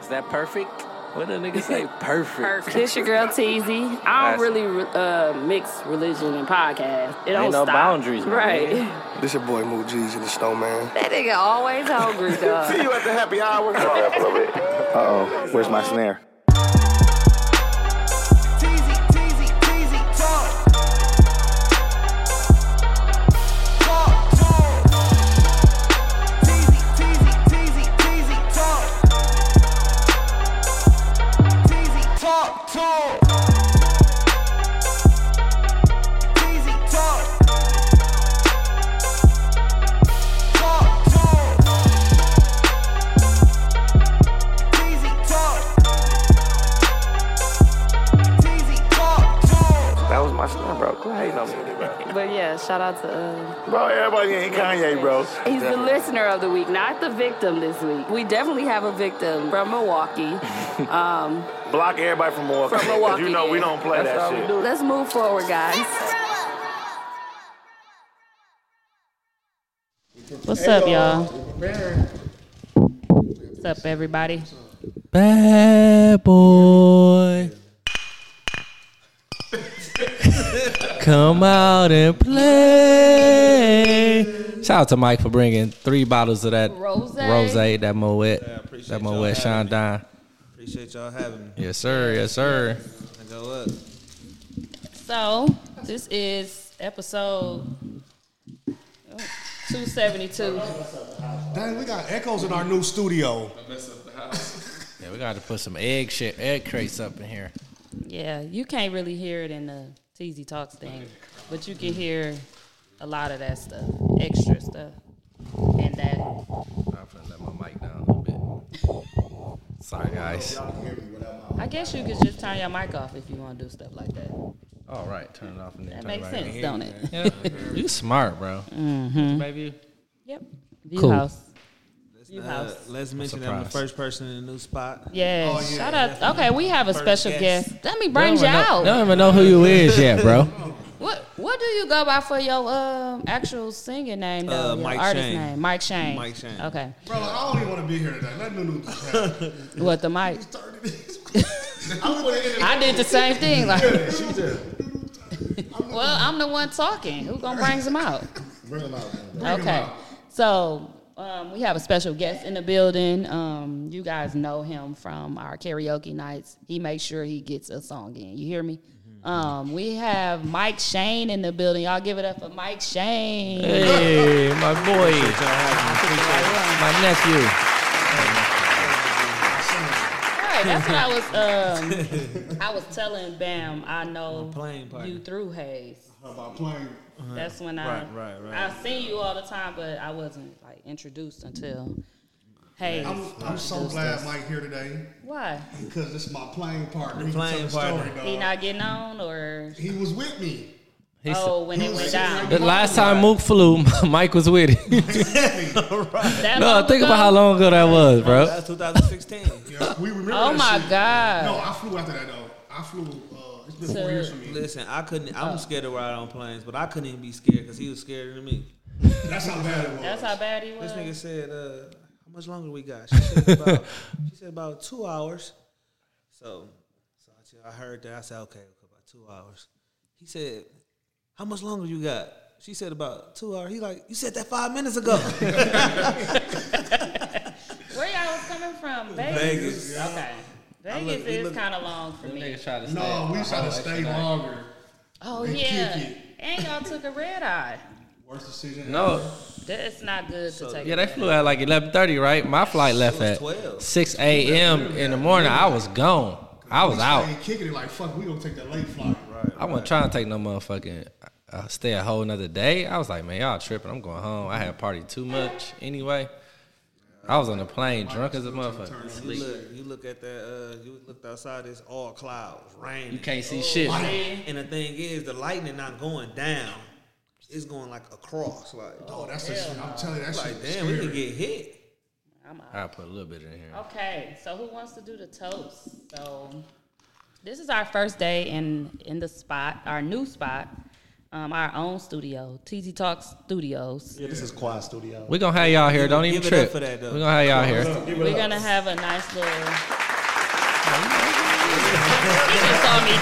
Is that perfect? What a nigga say? Perfect. Perfect. This your girl Teasy. I That's- don't really uh, mix religion and podcast. It don't Ain't no stop. boundaries, my right? nigga. This your boy Moot G's and the Snowman. That nigga always hungry, dog. See you at the happy hour. Uh-oh, where's my snare? That was my snare, bro. Quit hating on me, bro. But yeah, shout out to. Uh, Bro, everybody ain't Kanye, bro. he's the listener of the week, not the victim this week. We definitely have a victim from Milwaukee. Um, Block everybody from Milwaukee. From 'cause Milwaukee, You know we yeah. don't play That's all that we shit. do. Let's move forward, guys. What's up, y'all? What's up, everybody? Bad boy. Come out and play. Shout out to Mike for bringing three bottles of that Rose. rose, that Moet, I appreciate that y'all Moet having me. Chandon. Appreciate y'all having me. Yes, sir. Yes, sir. I go up. So this is episode oh, two seventy two. Dang, we got echoes in our new studio. Yeah, we got to put some egg shit, egg crates up in here. Yeah, you can't really hear it in the TZ Talks thing, but you can hear a lot of that stuff, extra stuff, and that. I'm finna let my mic down a little bit. Sorry, guys. I guess you could just turn your mic off if you want to do stuff like that. All right, turn it off and then That turn makes it back on. sense, don't it? Yeah. You smart, bro. Baby. Yep. View Cool. house. View Uh, house. let's mention I'm the surprised. first person in the new spot. Oh, Yeah, shout out. Okay, we have a special guest. guest. Let me bring you Don't even know- out. Don't even know who you is yet, bro. What What do you go by for your um actual singer name though? Uh, your Mike artist Shane. name, Mike Shane. Mike Shane. Okay. Bro, like, I don't even want to be here today. Let Nunu just have it. What the Mike? Thirty minutes. I would've ended I did the same thing. Like, it. She just well, I'm the one talking. Who gonna bring them out? bring him out. man. Okay. So um, we have a special guest in the building. Um, you guys know him from our karaoke nights. He makes sure he gets a song in. You hear me? Mm-hmm. Um, we have Mike Shane in the building. Y'all give it up for Mike Shane. Hey, my boy, my nephew. Right, that's what I was. Um, I was telling Bam. I know playing partner. Uh-huh. you through Hayes. About playing. That's when I. Right, right, right. I seen you all the time, but I wasn't like introduced until Hayes. I'm, I'm so introduced glad us. Mike here today Why because this is my playing partner. He can Playing tell the partner. Story, dog. he not getting on or He was with me. He's, oh when it went down? the last time Mook flew, Mike was with it. That no, long think ago? about how long ago that was, bro. That's 2016. Yeah, we remember. Oh that my shit. god! No, I flew after that though. I flew. Uh, it's been To- four years for me. Listen, I couldn't. Oh. I'm scared to ride on planes, but I couldn't even be scared because he was scarier than me. That's how bad it was. That's how bad he This was. nigga said, uh, "How much longer we got?" She said about, she said about two hours. So, so I, said- I heard that. I said, "Okay, about two hours." He said, "How much longer you got?" She said, "About two hours." He like, "You said that five minutes ago." Where y'all was coming from? Vegas. Vegas. Okay. Vegas look- he is look- kind of long for me. no, we tried to stay longer. Oh They yeah, kick it. and y'all took a red eye. Worst decision. No, That's not good to take. yeah, they flew at like eleven thirty, right? My flight left was at 12. six a.m. in the morning. I was gone. I was We out. stayed Kicking it like fuck. We gonna take that late flight. Right. I wasn't trying to take no motherfucking uh, stay a whole another day. I was like, man, y'all tripping. I'm going home. I had party too much anyway. I was on the plane drunk as a motherfucker. you look, you look at that. Uh, you looked outside. It's all clouds, rain. You can't see shit. And the thing is, the lightning not going down. It's going like across. Like, Oh, that's the shit. I'm telling you, that like shit. damn, we scary. can get hit. I'm out. I'll put a little bit in here. Okay, so who wants to do the toast? So this is our first day in in the spot, our new spot, um, our own studio, TZ Talk Studios. Yeah, this is Quad Studio. We're going to have y'all here. Don't even Give it up trip. for that, though. We're going to have y'all here. We're gonna have a nice little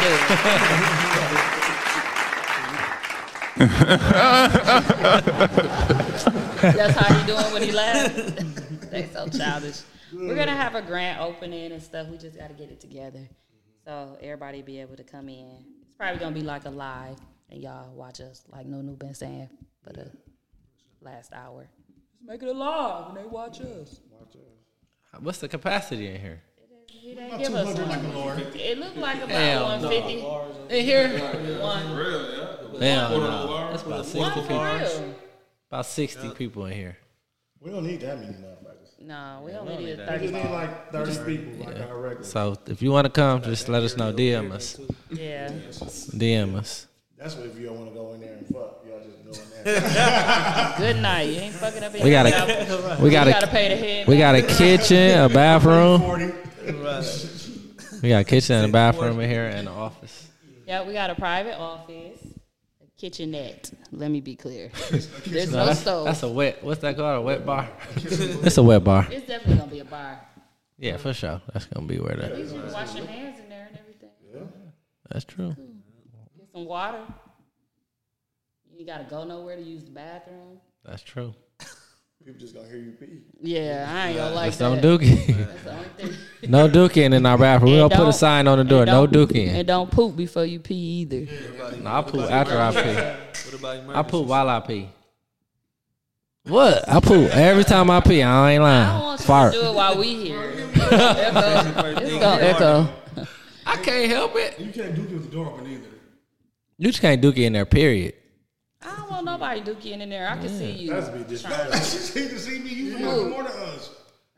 He just saw me do it. That's how he doing when he laughs. they so childish. We're gonna have a grand opening and stuff. We just gotta get it together, so everybody be able to come in. It's probably gonna be like a live, and y'all watch us like Nunu been saying for the last hour. Just make it a live, and they watch us. What's the capacity in here? They didn't give us one. It looked like about Hell no. 150 in here. One, Damn, no. That's about 60 one people. for real. About 60 people in here. We don't need that many motherfuckers. No, we only did We 30. just need like 30 people, like our regular. So if you want to come, just let us know. DM us. Yeah. DM us. That's what if you don't want to go in there and fuck. Y'all just go in there. Good night. You ain't fucking up. We got anything. a we got You gotta a pay the head. we got a kitchen, a bathroom. 40. We got a kitchen and a bathroom in here and an office. Yeah, we got a private office, a kitchenette. Let me be clear. There's no, that's, stove. that's a wet. What's that called? A wet bar. it's a wet bar. it's definitely gonna be a bar. Yeah, for sure. That's gonna be where that. You should wash your hands in there and everything. That's true. Get some water. You gotta go nowhere to use the bathroom. That's true. People just gonna hear you pee. Yeah, I ain't gonna like That's no that. dookie. That's the only thing. No dookie in our bathroom. We And gonna put a don't- sign on the door. and No don't- dookie. And don't poop before you pee either. No, I poop after I pee. What about emergency? I poop while I pee. What? I poop every time I pee. I ain't lying. I don't want you Fart. to do it while we here. echo. It's gonna echo. I can't help it. You can't do it with the door open either. You just can't dookie in there. Period. I don't want nobody dookie in there. I can see you. That's be disrespectful. she need to see me use the bathroom more than us.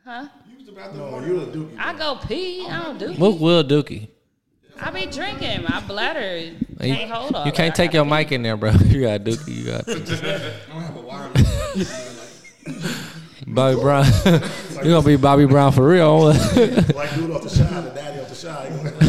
Huh? Use the bathroom more Oh, than you a us. dookie. I go pee. I don't do. Mook will dookie. I be drinking. My bladder You, can't hold on. you can't take your mic in there, bro. You got dookie. You got dookie. I don't have a wireless. Bobby Brown. you gonna be Bobby Brown for real. Like dude off the side, the daddy off the side. He gonna have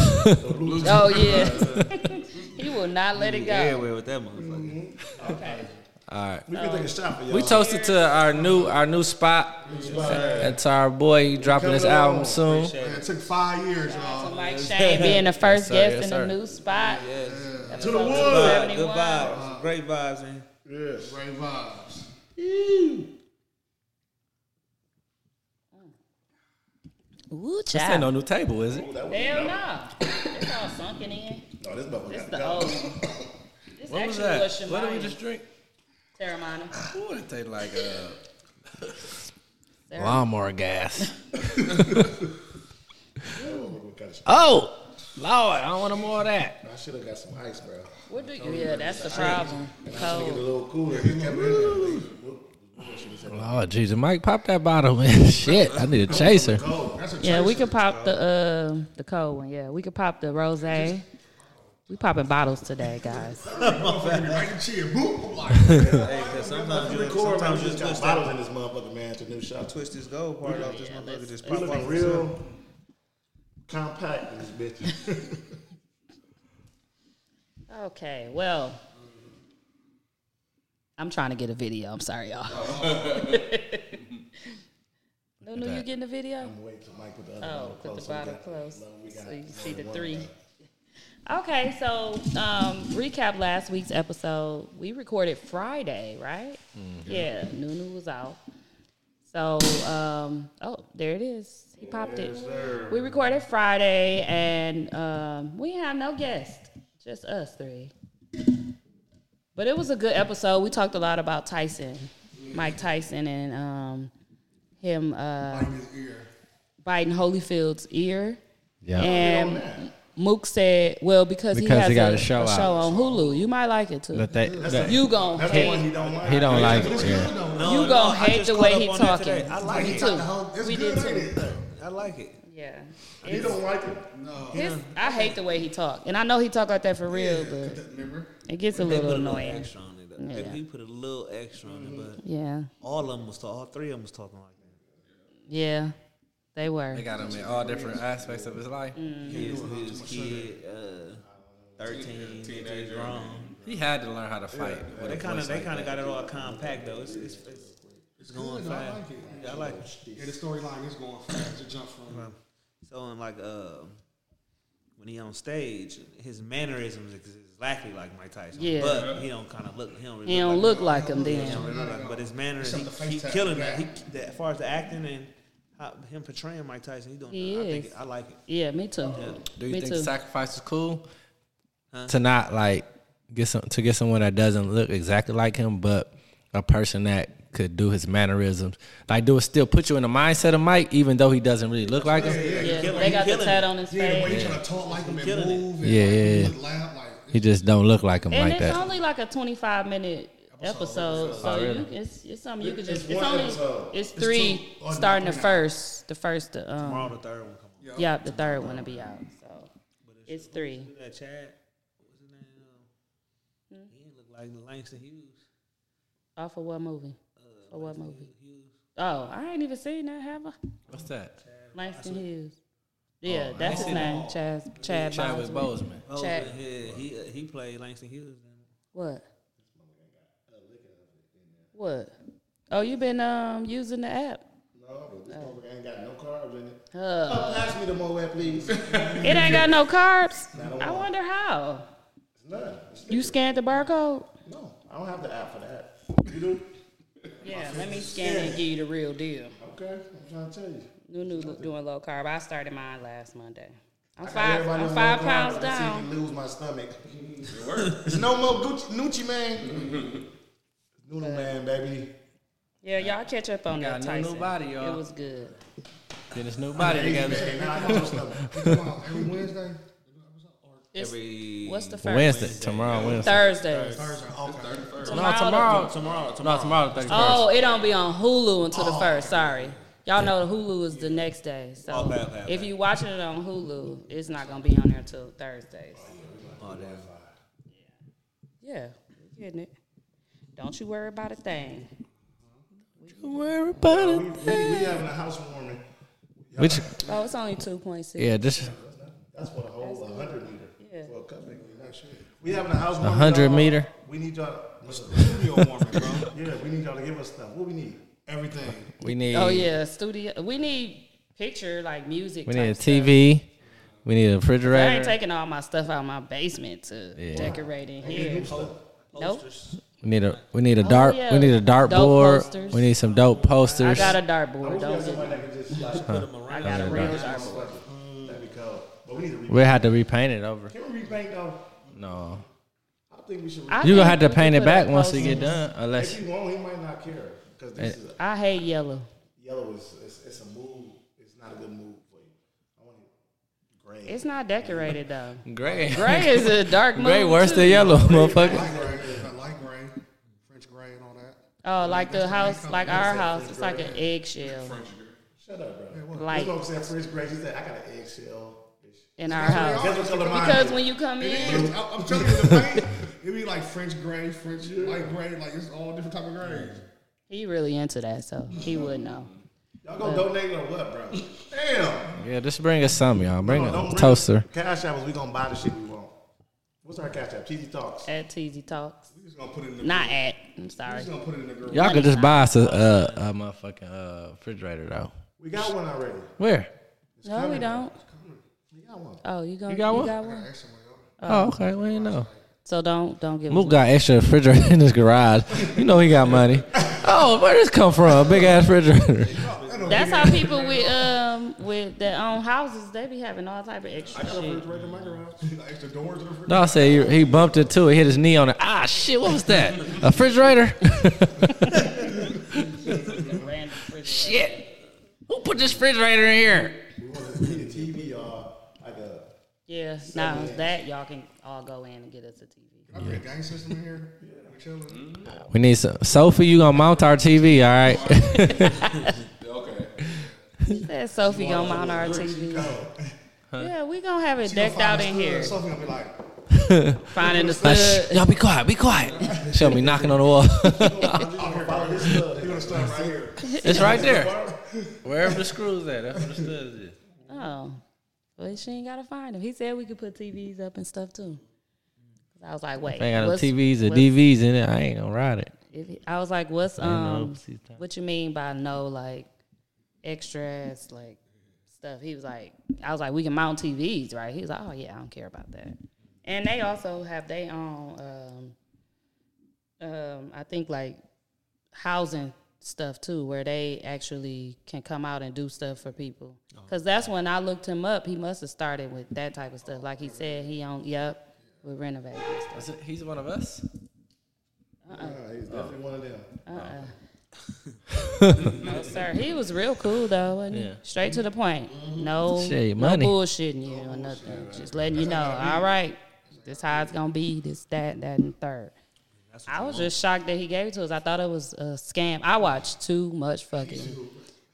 the blue- Oh yeah. he will not let it go. Everywhere with that Mm-hmm. motherfucker. We can take a shot for y'all. we toasted to our new our new spot. That's our boy. He dropping his album soon. Man, it took five years, y'all. Mike Shane being the first sir, guest yes, in sir. the new spot. to the wood. Good, Seventy-one. vibes. Great vibes, man. Yes. Great vibes. Ooh, Ain't child. no new table, is it? Hell no. It's all sunken in. No, this It's motherfucker got the old. one. This actually was Shemaya. What did we just drink? Terramana. Ooh, it tastes like uh, Sarah. lawnmower gas. Gotcha. Oh, Lord, I don't want no more of that. I should have got some ice, bro. What do you? Yeah, that's the problem. Get a Cold. little cooler. He kept it in there. Lord, Jesus, Mike, pop that bottle, man. Shit, I need a chaser. Yeah, we could pop the uh, the cold one. Yeah, we could pop the rosé. We popping bottles today, guys. Like a cheer. Boop. I'm like, Hey, 'cause sometimes you Record, man. sometimes We you just twist got that, bottles in this motherfucker, man. To new shot. twist this gold part off this motherfucker. Just You pop looking off. real compact in this bitch. Okay, well, I'm trying to get a video. I'm sorry, y'all. no, no, you getting a video? I'm waiting till Mike with the other Oh, bottle close. put the So we bottle got- close we got so you can see the one three. bottle. Okay, so um, recap last week's episode. We recorded Friday, right? Mm-hmm. Yeah, Nunu was out. So, um, oh, there it is. He popped it. We recorded Friday, and um, we have no guest, just us three. But it was a good episode. We talked a lot about Tyson, Mike Tyson, and um, him uh, in his ear. biting Holyfield's ear. Yeah, And Mook said, "Well, because, Because he has he got a, a show a out. show on Hulu, you might like it too. but they, that- you gon' That's the one he hate, don't like. he don't like But it's it. good, Yeah. though. No, you no, gon' I hate just the caught way up he on that talking. today. I like He Me talked too. the whole- It's We good, did ain't it? I like it. Yeah, He don't like it. His- I hate the way he talk, and I know he talk like that for real, but Remember? it gets a They put little a little annoying. extra on it. though. Yeah. They- He put a little extra on Mm-hmm. it, but Yeah, all of them was all three of them was talking like that. yeah, they were. They got him in all different aspects of his life. His, his kid, uh, thirteen, teenager, grown. He had to learn how to fight. with They a kind of voice they like kind of that. got it all compact though. It's it's it's, it's going Good, I fast. like it. Yeah, I like it. Yeah, the storyline is going fast. It jumped from So in like uh, when he on stage, his mannerisms is exactly like Mike Tyson. Yeah. But he don't kind of look. He don't, really He don't like look like him He then. don't really look like- But his manners, he, Except the face he tattoo killing back. that. He, that. As far as the acting and how, him portraying Mike Tyson, he doing. He I think is. it- I like it. Yeah, me too. Do you me think too. sacrifice is cool? To not like get some to get someone that doesn't look exactly like him, but a person that could do his mannerisms. Like, do it still put you in the mindset of Mike, even though he doesn't really look like him? yeah, killing- they he got the killing tat it. on his Yeah, the way face. you trying to talk like him and Killing it. move and Yeah, like, yeah, yeah. you look loud, like He just don't look like him And like it's that. only like a 25 minute episode, so you, it's, it's something you could It's just. It's, one only episode. it's It's two. three Oh, no, starting the three. first, the first, the, um, Tomorrow the third one come on. yeah, the third one to be out. So it's three. Look at that Chad. What's his name? Hmm? Um, He ain't look like Langston Hughes. Off of what movie? Or what movie? Hughes. Oh, I ain't even seen that, have I? What's that? Langston Hughes. Oh, Yeah, that's his name, Chaz. Chad. Chadwick Boseman. Boseman. Oh, Chad- yeah, he uh, he played Langston Hughes. What? What? Oh, you been um using the app? No, but this Oh. motherfucker ain't got no carbs in it. Uh, Oh, pass me the Moet, please. It's it ain't got no carbs. I wonder how. none. It's- You scanned the barcode? No, I don't have the app for that. You do? Yeah, let me scan and give you the real deal. Okay, I'm trying to tell you. Nunu lo- doing low carb. I started mine last Monday. I'm I got five. everybody I'm on five one pounds card. Let's see if down. you lose my stomach. It's no more Gucci, Nucci man. Noodle man, baby. Yeah, y'all catch up on that got a new Tyson. body, y'all. It was good. Getting his new body together. Hey, now I got your stomach. Come on, every Wednesday. It's, Every what's the first? Wednesday, tomorrow, Wednesday. Thursdays. No, tomorrow, tomorrow, tomorrow, tomorrow, the 31st. Oh, it don't be on Hulu until Oh. the first. Sorry. Y'all know the Hulu is the next day. So Okay, okay, okay. if you watching it on Hulu, it's not gonna be on there until Thursdays. Oh, damn. Yeah, you getting it. Don't you worry about a thing. We, we, we having a housewarming. Which, Oh, it's only two point six. yeah, this That's what a whole 100 meter. Yeah. For a couple We having a housewarming. 100 y'all. meter? We need y'all. To, studio warming, bro. Yeah, we need y'all to give us stuff. What we need? Everything. we need. Oh yeah, studio. We need picture like music. We type need a stuff. TV. We need a I ain't refrigerator. taking all my stuff out of my basement to decorate in here. Nope. We need a we need a dart. We need a Oh, yeah. Dope dartboard. posters. We need some dope I posters. got a dartboard. Don't get Somebody that can just like Put him around. I got a real That'd dartboard. be cool. But we need to repaint. We'll have to repaint it over. Can we repaint though? No, I think we should. I you think gonna have to we paint could it put back up once it get posters. done, If unless he won't, he might not care because this is a, I hate yellow. yellow is it's, it's a mood. It's not a good mood for you. I want it gray. It's not decorated though. gray. Gray is a dark mood. Gray worse too. than yellow, motherfucker. Light gray, yeah, light gray, French gray, and all that. Oh, like the house, like our house, it's like an eggshell. Shut up, bro. Like This motherfucker said French gray. She said I got an eggshell. in our house, That's what color mine. because is. when you come It in, is. I- I'm telling you, the paint, it be like French gray, French light gray, like it's all different type of grays. he really into that, so he would know. y'all gonna donate or what, bro? Damn. Yeah, just bring us some, y'all. Bring Don't a bring- toaster. Cash apples. We gonna buy the shit we want. What's our cash app? Cheesy talks. At Teasy Talks, We're just gonna put it in the. not at. I'm We're sorry. just gonna put it in the girl. Y'all could just buy us a, uh, a motherfucking uh, refrigerator though. We got one already. Where? No, we don't. Oh, you gonna, You got you one? got one? Oh, okay. We didn't know. So don't don't give. Mook us- got extra refrigerator in his garage. You know he got money. Oh, where this come from? Big ass refrigerator. That's how people with um with their own houses, they be having all type of extra shit. Right in my garage. Like extra doors in the fridge. No, I said he, he bumped into it, hit his knee on it. Ah, shit, what was that? A refrigerator? Random refrigerator. shit. Who put this refrigerator in here? We want to see the TV or like a. Yeah, now that y'all can all go in and get us a TV. Can I bring a gang system in here? We chilling. We need some. Sophie, you gonna mount our TV, all right? Okay. Said Sophie gonna mount our TV. Yeah, we gonna have it decked out in here. Something gonna be like, Finding the Now, stud. shh, y'all be quiet, be quiet. She'll be knocking on the wall. you're gonna start right here. it's right there. Wherever the screws at, that's where the studs is. Oh, well, she ain't gotta find him. He said we could put TVs up and stuff too. 'Cause I was like, wait, If ain't got no what's- TVs or what's- DVs in it, I ain't gonna ride it. if it- I was like, what's ain't no um, overseas time. what you mean by no like extras like stuff. He was like, I was like, we can mount TVs, right? He was like, oh yeah, I don't care about that. And they also have their own, um, um, I think like housing stuff too, where they actually can come out and do stuff for people. Cause that's when I looked him up. He must have started with that type of stuff. Like he said, he on yep, we renovate and stuff. Is it- he's one of us. Nah, he's definitely one of them. No, sir. He was real cool though, wasn't he? Yeah. Straight to the point. No, Shit, no money. bullshitting you or nothing. Just letting you know. All right, this how it's gonna be. This, that, that, and third. I was just shocked that he gave it to us. I thought it was a scam. I watched too much fucking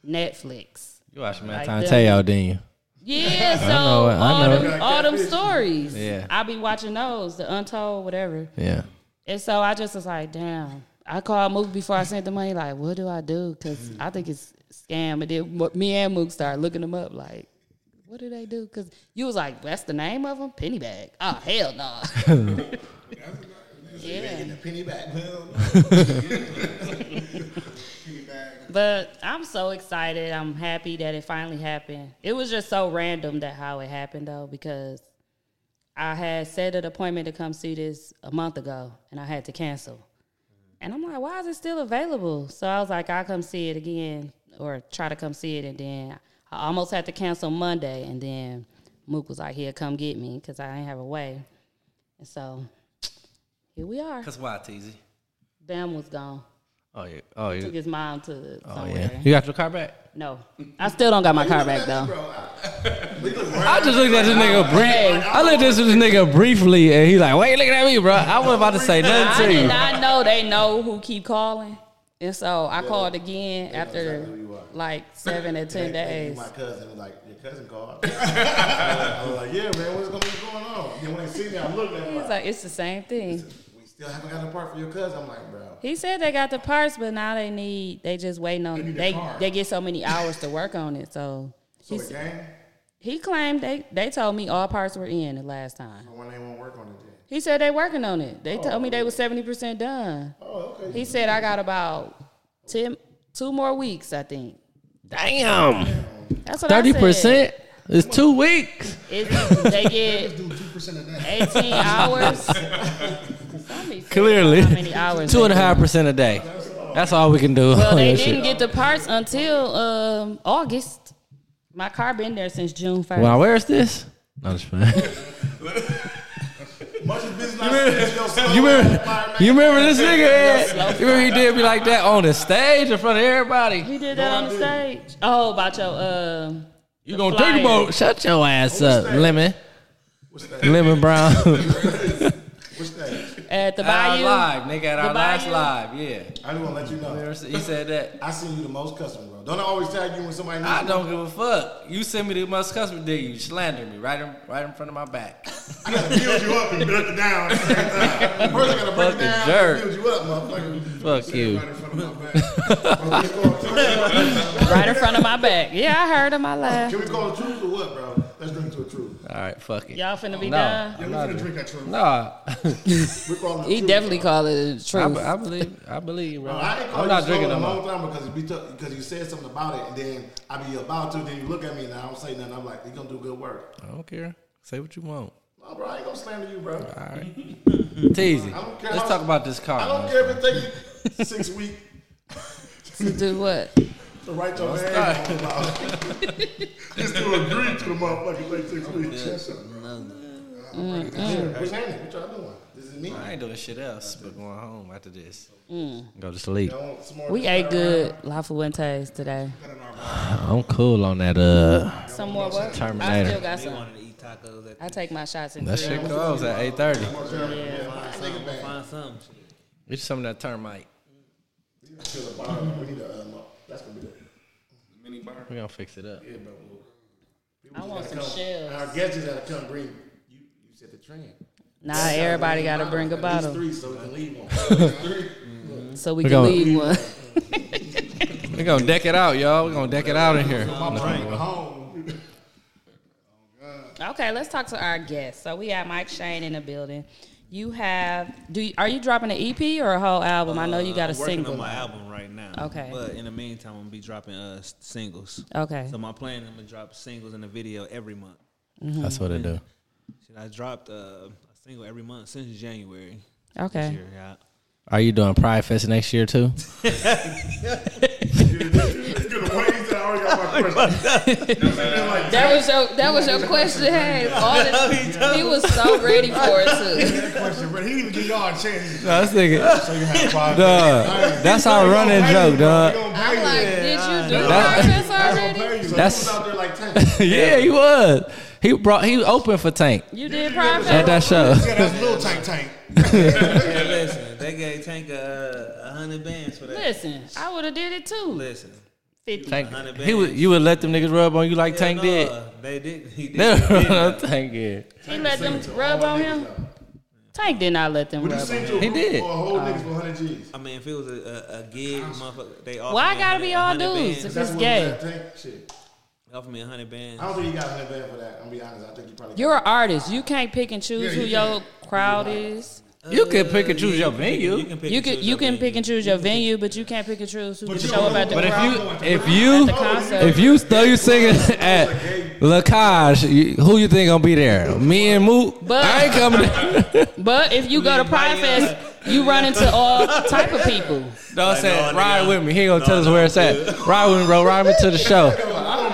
Netflix. You watch Matt Like them. Tanteo, didn't you? Yeah, so know it, I all, know them, all them stories. Yeah. I be watching those, the untold, whatever. Yeah. And so I just was like, damn. I called Mook before I sent the money. Like, what do I do? Because I think it's scam. And then mo- me and Mook started looking them up. Like, what do they do? Because you was like, that's the name of them, Penny Bag. Oh hell no. yeah. The penny back. Well, But I'm so excited. I'm happy that it finally happened. It was just so random that how it happened though, because I had set an appointment to come see this a month ago and I had to cancel. And I'm like, why is it still available? So I was like, I'll come see it again or try to come see it. And then I almost had to cancel Monday. And then Mook was like, here, come get me because I ain't have a way. And so here we are. Cause why, TZ? Bam was gone. Oh yeah. Oh yeah. Took his mom to Oh somewhere. yeah. You got your car back? No, I still don't got my car back though. I just looked at this nigga Hey. briefly. I looked at this nigga briefly, and he like, "Wait, looking at me, bro." I wasn't about to say I nothing to did you. not know they know who keep calling, and so I called again after like seven or ten days. my cousin was like, your cousin called. I was like, yeah, man, what's gonna be going on? Then when they see me, I'm looking at He's them like, like, it's the same thing. we still haven't got a part for your cousin. I'm like, bro. He said they got the parts, but now they need they just waiting on need the they car. they get so many hours to work on it. So So he the s- gang, he claimed they they told me all parts were in the last time. the one they won't work on it then. He said they working on it. They told me they was seventy percent done. Oh, okay. He said I got about ten two more weeks, I think. Damn, That's what thirty I said. percent. It's two weeks. It's, they get Do two percent of that. 18 hours. Somebody said Clearly, How many hours? two and a they half percent a day. That's all we can do. do. Well, on they this didn't shit. get the parts until um, August. My car been there since June 1st. Well, where's this? No, just playing. Much as business I said to yourself, You fire remember, man. you remember this nigga? Ed? You remember he did me like that on the stage in front of everybody? He did that on the stage. Oh, about your um, You gonna think flyer. about? Shut your ass up, Lemon. Lemon Brown. Which thing? at the At our bayou. live, nigga, at The our last Bayou? live, yeah. I just want to let you know. He said that. I seen you the most custom, bro. Don't I always tell you when somebody needs I you? don't give a fuck. You send me the most customer dick, you slander me right in, right in front of my back. I gotta build you up and break it down at the same time. First, I gotta break Fucking it down jerk. and build you up, motherfucker. Fuck you. Right in front of my back. Bro, we call it truth. Right in front of my back. Yeah, I heard him. I laughed. Can we call it truth or what, bro? Let's drink to a truth. All right, fuck it. Y'all finna be No. done. Yeah, we finna drink that truth. Nah, We're calling it He truth, definitely bro. called it the I, truth. I believe, I believe, bro. Bro, Oh, I didn't call I'm not you drinking drinking no a more. long time because, it be tough- because you said something about it and then I be about to, then you look at me and I don't say nothing. I'm like, you gonna do good work. I don't care. Say what you want. No, bro, I ain't gonna slander you, bro. All right. Teasy. I don't care Let's how- talk about this car. I don't Ah, man. care if it takes you six weeks to do what? to write your name on the file. Just to agree to the motherfucker take six weeks. Yes, sir. Mm-hmm. What's happening? What y'all doing? This is me. I ain't doing shit else but going home after this. Go to sleep. Y'all want some more We ate good La Fuente's today. I'm cool on that. Uh, Some more what? I Terminator. still got They some. wanted to eat tacos at I take my shots in that three. shit closed at 8:30. I'm gonna find some. It's some of that termite. to the bottom? We need a, um, that's gonna be good. We gonna fix it up. I want some shells. Our guests just gotta come bring. You, you set the trend. Now everybody got to bring a These bottle three, so we can leave one. so we We can gonna- leave one. We gonna deck it out, y'all. We gonna deck it out in here. Home. Okay, let's talk to our guests. So we have Mike Shane in the building. You have do you, are you dropping an EP or a whole album? I know you got a Uh, I'm working single. on my album right now. Okay. But in the meantime, I'm gonna be dropping uh s- singles. Okay. So my plan is I'm gonna drop singles and a video every month. That's what it do. Shit, I dropped uh, a single every month since January. okay. Sure, yeah. Are you doing Pride Fest next year too? You're the ways that I already got my question. That was your that was your question. Hey, all this, he was so ready for it too. question, bro. He didn't even give y'all a chance. No, this nigga. So you had five. Duh, that's our running joke, dog. I'm like, did you do That- this already? That's Out there like tank. yeah, he was. He brought. He was open for Tank You at did private. that show. Yeah, that's little tank tank. Hey, listen, they gave Tank a, a hundred bands for that. Listen, I would have did it too. Listen, Fifty. Tank. Hundred He would. You would let them niggas rub on you like Tank did. They did. He did. No, he did no, not. Tank did. He let them rub on him. Tank did not let them You rub. on send to him. a He group did. or a whole niggas for 100 G's. I mean, if it was a, a, a gig, motherfucker, they offered Why me gotta be 100 all 100 dudes? If Bands. That's it's what gay, that tank shit. They offered me a hundred bands. I don't think he got 100 band for that. I'm gonna be honest. I think he probably. you're an artist. You can't pick and choose who your crowd is. You can pick and choose your You venue, can pick You and can choose you your can venue. pick and choose your venue, but you can't pick and choose who can you show up don't at the but if crowd. you if you the concert. if you still you singing at Lacage, you- who you think gonna be there? Me and Moot. But- I ain't coming. But if you go to Pride Fest, you run into all type of people. No, I'm saying no, ride nigga. with me. He ain't gonna No, tell us no, where it's at. Ride with me, bro. Ride me to the show.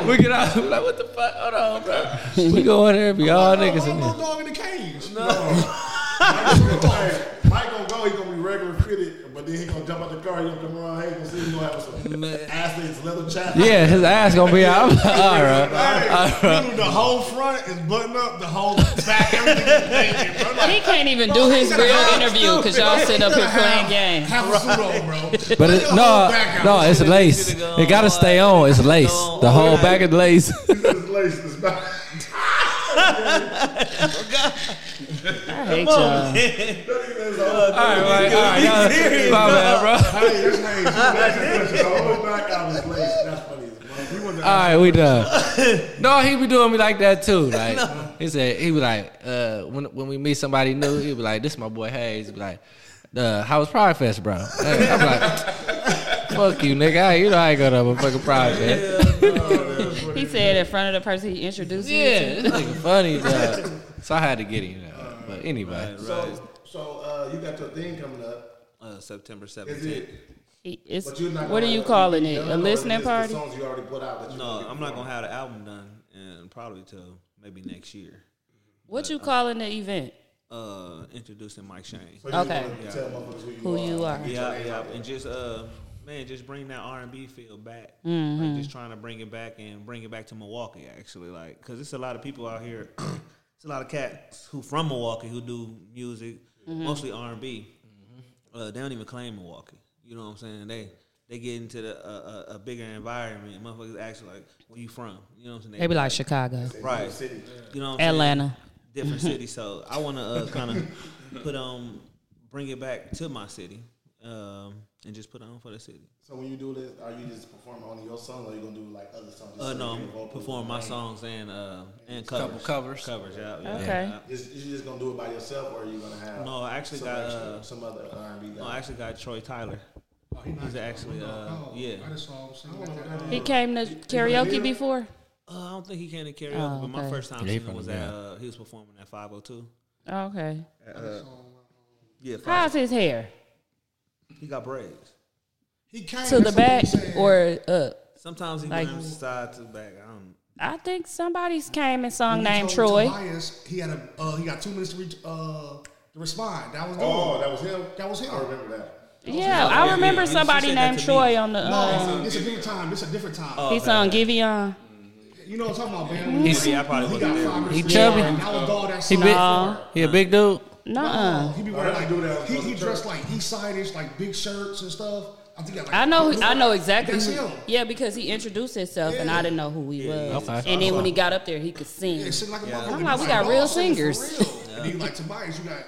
we get out. we like, what the fuck? Hold on, bro. We go in there, be all niggas in Little there. dog in the cage. Hey, Mike gonna go. He gonna be regular fitted, but then he gonna jump out the car. He gonna come around. Hey, gonna see. He gonna have some athlete's leather chap. Yeah, his ass gonna be out. I'm like, all right. Hey, the whole front is buttoned up, the whole back, everything is naked, bro. Like, He can't even do his real interview because y'all sit up here playing games. Have a suit on, bro. But it, no, no, it's lace. It gotta stay on. It's lace. The whole back is lace. His lace is back. I hate y'all. Uh, All right, all right, all right. My bad, bro. Hey, this name. The whole back out his lace. That's funny. as fuck. We want to All right, we done. no, he be doing me like that too. Like he said, he be like, uh, when when we meet somebody new, he be like, "This my boy Hayes." He be like, uh, "How was Pride Fest, bro?" Hey, I'm like, "Fuck you, nigga. I, you know I ain't go to a fucking Pride Fest." He said in front of the person he introduced Yeah, you this to. nigga funny, dog. So I had to get him. dog. But anyway, So, so uh, you got your thing coming up. Uh, September Is 17th. it? He- It's, But you're not. what are gonna- you calling it? No, A listening it's party? The songs you already put out. That you No, I'm not gonna have the album done, and probably till maybe next year. What you calling the event? Uh, introducing Mike Shane. Okay, gonna tell motherfuckers who you who you are? Yeah, yeah, and just uh, man, just bring that R and B feel back. Mm-hmm. Like just trying to bring it back and bring it back to Milwaukee, actually, like because it's a lot of people out here. it's a lot of cats who from Milwaukee who do music, Mm-hmm. mostly R and B. Uh, they don't even claim Milwaukee. You know what I'm saying? They they get into the uh, a, a bigger environment. Motherfuckers actually like, where you from? You know what I'm saying? They be like Chicago, right, city. You know, what I'm saying? Atlanta. different city. So I want to uh, kind of put on, bring it back to my city, um, and just put it on for the city. So when you do this, are you just performing only your songs, or you gonna do like other songs? Uh, Just so no, you can I'm vocal- perform my songs and uh, and covers. covers. covers. Yeah. yeah, Okay. yeah. Just, you just gonna do it by yourself, or are you gonna have? No, I actually some got, extra- uh, some other R&B. No, I actually got Troy Tyler. He's actually uh, yeah. I just saw him singing like that. He came to karaoke before. Uh, I don't think he came to Oh, karaoke, but my okay. first time Yeah, he seeing him from was the at Bay. uh, he was performing at 502. Okay, Yeah, oh how's his hair? he got braids. He came To the that's what I'm back saying. or up? Sometimes he Like- went side to back. I don't. I think somebody's came and sung He named told Troy. Tobias he had a uh, he got two minutes to, reach, uh, to respond. That was the Oh, one. that was him. That was him. I remember that. Yeah, I remember yeah. You- you somebody said that named to me. Troy on the. No, Uh, Um, it's, a, it's a different time. It's a different time. Uh, he sung Giveon. you know what I'm talking about, man. He's- Yeah, I probably he wasn't got there. five minutes. He to respond. chubby. That was all that he song. big. No. He a big dude. Nuh-uh. Oh, He be wearing I like do that. He, he dressed like East Side-ish, like big shirts and stuff. I think I, like, I know, I know exactly. That's who- him. yeah, because he introduced himself, and I didn't know who he was. Okay. And then when he got up there, he could sing. It seemed like a motherfucker. I'm He like, was we got "Dawg, real this is for singers." real. And he like Tobias, you got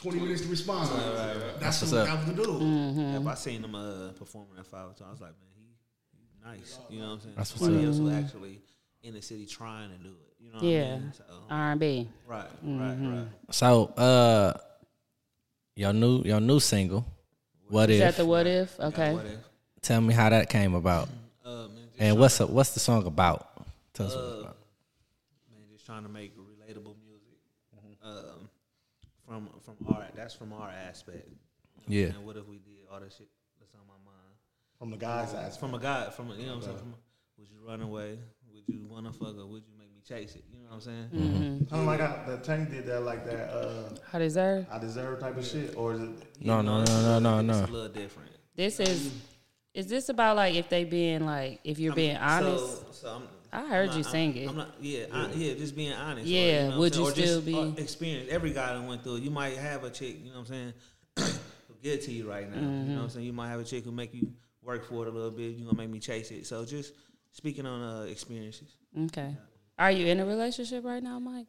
20 minutes to respond. That's, That's what what's that up. was the dude. Mm. If Mm-hmm. I seen him uh, performing at five o'clock, I was like, man, he, he nice. You know what I'm saying? That's what's Somebody up. else who actually in the city trying to do it. You know what Yeah, I mean? So, R&B. Mm-hmm. right, right, right. So uh your new your new single. What Is that if? the what if? Okay. What if? Tell me how that came about. Uh, man, just, And what's up? What's the song about? Tell us what it's about. man, just trying to make relatable music. Mm-hmm. Um, from from our that's from our aspect. Yeah. And what if we did all that shit that's on my mind? From the guy's ass. From a guy, from a, you know what I'm saying? From a, would you run away? Would you wanna fuck or would you make me chase it? You know what I'm saying? Mm-hmm. Oh my god, the Tank did that like that. Uh, How does that? I deserve type of shit, or is it? No, no, no, no, no, no. It's a little different. This is. Is this about like if they being like if you're being honest? So, so I'm, I heard I'm you not- sing I'm- it. I'm not, yeah, yeah. I, yeah, just being honest. Yeah, or, know what would I'm you saying, or still just, be- or experience? Every guy that went through, it. you might have a chick. You know what I'm saying? who get to you right now. You know Mm-hmm. what I'm saying? You might have a chick who make you work for it a little bit. You gonna make me chase it. So just speaking on uh, experiences. okay. Are you in a relationship right now, Mike?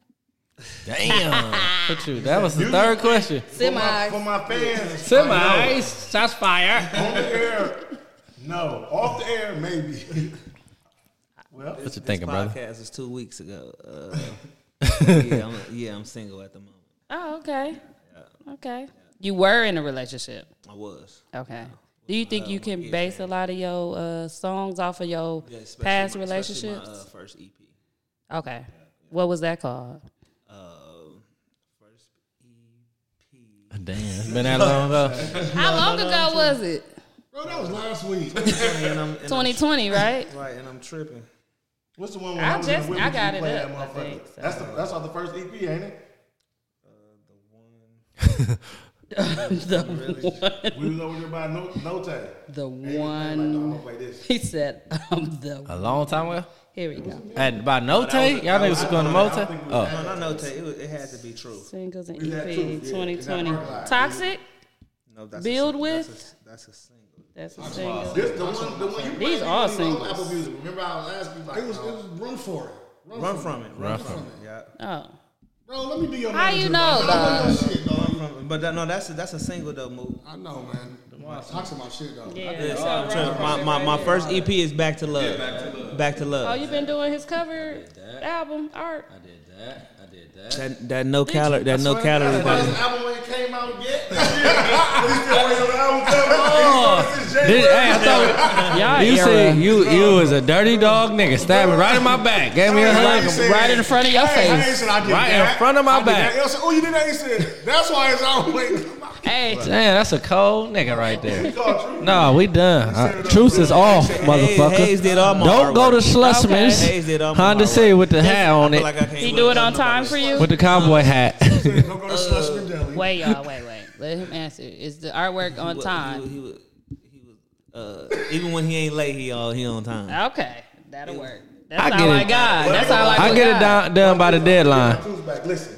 Damn. Put you- that was the third question. My, for my fans. Semi. Shots fire. on the air, no. Off the air, maybe. well, What you thinking, brother? Podcast was two weeks ago. Uh, yeah, I'm, yeah, I'm single at the moment. Oh, okay. Okay. You were in a relationship. I was. Okay. Do you think you can base a lot of your uh, songs off of your Yeah, past especially my- especially relationships? My, uh, first EP. okay. What was that called? Um, first EP. Damn, it's been that long ago. How long ago was it? bro, that was last week. And I'm, and I'm- 2020, right? right, and I'm tripping. What's the one? When I I, was in just- the Whitney, I got you it played up, That I motherfucker. think, so. That's the that's off the first EP, ain't it? the one. We was over there by no no time. The Like, no, I'm one. gonna play this. He said, "I'm the." A long time ago. Here we go. At by Note, y'all niggas was going to Mote. Oh, No, no, no, Tay. It, was- it had to be true. Singles and E that EP too, yeah, in that 2020. parking lot. Toxic. No, that's Build a, sing- with? That's a, that's a single. That's a single. This the one, the one you These are played when we was on singles. Apple Music. Remember I was asking you like, it was, no. it was run for it. Run, Run for it. from it. Run, Run from, from it. Yeah. Oh, Bro, let me do your How manager, you bro. know, I dog? know your shit, dog. Run from it. But that, no, that's a, that's a single though. Move. I know, man. Talks about shit, though. yeah. Yes, So I'm right tripping. from my it my, right my there. first EP is back to love. back to love. Oh, you been doing his cover that. album art. I did that. I did that. that that no calorie that no calorie. But buddy. this album ain't came out yet. We still waiting on the album coming. Oh, this Did, January. hey, I thought Y'all you era. said you you was a dirty dog nigga. Stabbed me right in my back. Gave me a Hey, hug you said- right in front of your Hey, I ain't face. said I did Right in that. front of my I did back. that. You said, Oh, you did that. You said that's why it's out waiting. Hey, Damn, that's a cold nigga right there. Country. No, we done. Uh, truth is off, motherfucker. Hayes Oh, did all my Don't go to artwork. Schlussman's Hayes did all my Honda artwork. City with the hat on it, I feel like I can't he look do it at on nobody. time for you? with the cowboy hat. Don't go to Slushman Deli. Wait, y'all, wait, wait. Let him answer. Is the artwork on He time? was- He was, he was, uh, even when he ain't late, he all he on time. Okay, that'll work. That's I get all I it. got. That's all I, I get it got. done, done by the deadline. Truth back. Listen,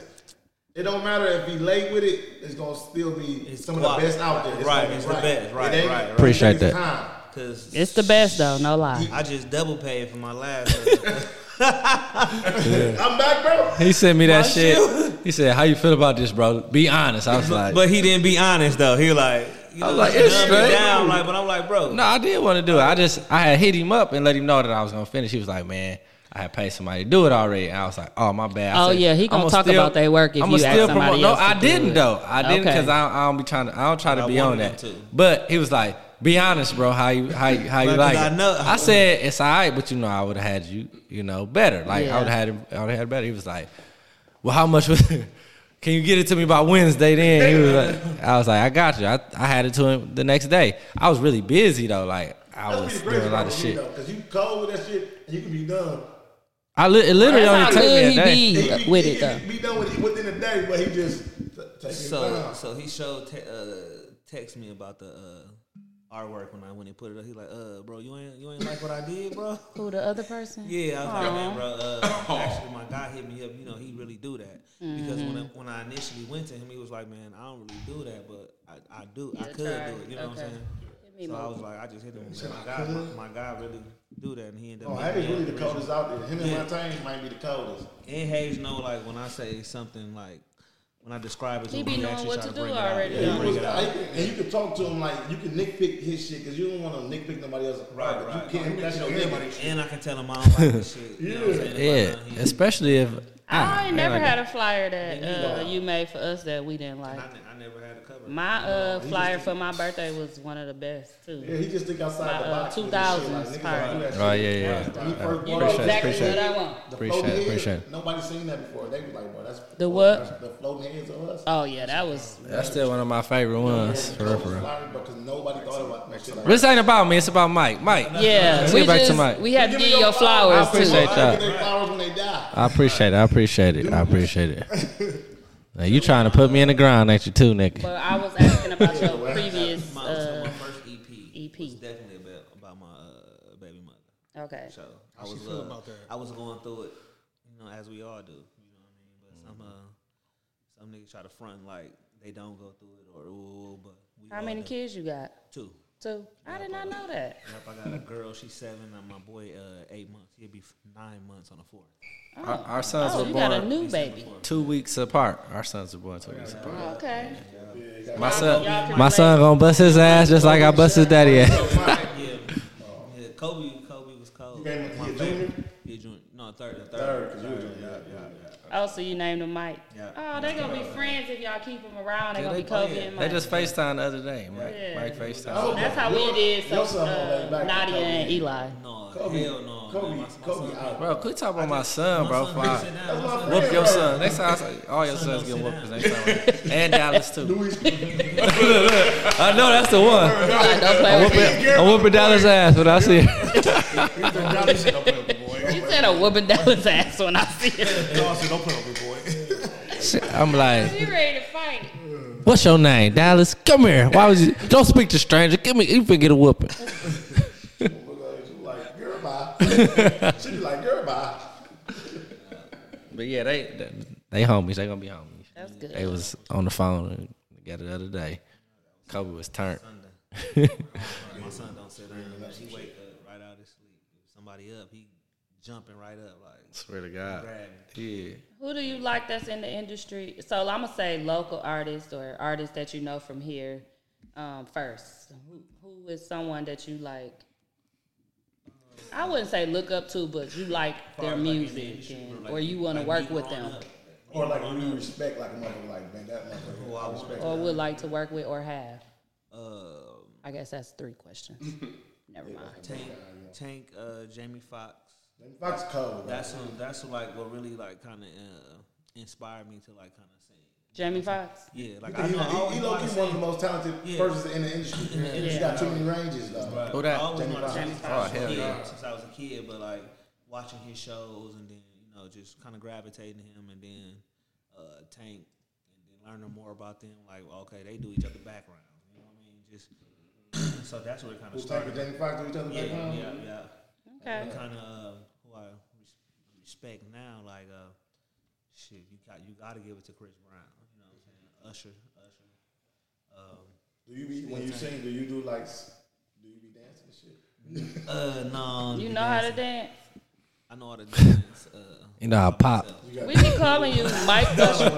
it don't matter if he late with it. It's gonna still be It's some of quality. the best out there. Right, gonna be it's the best. Right, It ain't- right, right. Appreciate it that. takes time. Cause It's the best though, no lie. I just double paid for my last. uh, I'm back, bro. He sent me that shit. He said, "How you feel about this, bro? Be honest." I was like, but he didn't be honest though. He like, you know, I was like, he it's dumbed me straight. down. Like, but I'm like, bro, "No, I did want to do it. I just I had hit him up and let him know that I was gonna finish." He was like, "Man." I had paid somebody to do it already. And I was like, "Oh my bad." I Oh, said, yeah, he gonna "I'ma talk about they work if I'ma you ask somebody promote." No, else to I do didn't it. though. I didn't Okay. because I, don't- I don't be trying to. I don't try to I be on wanted him that. to. But he was like, "Be honest, bro. How you how you, how you Right, like 'cause it?" I know- I said, "It's all right," but you know, I would have had you, you know, better. Like I Yeah. would have had him. I would have had better. He was like, well, how much was Can you get it to me by Wednesday then? He was like, I was like, I got you. I, I had it to him the next day. I was really busy though. Like I was That's what he brings doing a lot of about shit. You, Because you cold with that shit, and you can be done. I li- it literally only That's took how me a good day. he He be be- with he it can though. Be done with it within a day, but he just t- take his So time. so he showed te- uh, text me about the uh, artwork when I when he put it up. He like, uh, bro, you ain't you ain't like what I did, bro. Who the other person? Yeah, I was like, Aw. man, bro. Uh, actually, my guy hit me up. You know, he really do that because when Mm-hmm. I, when I initially went to him, he was like, man, I don't really do that, but I, I do. I You could tried. do it. You know what Okay. I'm saying? me So I more. was like, I just hit him. Man, my guy, my, my guy really do that, and he ended up. Oh, hitting Abby's me really up the originally. coldest out there. Him and Montaigne might be the coldest. And Hayes know like when I say something like when I describe it, to He him, be knowing actually what try to do bring it already, Out. Yeah, though. bring it out. And you can talk to him like you can nitpick his shit because you don't want to nitpick nobody else. Right, But right. You can't. That's your nigga. And I can tell him I don't like this shit. You know what I'm saying? If I Yeah, don't, he- especially if ah, I ain't never like had a flyer that uh, you made for us that we didn't like. I, ne- I never had a cover. My uh, flyer for my birthday was one of the best too. Yeah, he just think outside the My, uh, box. with this shit, 2000s niggas pirate. do that shit. Oh, yeah, yeah. When he first You bought know it, Appreciate it, exactly appreciate what it. I want. the Appreciate floating it, heads, appreciate it. Nobody seen that before. They was like, bro, that's The what? The floating heads of us. Oh yeah, that was. That's still one of my favorite ones. For real, for real. Because nobody thought about that shit. like This ain't about me. It's about Mike. Mike. Yeah, Let's we get back to just- Mike. we had to give you your I flowers appreciate too. that. that. They get their flowers when they die. I appreciate it. I appreciate it. I appreciate it. Now you trying to put me in the ground, ain't you, too, nigga? But I was asking about your previous. My, so Uh, E my first E EP, EP. was definitely about, about my uh, baby mother. okay. So I was uh, I was going through it, you know, as we all do. You know what I mean? But some uh, some niggas try to front like they don't go through it or ooh, but we How all many do. kids you got? Two. Two. I did not know that. Yep, I got a girl. She's seven, and my boy uh, eight months. He'll be f- nine months on the fourth. Our, our sons Oh, were you got a born new baby. Oh, two weeks apart. Our sons were born two weeks apart. Okay. My son, my son gonna bust his ass just like I bust his daddy ass. yeah, yeah. Kobe, Kobe was cold. gave him- My he a favorite- he a junior. No, third, a third. Because you were doing that. Oh, so you named him Mike. Yeah. Oh, they gonna be friends if y'all keep them around. They Yeah, gonna they- be Kobe oh, yeah. and They Mike. just Facetime the other day. Mike, Yeah. Mike Oh, Facetime. That's how we did so, Your son uh, gonna lay back Nadia and and Eli. No, Kobe, hell no. man. Kobe, My- my Kobe son- out. Bro, quit talking about my son, bro. my son Fly. don't sit down. My my son friend. Whoop your son. Next time, I say, all your Son sons get don't whooped sit next time. And Dallas too. Louis, I know that's the one. Eli, don't play I'm with me. whooping, I'm whooping Dallas' ass when I see it. Y'all said don't play with me, boy. You said a whooping Dallas ass when I see it. Y'all said don't play with me, boy. I'm like, You ready to fight? what's your name, Dallas? Come here. Why was you? Don't speak to stranger. Give me. You finna get a whooping. like, girl, bye. she be like, girl, bye. But yeah, they they, they homies. They gonna be homies. That's good. They was on the phone together the other day. Kobe was turned. My son don't sit down. man. He wake up right out of his sleep. If somebody up, he jumping right up like Swear to God. grab me. Yeah. Who do you like that's in the industry? So I'm gonna say local artists or artists that you know from here um, first. Who, who is someone that you like? I wouldn't say look up to, but you like their music, and, or you want to work with them, Or like, you respect like a motherfucker, like, man, that motherfucker. oh, I respect uh, Oh. or would like to work with, or have. Uh, I guess that's three questions. Never Oh, mind. Tank, Tank, uh, Jamie Foxx. him. Fox cold. bro. That's who, that's who, like what really like kind of uh, inspired me to like kind of sing. Jamie Fox. Yeah, You like I think know I He, he, always he low wanted key to one of the sing. most talented Yeah. persons in the industry. He's got too many ranges though. Who that? I always Jamie wanted to Foxx. sing since Oh, I was a hell kid, yeah. since I was a kid, but like watching his shows and then you know just kind of gravitating to him and then uh, Tank and then learning more about them. Like okay, they do each other background. You know what I mean? Just so that's where it kind Who of talking to started. Jamie Foxx to each other Yeah, background? yeah, yeah. Okay. the kind of uh, who I res- respect now, like uh, shit, you got you got to give it to Chris Brown. You know what I'm saying? Usher, Usher. Um, Do you be when you sing? Do you do like? s- Do you be dancing and shit? uh, no, You know how to dance. I know how to dance. Uh, You know, I pop. We be calling you Mike Usher.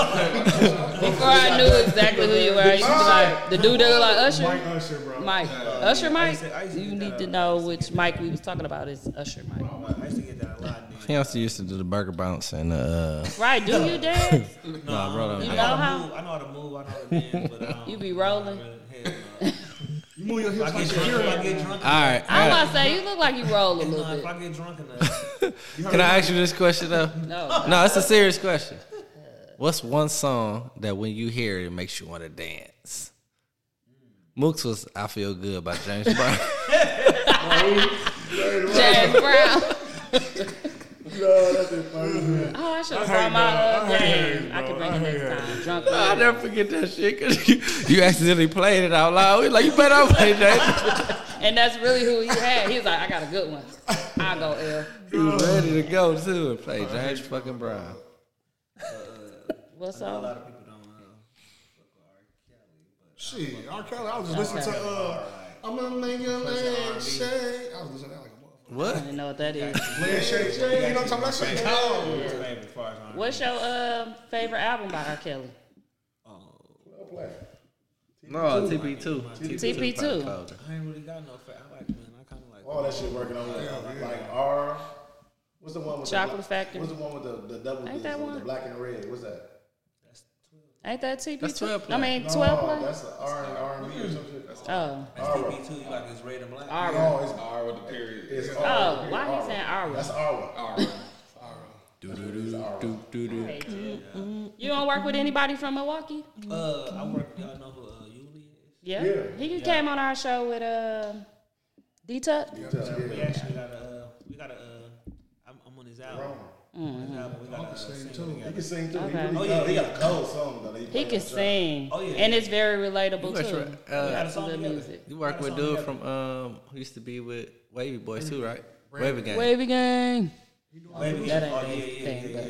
Before I knew exactly who you were, I used to be like the dude that looked like Usher. Mike Usher, bro. Mike. Usher Mike? to- I used to You get need that, to uh, know which Mike we was talking about is Usher Mike. I used to get that a lot. and He Then. also used to do the burger bounce and uh. Right, do you dance? No, I bro, don't- no, I no. know Know how to how? move. I know how to move. I know how to dance, but I don't. You be rolling? I really- hell no. You move your If hips I like get you're drunk. If here. I get drunk. All right. I'm about to say you look like you roll a enough, little if bit. I get drunk enough, Can I ask you this question though? No. No, it's a serious question. What's one song that when you hear it, it makes you want to dance? Mooks was "I Feel Good" by James Brown. Jazz Brown. No, that's it. man. Oh, I should have brought my uh, game. I can bring it next time. Drunk. I'll never forget that shit because you, you accidentally played it out loud. We like you better not play that. And that's really who he had. He was like, I got a good one. I'll go L. He was ready to go too and play James fucking Brown. What's up? Shit, R. Kelly, I was just listening to, uh, I'm gonna make your leg shake. I was listening to that like a I What? didn't know what that is. motherfucker. Leg shake, shake. You know what I'm talking about? That shit. Oh, it's favorite as far as I'm. What's your um favorite album by R. Kelly? No, TP two. TP2. I ain't really got no. Fa- I like man. I kind of like. All that shit working on like, like R. What's the one with Chocolate the black, Factory. What's the one with the, the double? Ain't Ain't that that one? The black and the red. What's that? Ain't that TP? That's 12 I play. mean, No, 12 play? That's an R and R and B or something. Mm. That's Oh. That's TP2. You like this red and black. Ara. no, it's R with the period. it's R. Oh, why he saying Ara? That's Arwa. R. You don't work with anybody from Milwaukee? Uh, I work. Y'all know who uh, Yuli is? Yeah. Yeah. He came on our show with uh, D-Tuck. We actually got a. Uh, we got a. Uh, I'm, I'm on his album. Mm-hmm. His album, we got a, uh, Same single tune. He can sing too. Okay. He, Oh, really yeah, does. he yeah. got a cold song though. that He plays can on the sing. Oh, yeah. And it's very relatable, That's too. right. Uh, We got a song To the together. music. You work with dude from um who used to be with Wavy Boys too, right? Wavy Gang. Wavy gang. Wavy. That ain't oh, his yeah, yeah, thing, yeah, but-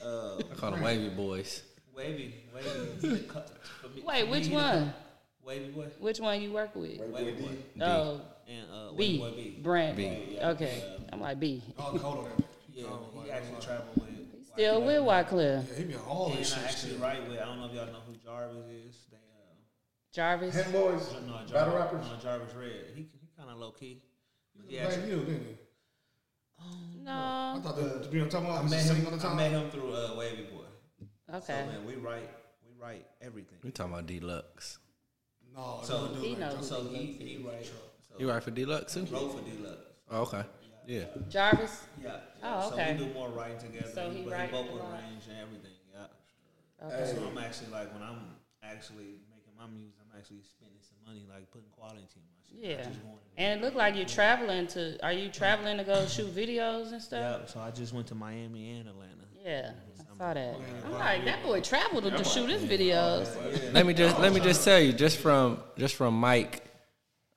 yeah. Uh, I call them Wavy Boys. wavy, wavy. For me- Wait, for which me, one? Wavy boy. Which one you work with? Wavy boy. Oh, And uh, wavy B. boy B. Brand. B. Okay. I'm like B. All cold on that. Yeah, he actually traveled with. Still with Wycliffe. Yeah, he be on all And this I shit. actually write with. I don't know if y'all know who Jarvis is. They. Uh, Jarvis. Hen Boys, No, Jarvis, battle rappers. No, Jarvis Red. He, he kind of low key. But he Yeah, actually, you didn't he? I No. thought that to be on top of I all met this him. all the I time. met him through uh, Wavy Boy. So Okay. man, we write we write everything. We talking about Deluxe. No, So no, He dude. knows. So he he write so You work for Deluxe too? wrote for Deluxe. Oh, okay. Yeah. Jarvis. Yeah. Oh, okay. So we do more writing together. So he, he but write he vocal a lot. range and everything. Yeah. So I'm actually like when I'm actually making my music, I'm actually spending some money like putting quality in my shit. not Yeah. just going to- And it looked like you're traveling to. Are you traveling to go shoot videos and stuff? Yeah. So I just went to Miami and Atlanta. Yeah. I saw that. I'm like, that boy traveled to shoot his videos. Let me just let me just tell you, just from just from Mike,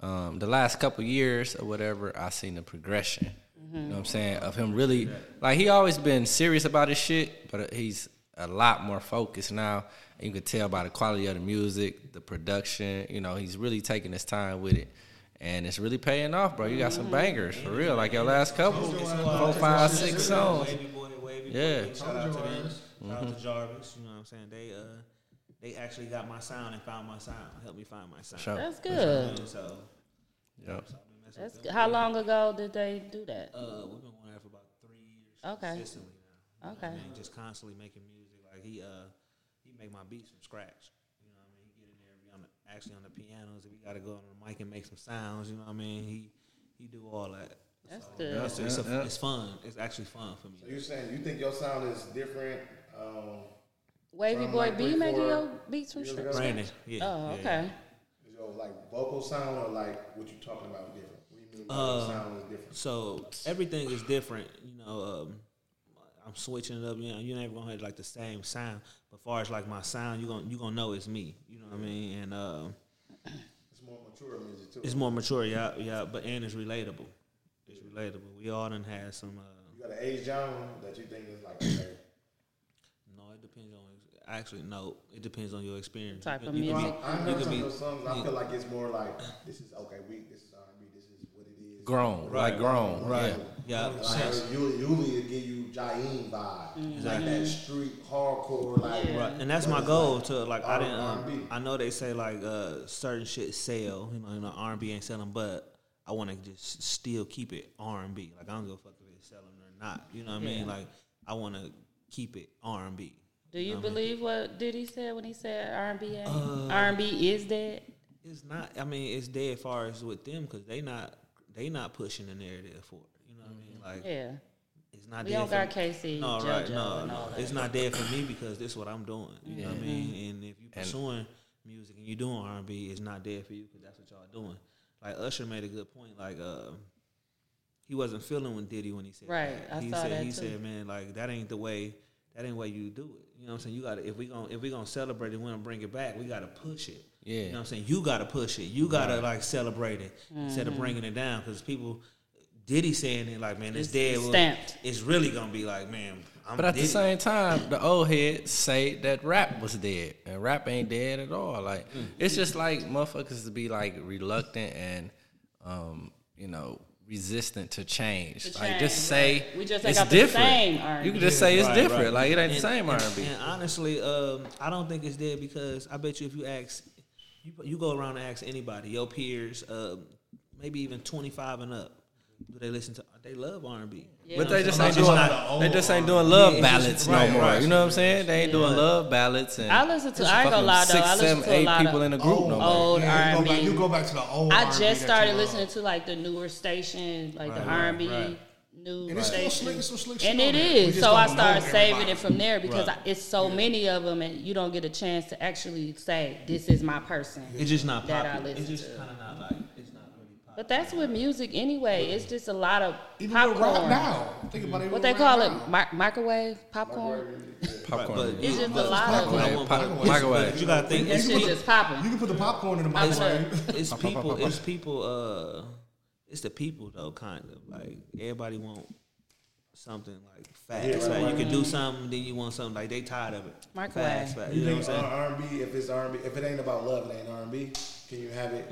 um, the last couple years or whatever, I seen the progression. You know what I'm saying? Of him really like he always been serious about his shit, but he's a lot more focused now. And you could tell by the quality of the music, the production, you know, he's really taking his time with it. And it's really paying off, bro. You got some bangers for real, like your last couple. Four, five, six songs. Wavy boy, wavy Yeah. boy. Shout out to them. Shout out to Jarvis. You know what I'm saying? They uh, they actually got my sound and found my sound. Helped me find my sound. Sure. That's good. And so Yep. That's good. How long ago did they do that? uh, we've been going there for about three years. Okay. Consistently now. You know what I Okay. mean? Just constantly making music. Like he uh, he make my beats from scratch. You know what I mean? He get in there, be on the, actually on the pianos. If we got to go on the mic and make some sounds, you know what I mean? He he do all that. That's So, good. It's, it's, a, it's fun. It's actually fun for me. So you're saying you think your sound is different? Um, Wavy From, boy like, B three, making four your beats from years scratch. ago? Brandon. Yeah. Oh, yeah, okay. is your like vocal sound or like what you talking about different? What do you mean by your sound is different? So everything is different, you know. Um, I'm switching it up. You know, you're never gonna have like the same sound. But far as like my sound, you gonna you gonna know it's me. You know what I mean? And um, It's more mature music too. it's more mature, yeah, yeah. But and it's relatable. It's relatable. We all done had some. you Uh, got an age genre that you think is like okay, no, it depends on. Actually, no, it depends on your experience. Type You of can- you can be- music. I heard you some can of be- those songs. I you- feel like it's more like this is okay weak. This is R&B. This is what it is. Grown. like grown. Right. yeah, Like, I sense. heard Yuli, Yuli will give you Jaeen vibe, like that street hardcore, like Right, and that's my it's goal like to like I didn't. R&B. Um, I know they say like uh, certain shit sell, you know, you know R and B ain't selling, but I want to just still keep it R and B. Like I don't give a fuck if it's selling or not. You know what I mean? Like I want to keep it R and B. Do you believe what Diddy said when he said R&B? ain't- R&B is dead. It's not. I mean, it's dead as far as with them because they not they not pushing the narrative for it. You know what I mean? Like Yeah. it's not. We dead don't for- got KC, No, right? JoJo, No, and all no. that. It's not dead for me because this is what I'm doing. You know what I mean? And if you pursuing music and you doing R and B, it's not dead for you because that's what y'all doing. Like Usher made a good point. Like uh, he wasn't feeling when Diddy when he said Right, That. I he saw said that he too. said, man, like that ain't the way. That ain't the way you do it. You know what I'm saying? You gotta if we gonna if we gonna celebrate it, we gonna bring it back. We gotta push it. Yeah. You know what I'm saying? You gotta push it. You gotta like celebrate it instead Mm-hmm. of bringing it down because people. Diddy saying it like, man, it's, It's dead. Well, stamped. It's really gonna be like, man, I'm But at the Diddy. same time, the old heads say that rap was dead, and rap ain't dead at all. Like Mm. it's just like motherfuckers to be like reluctant and, um, you know, resistant to change. To like change, just say right. We just ain't it's got the different. same R&B. You can just say it's Right, different. right. Like it ain't And- the same R and- and B. And honestly, um, I don't think it's dead because I bet you if you ask, you, you go around and ask anybody, your peers, um, maybe even twenty five and up, do they listen to? They They love R and B. But they just ain't just doing not an old they just ain't doing R&B. love Yeah, ballads no right, more. right. You know what I'm saying? They ain't doing love ballads. And I listen to- it's I ain't gonna lie, fucking though. I Six, seven, listen to a eight lot of people in a group no more. old Yeah, you, go back, R&B. you go back to the old I R&B just that started you love. listening to like the newer station, like the R right, and B right. new And it's still station, slick- it's some slick shit and on it there. We is. just So I don't know started saving everybody. it from there because Right. I, it's so many of them, and you don't get a chance to actually say this is my person. It's just not That I popular. It's listen just to. kind of not like it's not really popular. But that's with music anyway. It's just a lot of Even with rock popcorn. now. Think about it. What they call it, mi- microwave popcorn. Popcorn. It's just a lot of Microwave, pop- microwave. You gotta think. that It's shit people. just You popping. can put the popcorn in the microwave. It's people. It's people. Uh, it's the people though. Kind of like everybody want something like fast. like you can do something, then you want something like they tired of it. Microwave. Fast, fast. You You know what I'm think uh, saying? R and B? If it's R and B, if it ain't about love, it ain't R and B. Can you have it?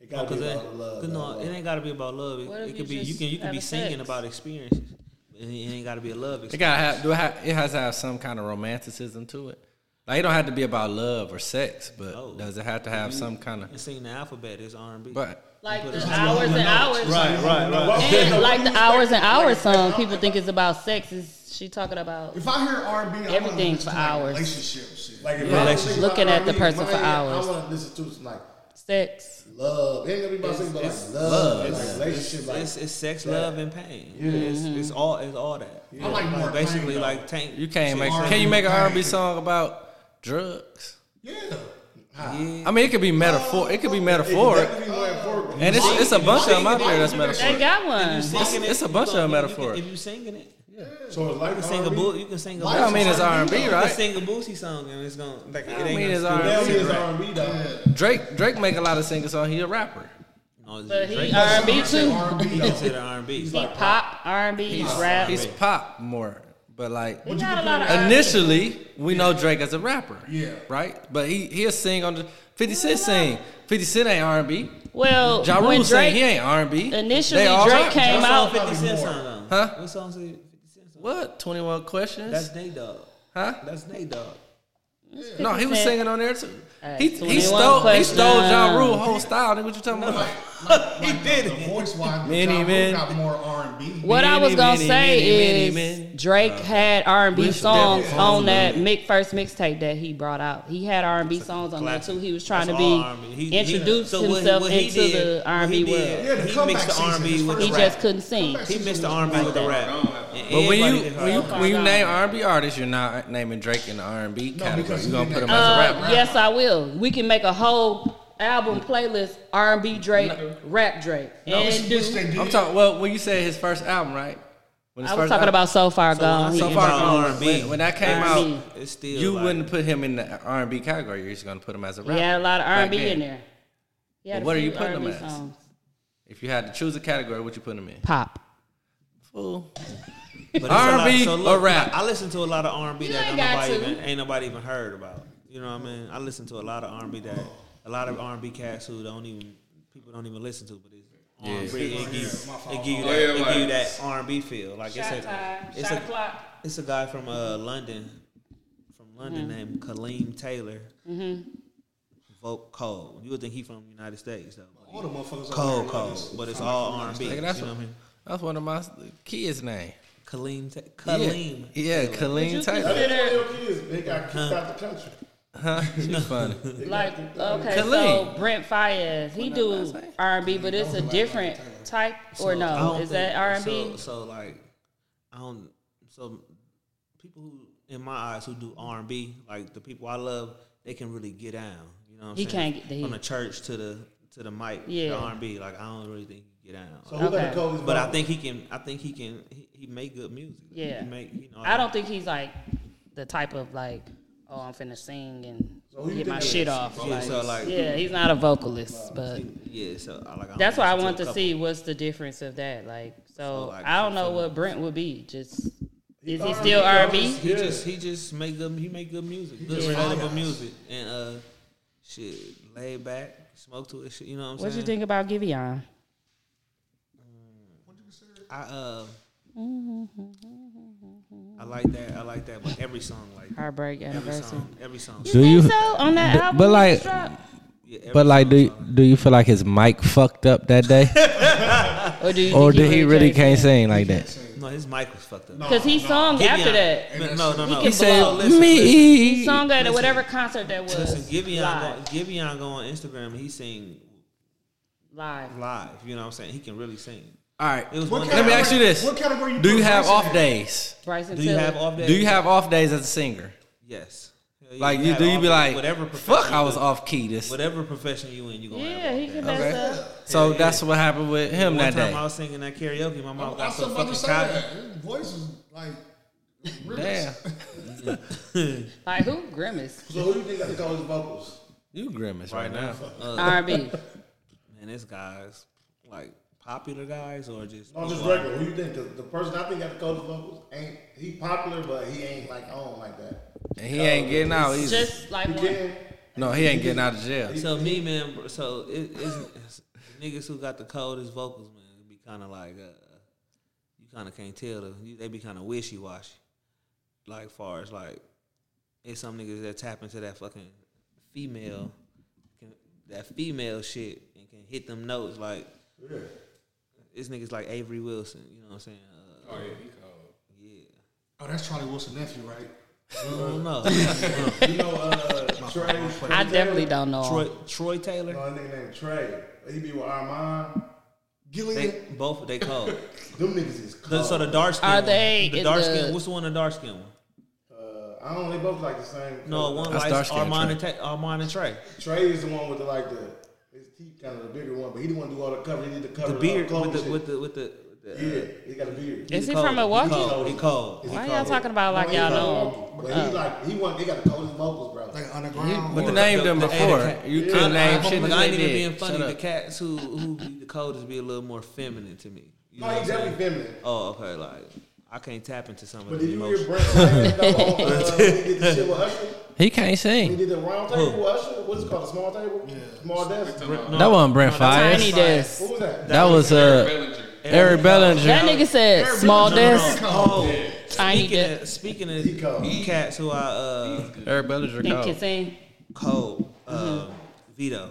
It gotta Because be it, about love. Mm. Oh, 'cause though, no, love. it ain't gotta be about love. It, What if it you could be you just can you can be having singing sex? about experiences. It ain't it ain't gotta be a love It experience. gotta have. Do it, have, it has to have some kind of romanticism to it. Like it don't have to be about love or sex, but No. does it have to have some kind of? And sing the alphabet is R and B. But Like the hours and hours. right, And like the hours and hours song, people think it's about sex. Is she talking about If I hear R&B, I wanna Everything listen for to, like, hours. Relationship shit. Like if Yeah. I was thinking Looking about at the R&B, person for mine, hours. I want to listen to some like sex? love. It ain't gonna be about sex, but like love, and like relationship, like It's, it's sex, love, and pain. It's, it's all it's all that. I like more pain, basically though. like tank. Mm-hmm. you can't shit. make. R&B Can you make an bang. R and B song about drugs? Yeah. I mean, it could be metaphor. It could be metaphoric, and it's it's a bunch of them out there that's They metaphoric. got one. Singing It's a you bunch gonna- of you can- metaphors. If you singing it, so it's like you can sing a R&B. boo. You can sing a. Why I don't Boosie mean it's song. R and B, You right? can sing a Boosie song and it's gonna like it I ain't. mean it's gonna R&B. Tell me stick. it's R&B though. Drake Drake make a lot of singers on. He a rapper. No, it's But Drake. he R and B too. R&B He though. considered R and B. He pop R and B rap. He's pop more, but like He got a lot of initially we know Drake as a rapper. Yeah. Right? But he he'll sing on the 50 Cent sing. 50 Cent ain't R and B. Well, Ja when Rule sing he Drake ain't R and B. initially Drake came What song out, Fifty Cent song though? Huh? What song? said 50 Cent song? What? 21 questions? That's Nate Dogg. huh? That's Nate Dogg. No, he was 50 singing on there too. Hey, He, 21 he stole he stole Ja Questions. Rule whole style. Nigga, what you talking about? He did it. Voice wise, Many John men. Luke got more R&B. what I was Many, gonna many, many, say is many. Drake had R and B Wish the songs devil on owned that mic first mixtape that he brought out. He had R and B songs on that Classic. too. He was trying That's all to R&B. be He- he- introduced so what he- himself what he into did- the what R and B he did- world. Yeah, the He comeback mixed the season, R&B his with first He the rap. rap. just couldn't sing. He mixed the R&B with the rap. And But when you everybody did her when you R&B. when you name R and B artists, you're not naming Drake in the R and B category. because You he gonna put didn't him name- as a Uh, rapper. yes, I will. We can make a whole album playlist R and B Drake, rap Drake, and do. Which they did. I'm talking. Well, when you say his first album, right? When his I was first talking album- about so far gone. I so Yeah. far About gone. R&B. When, when that came R&B. out, It's still you like- wouldn't put him in the R and B category. You're just gonna put him as a he, rapper. he had a lot of R back and B then. in there. He had But a what are you few putting him R&B as? songs. If you had to choose a category, what you put him in? Pop. Fool. But it's a lot- R&B so or look, rap? I listen to a lot of R&B You that ain't ain't got nobody, to. even, ain't nobody even heard about. You know what I mean? I listen to a lot of R&B that a lot of R&B cats who don't even people don't even listen to, but it's R&B. It, give, it give you that it give you that R&B feel. Like it's a it's a it's a guy from uh, London from London Mm-hmm. named Kaleem Taylor. Mm-hmm. Vote cold. You would think he from the United States though. but All the motherfuckers Cold, cold, but it's all R and B. You Nigga, know what that's, I mean? that's one of my kids' name. Kaleem, Ta- Yeah. Kaleem. Yeah, Kaleem Taylor. Your kids, they got kicked out the country. She's funny. Like okay, so Khalid. Brent Fayez, he do R and B, but it's a different type, or So, I no? don't Is think- that R and B? So, so like, I don't. So people who, in my eyes, who do R and B, like the people I love, they can really get down. You know, what I'm He saying? can't get down. from the church to the to the mic. Yeah. the R and B. Like I don't really think he can get down. So who Okay. got the coldest but I vote? think he can. I think he can. He, he make good music. Yeah. He make, you know, I don't think he's like the type of like, oh, I'm finna sing and get my shit off. Yeah, so like, yeah. Yeah, he's not a vocalist, but so I, like. I that's only why I listen want a to couple. see what's the difference of that. Like, so like, I don't know so- what Brent would be. Just is he still R and B? He just he just make good he make good music, good relatable music, and uh, shit, lay back, smoke to it. Shit, you know what I'm What you saying? think about Giveon? I uh, Mm-hmm. I like that. I like that. But every song, like Heartbreak every anniversary. song, every song. Do you- Think so on that But- album? but he like- dropped? Yeah, every But like, song, do so- do you feel like his mic fucked up that day? Or do you Or think did he really can't sing? sing like that? No, his mic was fucked up. Because he sung after that. No, no, no. He said, Listen, listen. He sung at whatever concert that was. Listen, Giveon live. go, Giveon go on Instagram and he sing live. live. You know what I'm saying? He can really sing. All right. It was What one kind Let me of- day. ask you this: What category you Do you put have Bryson off in? days? Bryson Do you Tiller. have off days? Do you have off days as a singer? Yes. Hell yeah, Like you have do you off be days. like, whatever fuck, profession I you was in- off key this. Whatever profession you in, you gonna Yeah, have he off can days. mess up. So that's what happened with him One that time I day. Oh, was singing that karaoke, my mom I got was so about to fucking say tired. that. His voice is like. really- Damn, Like who? Grimace. So who do you think got the coldest vocals? you grimace right now. R&B. Uh, Man, this guy's like popular guys or just No, just regular. Who you think? The, the person I think got the coldest vocals ain't he popular, but he ain't like on like that. And he ain't getting out either. Just like He one. can. No, he ain't getting out of jail. So me, man. bro- So it, it's, it's niggas who got the coldest vocals, man. It be kind of like uh, you kind of can't tell them. You, they be kind of wishy washy. Like far as like, it's some niggas that tap into that fucking female, can, that female shit, and can hit them notes. Like, it's niggas like Avery Wilson. You know what I'm saying? Uh, oh yeah, he cold. Yeah. Oh, that's Charlie Wilson's nephew, right? I don't know. You know, uh, Trey. I definitely don't know. Troy Troy Taylor. No, I think named Trey. He be with Armand. They Gillian. both they cold. Them niggas is The- cold. so the dark skin. Are one. they the in dark the- skin? What's the one? The dark skin one. uh, I don't. They both like the same. No, color. one That's like dark skin, Armand and, Ta- Armand and Trey. Trey is the one with the like the his teeth kind of the bigger one, but he the one do all the cover. He did the cover. The uh, beard clothes with the, shit. with the with the. with the- yeah, he got a beard. Is he cold. from Milwaukee? He cold. He cold. Is he Why cold? y'all talking about like he y'all cold. know? Uh. But he like he one. They got the coldest vocals, bro. Like underground. But or- the name them the- the- before the- you I, couldn't name I, shit. I, that ain't they even did. being funny. Shut The up. cats who who be the coldest be a little more feminine to me. You no, know what he I'm saying? definitely feminine. Oh, okay. Like I can't tap into some of But the did you hear emotions. Brent Sanders though, on, uh, when he did the shit with Usher? He can't He sing. did the round table with Usher. What's it called? The small table? Small desk? That wasn't Brent Tiny Fires. desk. Who was that? That was uh Eric That Bellinger. nigga said small No, no, no. desk. Oh, Tiny speaking desk. of, speaking of He cold. cats who are uh, Eric Bellinger. Think can called. sing. cold, Mm-hmm. uh, Vito.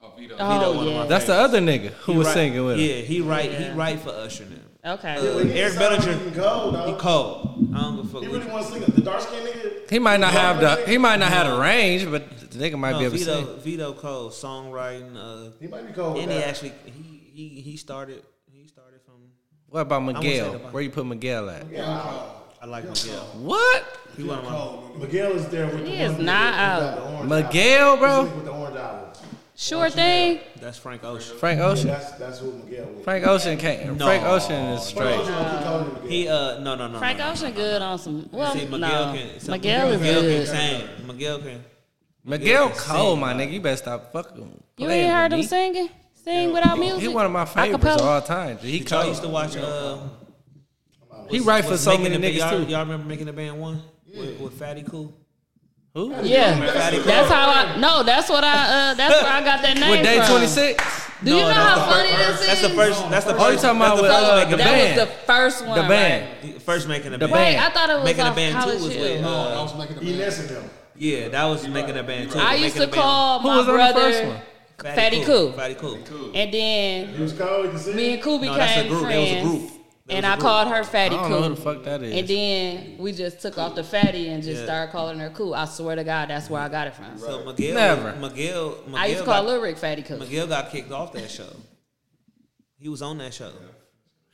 Oh yeah. That's the other nigga who was Right. singing with him. Yeah, he right. He right for Usher now. Okay. He Eric sound like he Bellinger. Cold, dog. He cold. I don't give a fuck. He what really you- want to sing it. The dark skinned nigga. He might not have the he might not have the range, but the nigga might be No, able to sing. Vito, Vito Cole, songwriting, uh, He might be cold. with and he that. actually he he he started he started from What about say Miguel? the Bible. Where you put Miguel at? I like Miguel. What? He one of my Miguel is there with the He is one nigga not who got out. the orange Miguel, eyebrows. bro? He's with the orange eyebrows. Sure thing. that's Frank Ocean. Frank Yeah, Ocean. that's that's who Miguel was. Frank Ocean can't. No. Frank Ocean is straight. Frank Ocean, he taller than Miguel. He uh no no no Frank no, no. Ocean good on some. Well, See, Miguel no. can so Miguel is Miguel can good. sing. Miguel can. Miguel can Cole, sing, my nigga, you better stop fucking. You playing ain't with heard him me. singing? Sing without music. He one of my favorites Acapella? of all time. He Did y'all used to cold. watch uh He right for was so Making many the Band- niggas y'all, too. Y'all remember making the band one with, with Fatty Cool? Who? Yeah. Fatty Cool. That's how I. No, that's what I. Uh, that's where I got that name With day from. twenty six. Do you No, know that's how the funny first- this is? That's the first. That's the Oh, you first. talking about that's with the uh, first the making a That was band? the first one. The band. band. First making a The band. Right? band. Wait, I thought it was making off a band too college was Hill. with. Uh, I was making a He band. nesting him. yeah, that was making a band too. I Making used a to Band. call Who my was on the brother first one? Fatty Cool. Fatty Cool. and then He was cold. He could sing. me and Cool No, that's a became group. That was a friends. group. That and was a I group. called her I Fatty don't Cool. know who the fuck that And is. then we just took off the fatty and just Yeah. started calling her Cool. I swear to God, that's where I got it from. So Miguel, Never. Miguel, Miguel, I used to got, call Lil Rick Fatty Cool. Miguel got kicked off that show. He was on that show.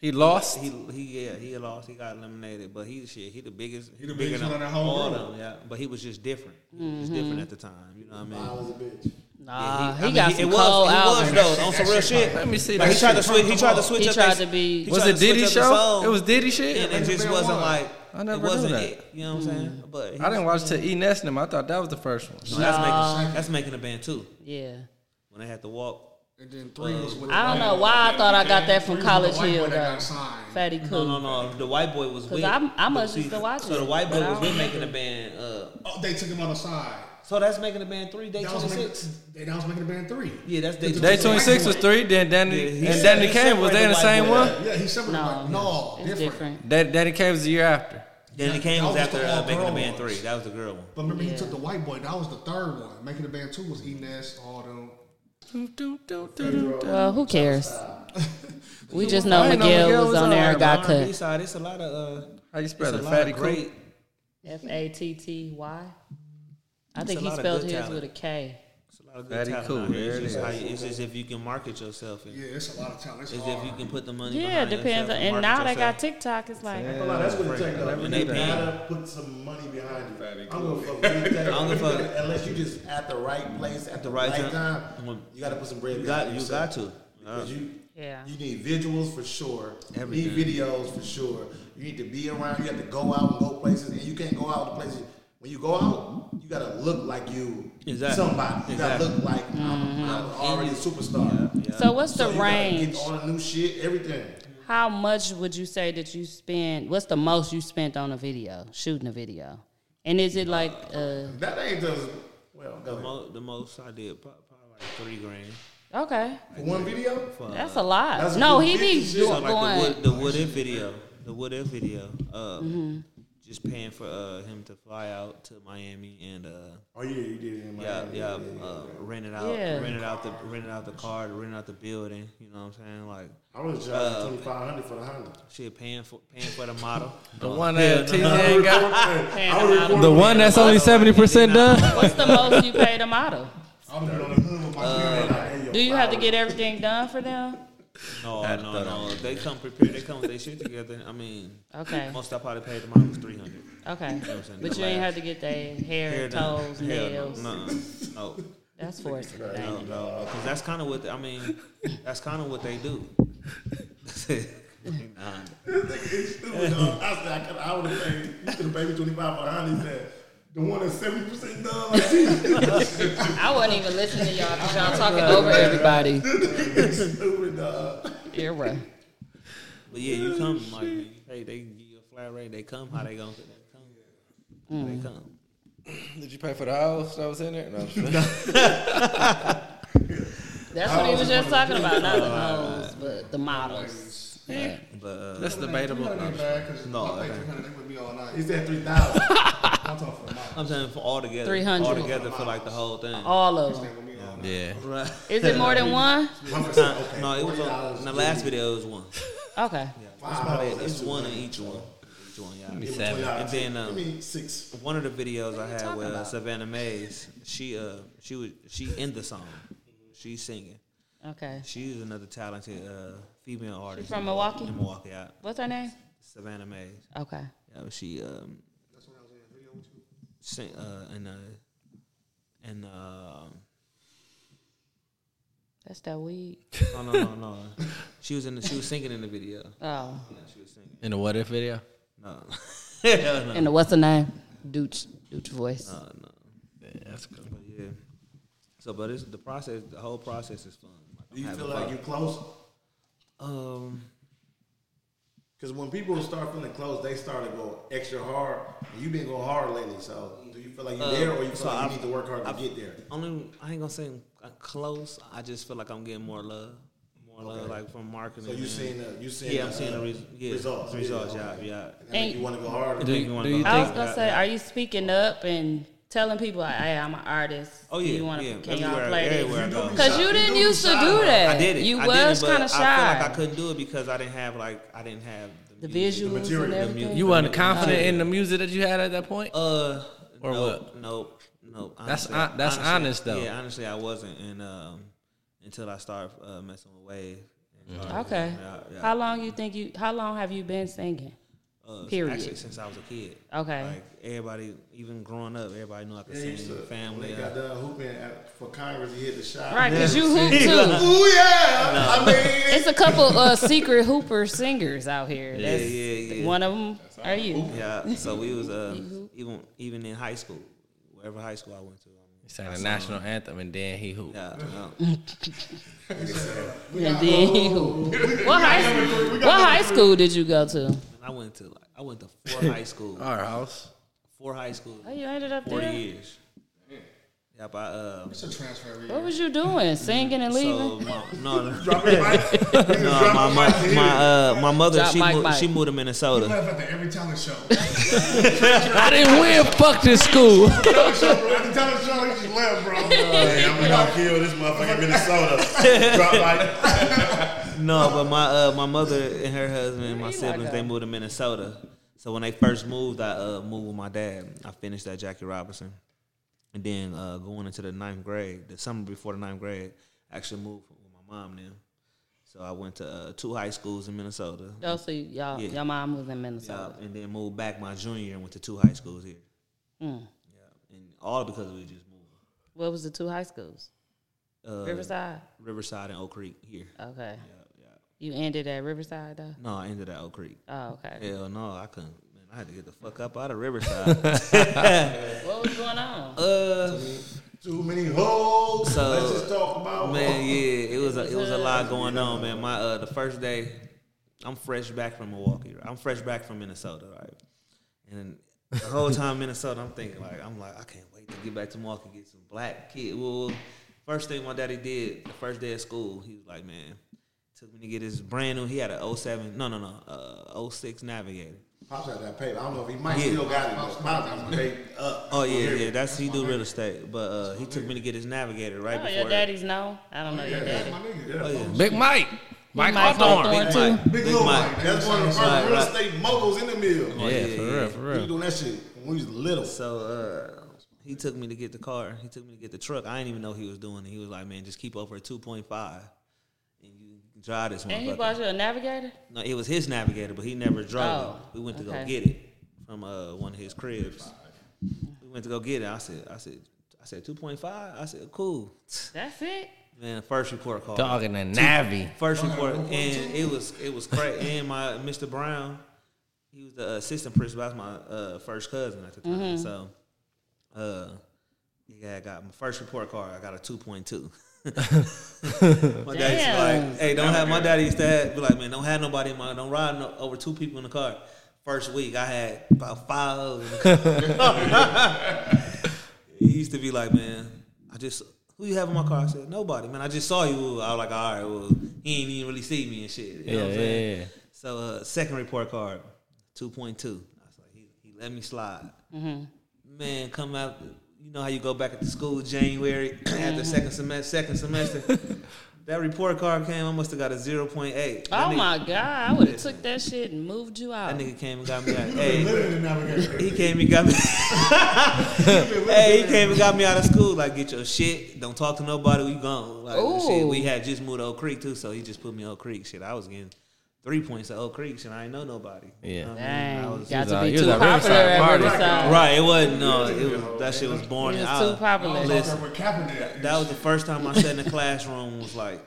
He lost. He he yeah he lost. He got eliminated. But he shit. He the biggest. He the bigger biggest one than in the whole all of room. them. Yeah. But he was just different. He was just Mm-hmm. different at the time. You know what I mean? I was a bitch. Nah, I he mean, got it some was, cold He was albums. though on some real shit. Let me see Like, that he tried to shit. switch. He tried to switch. He up tried his- to be- he Was tried it to switch Diddy up his show? song. It was Diddy shit. And it just wasn't like I never it knew wasn't that. it. You know what I'm saying? But he I didn't was- watch till E Nest and them. I thought that was the first one. No, that's making that's making a band too. Yeah. When they had to walk. And then three was with. I don't know why I thought I got that from College Hill though. though. Fatty No, no, Cool. no. The white boy was Cause with. I'm, I but must see, used to watch it. So the white boy but I was don't with remember. making a band. Uh, Oh, they took him on the side. so that's making a band three day That was, twenty making, six. they- that was making the band three. Yeah, that's day Day 26. twenty six was three. Then Danny Yeah, he and said- Danny he Kane was they in the separated same white one? boy. Yeah, he separated. No, No, no, it's different. different. That Danny Kane was the year after. Then it came That was was after the uh, all making a girl band ones. three. That was the girl one. But remember, Yeah. he took the white boy. That was the third one. Making the band two was Enes, all them. Well, who cares? We just know I didn't Miguel, was on all there right, and got but R&B cut. Side, it's a lot of uh, How you spell it's a it? lot Fatty of Cool? great. F A T T Y. I It's think a he lot of spelled good his talent. with a K. It's a lot of good Fatty talent Cool, out here. there it It's is. just, how you, it's just if you can market yourself. And, Yeah, it's a lot of talent. It's It's hard. if you can put the money. Yeah, behind depends. yourself On, and market now they got yourself. TikTok. It's like that's what it takes though. never And knew they that. gotta put some money behind it. I'm gonna fuck with it. I'm gonna fuck it. Unless you just at the right place at the right right time. time, you gotta put some bread You got, behind you yourself. got to. Because you, Yeah. you need visuals for sure. Everything. You need videos for sure. You need to be around. You have to go out and go places, and you can't go out to places. When you go out, you gotta look like you Exactly. somebody. You Exactly. gotta look like I'm, I'm already a superstar. So what's Mm-hmm. the you gotta range? Get all the new shit, everything. How much would you say that you spend? What's the most you spent on a video, shooting a video? And is it like uh That ain't just well. Go The, ahead. mo- the most I did pro- probably like three grand. okay? For one video, That's a lot. That's no, good he be business. doing So like the going. wood, the wood if video, the wood if video, uh, Mm-hmm. just paying for uh, him to fly out to Miami and uh, Oh yeah, you did it in yeah, Miami. yeah, uh, rented out, Yeah. rented out the, rented out the car, rented out the building. You know what I'm saying? Like I was Uh, charging twenty five hundred for the Honda. shit, paying for paying for the model. The one that I TJ was got. recording- hey, I Hand was out. recording- The one that's only seventy percent done. What's the most you paid a model? I'm doing on the hood with my camera. Uh, like, hey, yo, Do you have to get everything done for them? No, no, no. If They come prepared. They come with their shit together. I mean, Okay. most I probably paid the model was three hundred. Okay, what I'm saying? but The you ain't last- have to get their hair, toes, nails. No, no, no. That's forced. No, Dang. no, because that's kind of what I mean. That's kind of what they do. Nah. uh, I said I could. I would have paid. You could have paid me twenty five for a Honda. He said the one that's seventy percent done. Like, I wasn't even listening to y'all because y'all talking over everybody. stupid dog. Era. But yeah, you come like man, you pay. They give you a flat rate. They come. How they gonna they come? Hmm. They come. Did you pay for the house that was in there? No. That's what he was just talking about. Not the hoes, but the models. But uh, That's debatable. No, No, I okay. paid three hundred. They would be all night. He said three thousand. I'm talking for the mouth. I'm saying for all together, 300. all together for like the whole thing. All of them. Yeah. Right. Is it more than one? no, it was on, in the last video. It was one. Okay. It's probably it's one in each one. Each one, yeah. And then I um, mean six. one of the videos I had with uh, Savannah Mays, she uh she was she in the song, she's singing. Okay. She's another talented uh, female artist. from in Milwaukee? In Milwaukee, yeah. What's her name? Savannah Mays. Okay. Yeah, but she um. Sing, uh, and uh, and um, That's that weed. no, no, no, no. She was in. The, she was singing in the video. Oh. Yeah, she was singing. In the what if video. No, Hell no, And the what's her name? Dooch. Dooch voice. no, no. Yeah, that's cool. But yeah. So, but it's the process. The whole process is fun. Like, I'm Do you having feel like fun. you're close? Um, Because when people start feeling close, they start to go extra hard. And you've been going hard lately, so do you feel like you're Uh, there, or you feel so like I've- you need to work hard to I've- get there? only I ain't gonna say I'm close. I just feel like I'm getting more love, more love like from marketing. So you and- seeing the you seeing Yeah, the, I'm seeing the uh, res- yeah, results Results, yeah, yeah, okay. yeah. And then you want to go hard. Do, think you wanna do you go- I think was gonna say, are you speaking up and telling people, "Hey, I'm an artist"? Oh Do yeah, you wanna, yeah. Can y'all everywhere, play everywhere this? I go. Because you didn't used to do that. I did it. You I did was it, but kind of I feel like shy. I couldn't do it because I didn't have like I didn't have the music. visuals material, and the everything. you weren't confident in the music that you had at that point? Uh, Or nope, what? Nope, nope. That's honestly, hon- that's honestly, honest, though. Yeah, honestly, I wasn't, and um, until I started uh, messing with Wave. Mm-hmm. and started- okay. Yeah, yeah. How long you think you? How long have you been singing? Uh, Period. Actually, since I was a kid. Okay. Like everybody, even growing up, everybody knew I could sing. When they family. uh, got done hooping at, for Congress, he hit the shot. Right, because you hoop too. Ooh yeah! I mean, It's a couple uh, secret hooper singers out here. yeah, That's yeah, yeah. One of them are you. Yeah. So we was uh, even even in high school, wherever high school I went to. I mean, He sang the national anthem and then he hooped. yeah. um, no. And then you. What high, what high school did you go to? And I went to like I went Uh, to four high schools. Our house. Four high schools. Oh, you ended up Forty there? years. Yep, I, uh, It's a transfer every What year. was you doing? Singing and so leaving? my, no, no, Drop your mic. You can no, drop my your my mic. my, uh, my mother Drop she mic, moved, mic. she moved to Minnesota. You laugh at the every talent show. I didn't win. Fuck this school. talent show, bro. Every talent show, you just laugh, bro. Hey, Uh, I'm gonna kill this motherfucker in Minnesota. Drop like No, but my uh, my mother and her husband and my Eli siblings go? they moved to Minnesota. So when they first moved, I uh, moved with my dad. I finished at Jackie Robinson, and then uh, going into the ninth grade, the summer before the ninth grade, I actually moved with my mom then. So I went to uh, two high schools in Minnesota, Oh, so y'all, Yeah. your mom was in Yeah, Minnesota. and then moved back my junior year and went to two high schools here. Mm. Yeah, and all because we just moved. What was the two high schools? Uh, Riverside. Riverside, and Oak Creek here. Okay. Yeah, yeah. You ended at Riverside though. No, I ended at Oak Creek. Oh, okay. Hell no, I couldn't. Man, I had to get the fuck up out of Riverside. What was going on? uh, too many hoes. So- Let's just talk about man, yeah, it was a, it was a lot going on, man. My uh, the first day, I'm fresh back from Milwaukee. Right? I'm fresh back from Minnesota, right? And the whole time in Minnesota, I'm thinking like, I'm like, I can't wait to get back to Milwaukee and get some black kid. Well, first thing my daddy did the first day of school, he was like, man, took me to get his brand new. He had a 07, no, no, no, uh, 06 Navigator. Pops had that paper. I don't know if he might Yeah. still got it. but Pops, they up. Oh yeah, yeah, that's he do real estate, but uh, he took me to get his Navigator right Oh, before. your daddy's no. I don't know your daddy. Oh, Big Mike. Mike Mike Hawthorne. Hawthorne, Mike, too. Big Lil Mike. Mike. That's one of the first Right, real right. estate moguls in the mill. Yeah, for real, for We was real. doing that shit when we was little. So uh, he took me to get the car. He took me to get the truck. I didn't even know he was doing it. He was like, "Man, just keep over at two point five, and you can drive this one." And he bought you a navigator. no, it was his navigator, but he never drove. Oh, it. We went to okay. go get it from uh, one of his cribs. We went to go get it. I said, "I said, I said two point five. I said, "Cool, That's it. man." First report call. Dog in the Navi. First report, and it was it was crazy. and my Mr. Brown, he was the assistant principal. That's my uh, first cousin at the time. So, uh, yeah, I got my first report card. I got a two point two. my daddy's Damn. like, hey, don't have my daddy used to have, be like, man, don't have nobody in my, don't ride no, over two people in the car. First week, I had about five of them. He used to be like, man, I just who you have in my car? I said nobody, man. I just saw you. I was like, all right, well, he ain't even really see me and shit. You know what I'm Yeah, saying? yeah, yeah. So uh, second report card, two point two. I was like, he, he let me slide. Mm-hmm. Man, come out. You know how you go back at the school January after second semester. Second semester, that report card came. I must have got a zero point eight. Oh my god! I would have took that shit and moved you That out. nigga came and got me out. Hey, Literally never get it. he came and got me. hey, he came and got me out of school. Like, get your shit. Don't talk to nobody. We gone. Like, shit, Ooh. we had just moved to Oak Creek too, so he just put me on Oak Creek. Shit, I was getting three points at Oak Creek, and I ain't know nobody. Yeah. You know what I mean? I Dang, was- got was out- to he be was too out popular Riverside at partying. Riverside. right. It wasn't. No, it was that shit was born. He in was out. too popular. Listen, Kaepernick. that was the first time I sat in the classroom. and Was like,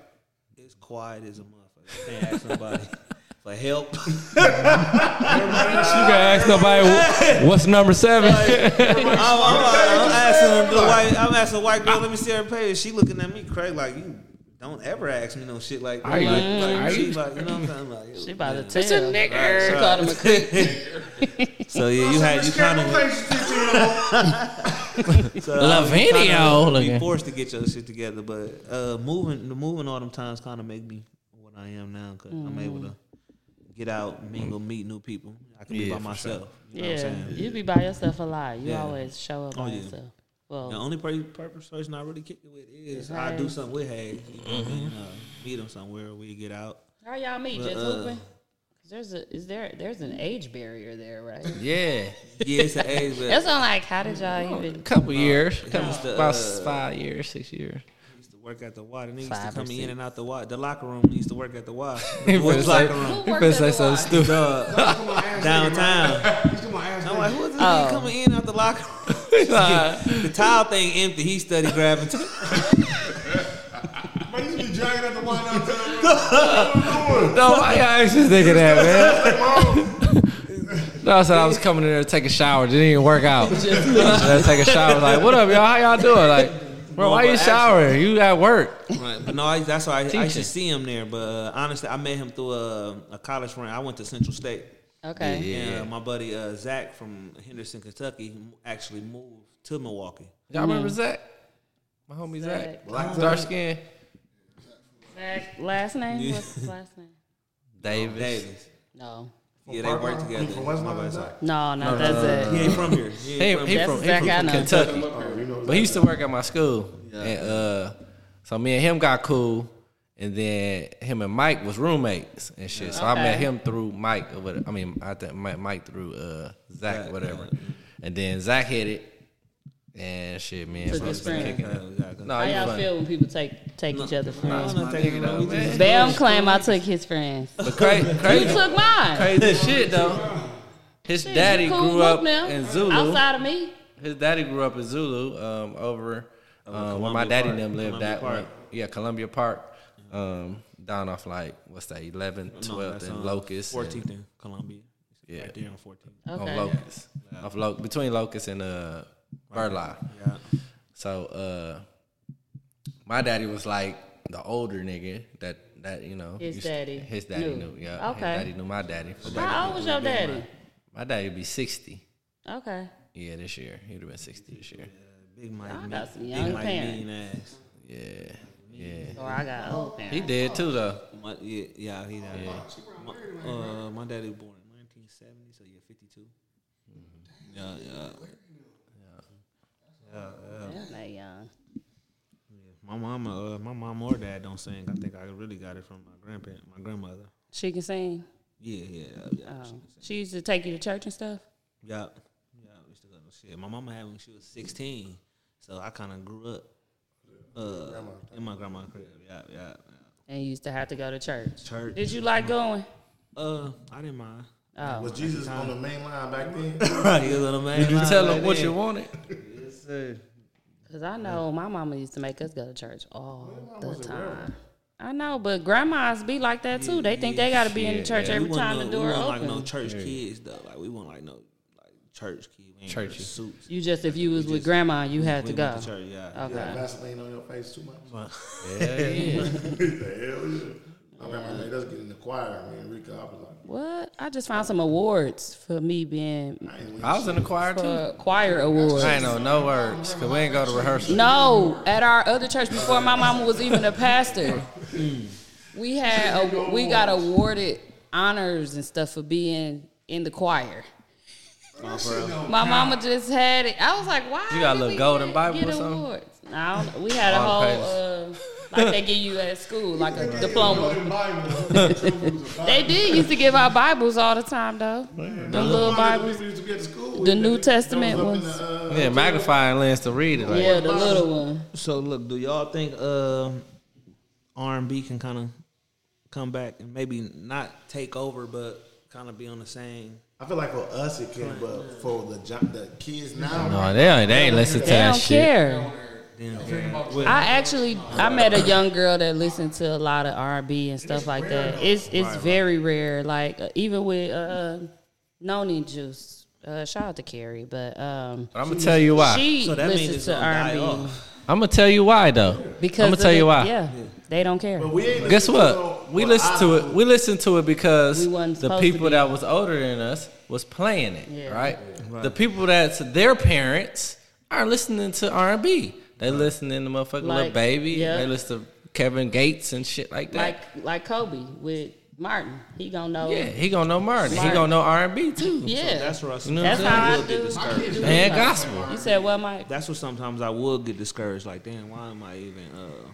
it's quiet as a motherfucker. Can't ask nobody for help. You gotta ask nobody wh- what's number seven. I'm, I'm, I'm asking the white. I'm asking the white girl. Let me see her page. She looking at me crazy like you. Don't ever ask me no shit like that. Are you- Like, like, are she you- like, you know what I'm saying? Like, She about to tell. It's a nigger. Right. Called him a creep. so yeah, you had you kind of so, Lavinia, Kind of looking. be forced to get your shit together, but uh, moving the moving all them times kind of make me what I am now because I'm able Mm. to get out, mingle, meet new people. I can be Yeah, by for myself. You know what Yeah, I'm saying? you be by yourself a lot. You Yeah. always show up Oh, by yeah. yourself. Well, The only per- purpose person I really kick it with is Is I do Hayes. something with Hayes. You know, Mm-hmm. and, uh, meet him somewhere. We get out. how y'all meet? Just uh, hooping? 'Cause There's a is there there's an age barrier there, right? Yeah. Yeah, it's an age, but That's not like how did y'all A even? couple years. Couple, was the, about uh, five years, six years. I used to work at the Y. And they used to Five come or in six. and out the Y. The locker room used to work at the Y. The He boys' was locker like, room. Who he worked at was like the so Y? stupid. Downtown. He's doing my ass. I'm like, who is this Oh. nigga coming in out the locker room? the tile thing empty. He study grabbing. T- Bro, you be dragging at the wine out there. What No, my eyes just thinking that, man. are you doing? Bro, No, I said I was coming in there to take a shower. Didn't even work out. I take a shower. Like, what up, y'all? How y'all doing? Like, bro, why you showering? You at work? right. But no, I, that's why I, I Teaching. should see him there. But uh, honestly, I met him through a, a college friend. I went to Central State. Okay, And uh, my buddy uh, Zach from Henderson, Kentucky, m- actually moved to Milwaukee. Y'all remember Zach? My homie Zach. Black Dark skin. Zach, last name? What's his last name? Davis. Davis. No. Yeah, they work together. My bad, sorry. No, no, that's it. He ain't from here. He ain't from, he That's from, he Zach from I know. Kentucky. But he used to work at my school. And uh so me and him got cool. And then him and Mike was roommates and shit. So I met Okay. him through Mike or whatever. I mean I think Mike, Mike through uh Zach, whatever. And then Zach hit it. And shit, man. Took so his it's been friend. kicking it. No, How you y'all funny. feel when people take take each other friends? I'm not taking it out. We just- Bam claim I took his friends. But cra- You crazy, took mine. crazy shit though. His daddy You cool grew group up now. in Zulu. Outside of me, His daddy grew up in Zulu, um, over uh, where my Oh, Columbia daddy Park. and them lived Columbia at. Park. when- yeah, Columbia Park, um, down off like what's that, 11th, No, 12th, that's uh, and on Locust. and- 14th in Columbia. It's Yeah. Right there on 14th. Okay. On Locust, off Lo- between Locust and uh, Burlock. Yeah. So uh, my daddy was like the older nigga that that you know His used- daddy His daddy knew. knew. yeah. Okay. His daddy knew my daddy. for back how old was your daddy? My daddy would be 60. Okay. Yeah, this year. He would have been 60 this year. Big Mike. I Mean- got some Big young Mike parents. mean ass. Yeah. Yeah. Or Oh, I got old parents. He did too, though. My, yeah, yeah, he died. My, uh, my daddy was born in 1970, so yeah, 52. Mm-hmm. Yeah, yeah, yeah, yeah. Damn, they young. My mama, uh, my mom or dad don't sing. I think I really got it from my grandparent, my grandmother. She can sing. Yeah, yeah, yeah. yeah. Oh. She used to take you to church and stuff. Yeah, yeah. I used to go to shit. My mama had when she was sixteen, so I kind of grew up uh, in my grandma's crib. Yeah, yeah. yeah. And you used to have to go to church. Church. Did you like going? Uh, I didn't mind. Oh. Was Jesus on the main line back then? right, you know what I mean? Did you tell him what you wanted? Because I know my mama used to make us go to church all the time. I know, but grandmas be like that too. They think they got to be in church every time the door we weren't opens. like no church kids though. Like we weren't like no like church kids. We ain't wear Churchy. suits. you just if you was with grandma, you had We to go. went to church. Yeah. Okay. Got Vaseline on your face too much. I remember they just get in the choir. I mean, Rico, I was like, What? I just found some awards for me being I was in the choir too. for choir awards. I ain't know no words because we ain't go to rehearsal. No, at our other church before my mama was even a pastor, we had a, we got awarded honors and stuff for being in the choir. My mama just had it. I was like, why? You got a did little we golden get- Bible get or something? awards? No, I don't- we had a Oh, whole uh, like they give you at school, like a diploma. They They did used to give out Bibles all the time though. The little Bibles, We used to get to school. the New Testament ones. uh, Yeah, magnifying lens to read it. Like, Yeah, the little one. So look, do y'all think um R and B can kind of come back and maybe not take over, but kind of be on the same? I feel like for us it can, but for the jo- the kids now, no, they ain't, they ain't listen to They that don't shit. care. I actually I met a young girl that listened to a lot of R and B and stuff like that. It's it's very rare. Like uh, even with uh, Noni Juice, uh, shout out to Carrie, but um, I'm gonna tell you why. she So that means listens it's to gonna R die and B off. I'm gonna tell you why though. because I'm of gonna tell the- you why. Yeah, they don't care. we ain't Guess listen to no- what? We well, listened I to do. it. We listened to it because We wasn't the supposed to people be. that was older than us was playing it, Yeah. right? The people that's their parents are listening to R and B. They listening to motherfucking Lil Like, Baby. yeah. They listen to Kevin Gates and shit like that. Like like Kobe with Martin, he gonna know. yeah, he gonna know Martin. He Martin. gonna know R and B too. Yeah. That's where I sometimes know what I'm that's how I would get do. discouraged. And gospel. You said what, Mike? That's what sometimes I would get discouraged. Like, damn, why am I even uh,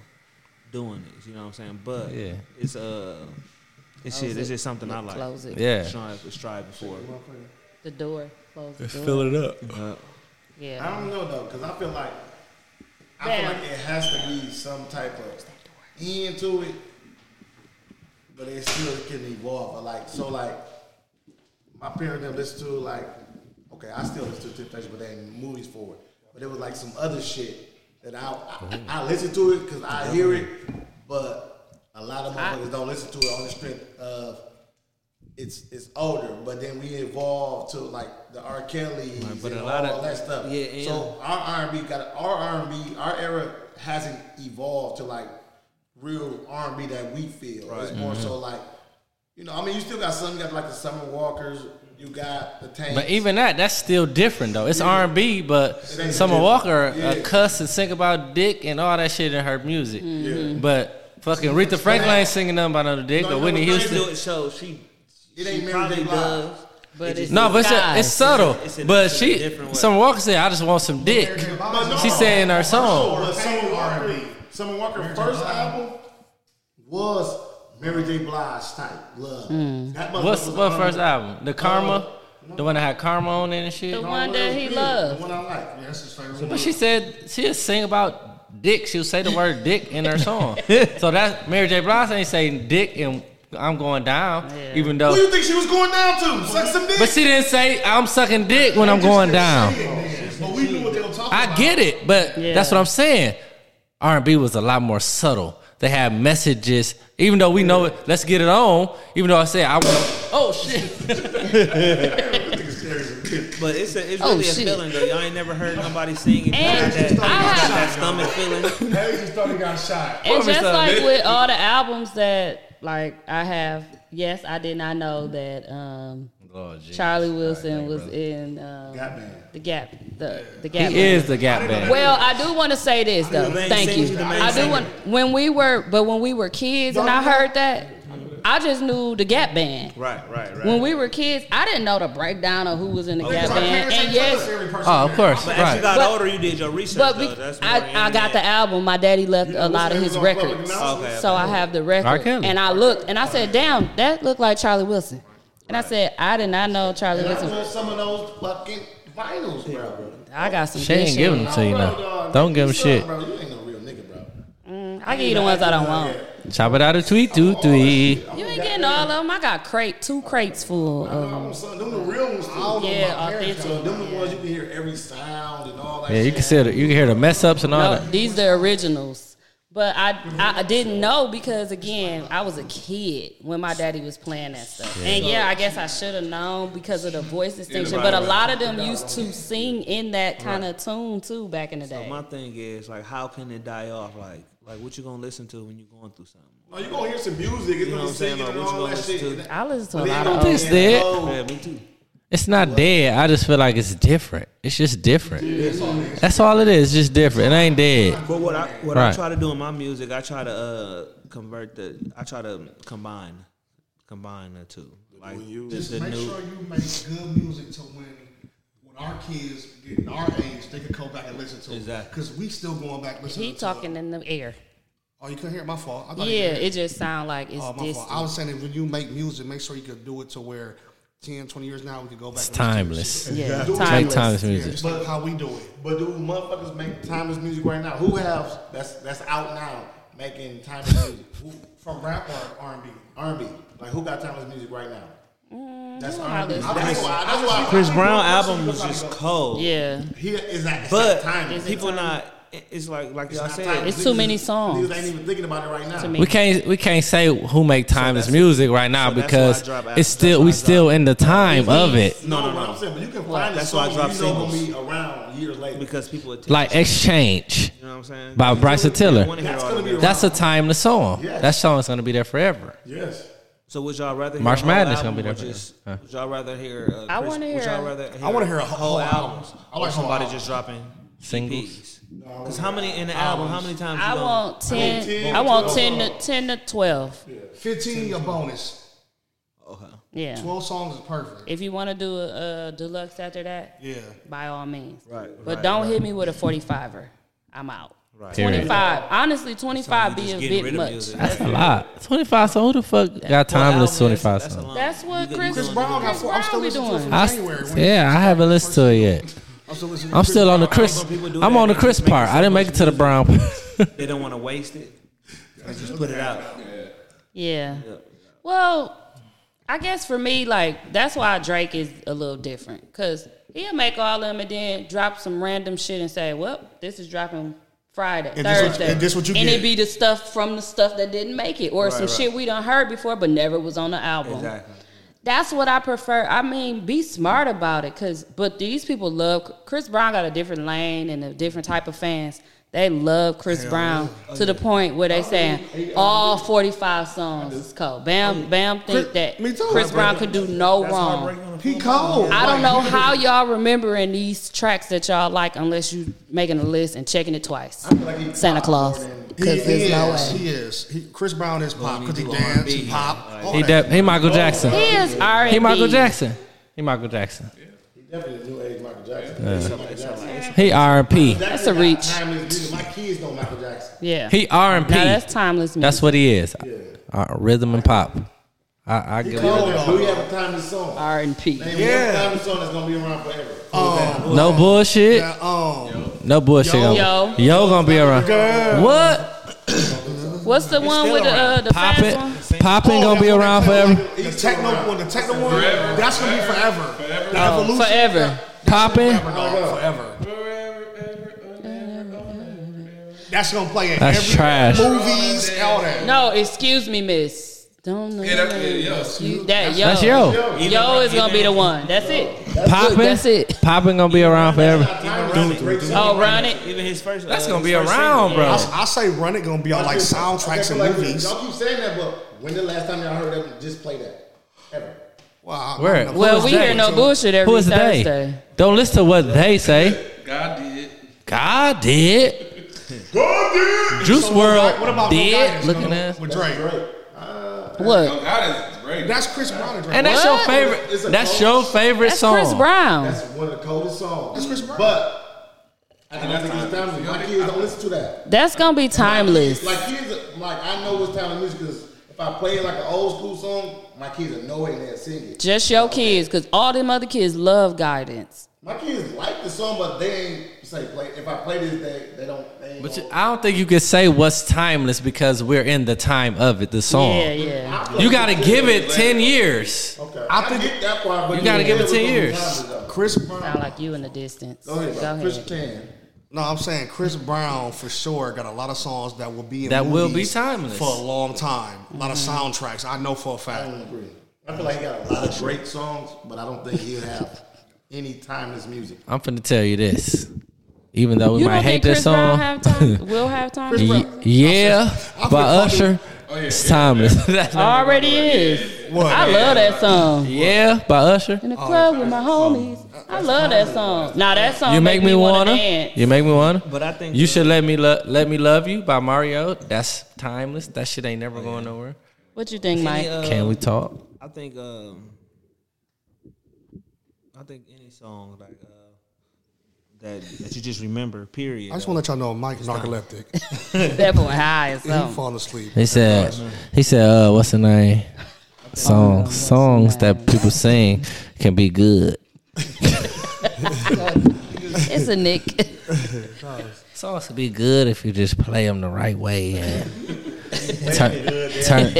doing this? You know what I'm saying? But Yeah. it's uh, it's shit. Close It's it. just something I like. Close it. Yeah. Strive, strive for. The door. Close the door. Fill it up. I Uh, Yeah. don't know though, because I feel like I Damn. feel like it has to be some type of end to it, but it still can evolve. But like so, like my parents didn't listen to like okay, I still listen to Temptation, but they ain't movies for it. But it was like some other shit that I I, I listen to it because I hear it, but a lot of motherfuckers don't listen to it on the strength of. It's, it's older, but then we evolved to like the R. Kelly's but and a lot all of- that stuff. yeah, and- so our R&B got our R&B, our era hasn't evolved to like real R&B Mm-hmm. that we feel. It's more so like, you know, I mean, you still got some. You got like the Summer Walkers, You got the tank. But even that, that's still different though. It's R and B, but ain't Summer different. Walker Yeah. uh, cuss and sing about dick and all that shit in her music. Yeah. Mm-hmm. But fucking Aretha Franklin ain't singing nothing about no dick No, or you Whitney know what they Houston. do it show she. It she ain't Mary probably J. does. Blige. But it's No, but it's, disguised. it's subtle. It's in- but it's in a different she, way. Summer Walker said, "I just want some dick." She said in her song. But Summer Walker, Summer Walker first album was Mary J. Blige type love. That motherfucker Hmm. What's was what on first the- album? The Karma, the one that had Karma on it and The shit. one that he Yeah, loved. The one I like. Yeah, That's his favorite. But she said she'll sing about dick. She'll say the word dick in her song. so that Mary J. Blige ain't saying dick and I'm going down, even Who you though. think she was going down to? Suck some dick. But she didn't say I'm sucking dick when I'm going down. But we knew what they were talking I get it, but that's what I'm saying. R and B was a lot more subtle. They had messages, even though we know it. Let's get it on. Even though I say I, oh shit, But it's a, it's Oh, really a shit. feeling though. Y'all ain't never heard nobody sing and, And got that, I have- that stomach feeling. Harry just thought he got shot. And Promise just I like did. with all the albums that like I have, yes, I did not know that um, Lord, Jesus. Charlie Wilson was in um, Batman. the Gap. The the Gap. he is the Gap Band. Well, I do want to say this though. main Thank singer, you. the main I do singer. want when we were, but when we were kids, and I heard that, I just knew the Gap Band. Right, right, right. When we were kids, I didn't know the breakdown of who was in the Oh, Gap Band. And yes, oh, of course, but as you got right. But- older, you did your research. But though. we, That's where it I, I got ended. the album. My daddy left a lot of his records, Okay, so I have the R. record. Kelly. And I looked and I said, "Damn, that looked like Charlie Wilson." And I said, "I did not know Charlie I Wilson." want some of those fucking vinyls, bro. bro. I got some. She good ain't shit. giving them to you now. Don't give them What's up, shit. Bro, you ain't no real nigga, bro. I give you the ones I don't want. Chop it out of tweet two three. You ain't getting all of them. I got crate, two crates full of them. I'm son, them the real ones. too. I don't know Yeah, about parents, authentic, though. Them the ones you can hear every sound and all that. Yeah, you shit. can see the, you can hear the mess ups and all No, that. these the originals. But I, I I didn't know because again I was a kid when my daddy was playing that stuff. And yeah, I guess I should have known because of the voice distinction. But a lot of them used to sing in that kind of tune too back in the So day. my thing is like, how can it die off? Like, like what you gonna listen to when you're going through something? Are Oh, you gonna hear some music? It's You know gonna what I'm saying? sing it Like, and what you all gonna that shit. listen to? I listen to a But lot it of don't old. It's dead. Yeah, me too. It's not dead. I just feel like it's different. It's just different. That's all it is. Just different. It ain't dead. But what I what Right. I try to do in my music, I try to uh, convert the, I try to combine, combine the two. Like Just the, the make new, sure you make good music to when when our kids getting our age, they can go back and listen to it. Exactly. Because we still going back listening He to talking it. in the air. Oh, you couldn't hear it? my fault. I Yeah, thought you could hear it just sound like it's Oh, my fault. I distant. was saying that when you make music, make sure you could do it to where 10, 20 years now we could go back It's and listen to timeless. this shit. Yeah, Do it timeless. Timeless Yeah, music. just like how we do it. But do motherfuckers make timeless music right now? Who has that's that's out now making timeless music? Who, From rap or R&B. R&B. Like who got timeless music right now? that's Mm, I R&B. listen- I think why- that's why Chris Brown album was just cold. Yeah, He is that it's but not timeless. people not. It's like like y'all not said. timeless. it's too many Niggas songs. ain't even thinking about it right now. To me. We can't we can't say who make timeless that's- music right now so that's why I because drop it's albums. still That's we why I still drop- in the time of it. No, no, What I'm no. saying, but you can find Well, a that's song why I drop you know gonna singles. be around years later. Because people attention. Like exchange. you know what I'm saying? by Bryson Tiller. Wanna hear That's all gonna the be good. That's a timeless song. Yes. That song's gonna be there forever. yes. So would y'all rather hear March a whole Madness album gonna be or there for just- them. Huh. Would y'all rather hear? Uh, I Chris- wanna Would hear y'all a- rather hear? I wanna hear a whole album. album. I I like like whole somebody albums. just dropping Singles? Because how many in the album? How many times? I you gonna- want ten. I want ten to ten to twelve. 15 a bonus. Yeah. 12 songs is perfect. If you want to do a, a deluxe after that, Yeah. by all means. Right, But right, don't right. hit me with a 45er. I'm out. Right. 25. Honestly, 25 You be just a getting bit rid of much. music. That's a lot. Twenty five. So who the fuck got timeless Well, twenty album, five that's- that's a songs? lot. That's what You- you Chris, gonna do Brown got Chris four. I'm still Brown be listening to it doing. from I January. s- yeah, I haven't listened to it yet. I'm still listening to I'm Chris still on the Brown. Chris. people do I'm that. on the They Chris just make part. so I didn't much make it to the brown. part. They don't want to waste it. They just put it out. Yeah. Well, I guess for me, like, that's why Drake is a little different. Because he'll make all of them and then drop some random shit and say, well, this is dropping Friday, And this what- Thursday. and this what you And get. it be the stuff from the stuff that didn't make it or some shit we done heard before but never was on the album. Exactly. That's what I prefer. I mean, be smart about it, cause but these people love Chris Brown. Got a different lane and a different type of fans. They love Chris Hell Brown yeah. to the point where they saying hey, all forty five songs is cold. Bam, Bam think that me too. Chris Brown could do no wrong. He cold. I don't Like, know he- how y'all remembering these tracks that y'all like unless you making a list and checking it twice. Santa Claus. He, Because he there's no is. way. He is. He, Chris Brown is pop because he dance, he pop. all He, that. de- he Michael Jackson. He is He R&B. Michael Jackson. He Michael Jackson. Definitely the new age Michael Jackson. Yeah. Michael Jackson. He R&P. Michael That's Jackson a got reach. timeless music. My kids know Michael Jackson. Yeah. He R and P. Now that's timeless music. That's what he is. Uh, rhythm and pop. I, I He give cold. it. Do we have a timeless song? R and P. Name Yeah. one timeless song that's gonna be around forever. Um, No bullshit. Yeah, um, No bullshit. Yo. Yo, gonna be around. Girl. What? What's the one with the, uh, the fast Poppin', one? poppin' gonna be around forever. the techno one, the techno one, that's gonna be forever. The Oh, evolution, forever. Poppin'. Forever, dog, forever. That's gonna play in That's every trash. movies, all that. No, excuse me, miss. Don't know. Yeah, that- yeah, yo. Excuse- that, yo. That's yo. Yo is gonna be the one. That's it. Poppin'. That's it. Poppin' gonna be around forever. Oh, run it. Even his first. That's gonna be around, bro. I, I say Run It gonna be on like soundtracks and Like, movies. Y'all keep saying that, but when the last time y'all heard that, just play that. Ever. Wow. Where? Well, Who's we they? hear no bullshit every Who is Thursday. they? Don't listen to what they say. God did. God did. God Juice World What about No did. Guidance, Looking though, at. with Drake? What? God is great. That's Chris Brown and Drake. And that's your favorite. That's your favorite That's Chris song. Brown. That's one of the coldest songs. Mm. That's Chris Brown. But I think it's timeless. My kids don't listen to that. That's gonna be timeless. Like kids, like I know what's time of music because if I play like an old school song, my kids will know it and they'll sing it. Just your kids, cause all them other kids love guidance. My kids like the song, but they ain't say play. If I play this, they they don't. They ain't But gonna- you- I don't think you can say what's timeless because we're in the time of it. The song. Yeah, yeah. You gotta give it ten years. Okay. I I, think- get that part, but You gotta give it it's 10 gonna be years. timeless, though. Chris Brown. Sound like you in the distance. Go ahead, bro. Chris can. No, I'm saying Chris Brown for sure got a lot of songs that will be in That will be movies timeless. for a long time. A lot of soundtracks. I know for a Mm-hmm. I fact. don't agree. I feel like he got a lot of great songs, but I don't think he'll have any timeless music. I'm finna tell you this. Even though we You might don't hate think this Chris song, Brown have time? will have time? Y- yeah, by Usher, it's timeless. That's not- Already is. What? I love that song. yeah, by Usher. Oh, In the club with my homies. I love that song. Now that song You make me wanna wanna. dance. You make me wanna. But I think you should let me lo- let me love you by Mario. That's timeless. That shit ain't never going nowhere. What you think, Mike? Any, uh, Can we talk? I think um, I think any song like uh, that that you just remember. Period. Uh, I just want to let y'all know Mike is narcoleptic. That boy high as He hell. falling asleep. He said. He said. Uh, what's the name? Songs. Songs that people sing can be good. It's a Nick. Songs can be good if you just play them the right way and turn. turn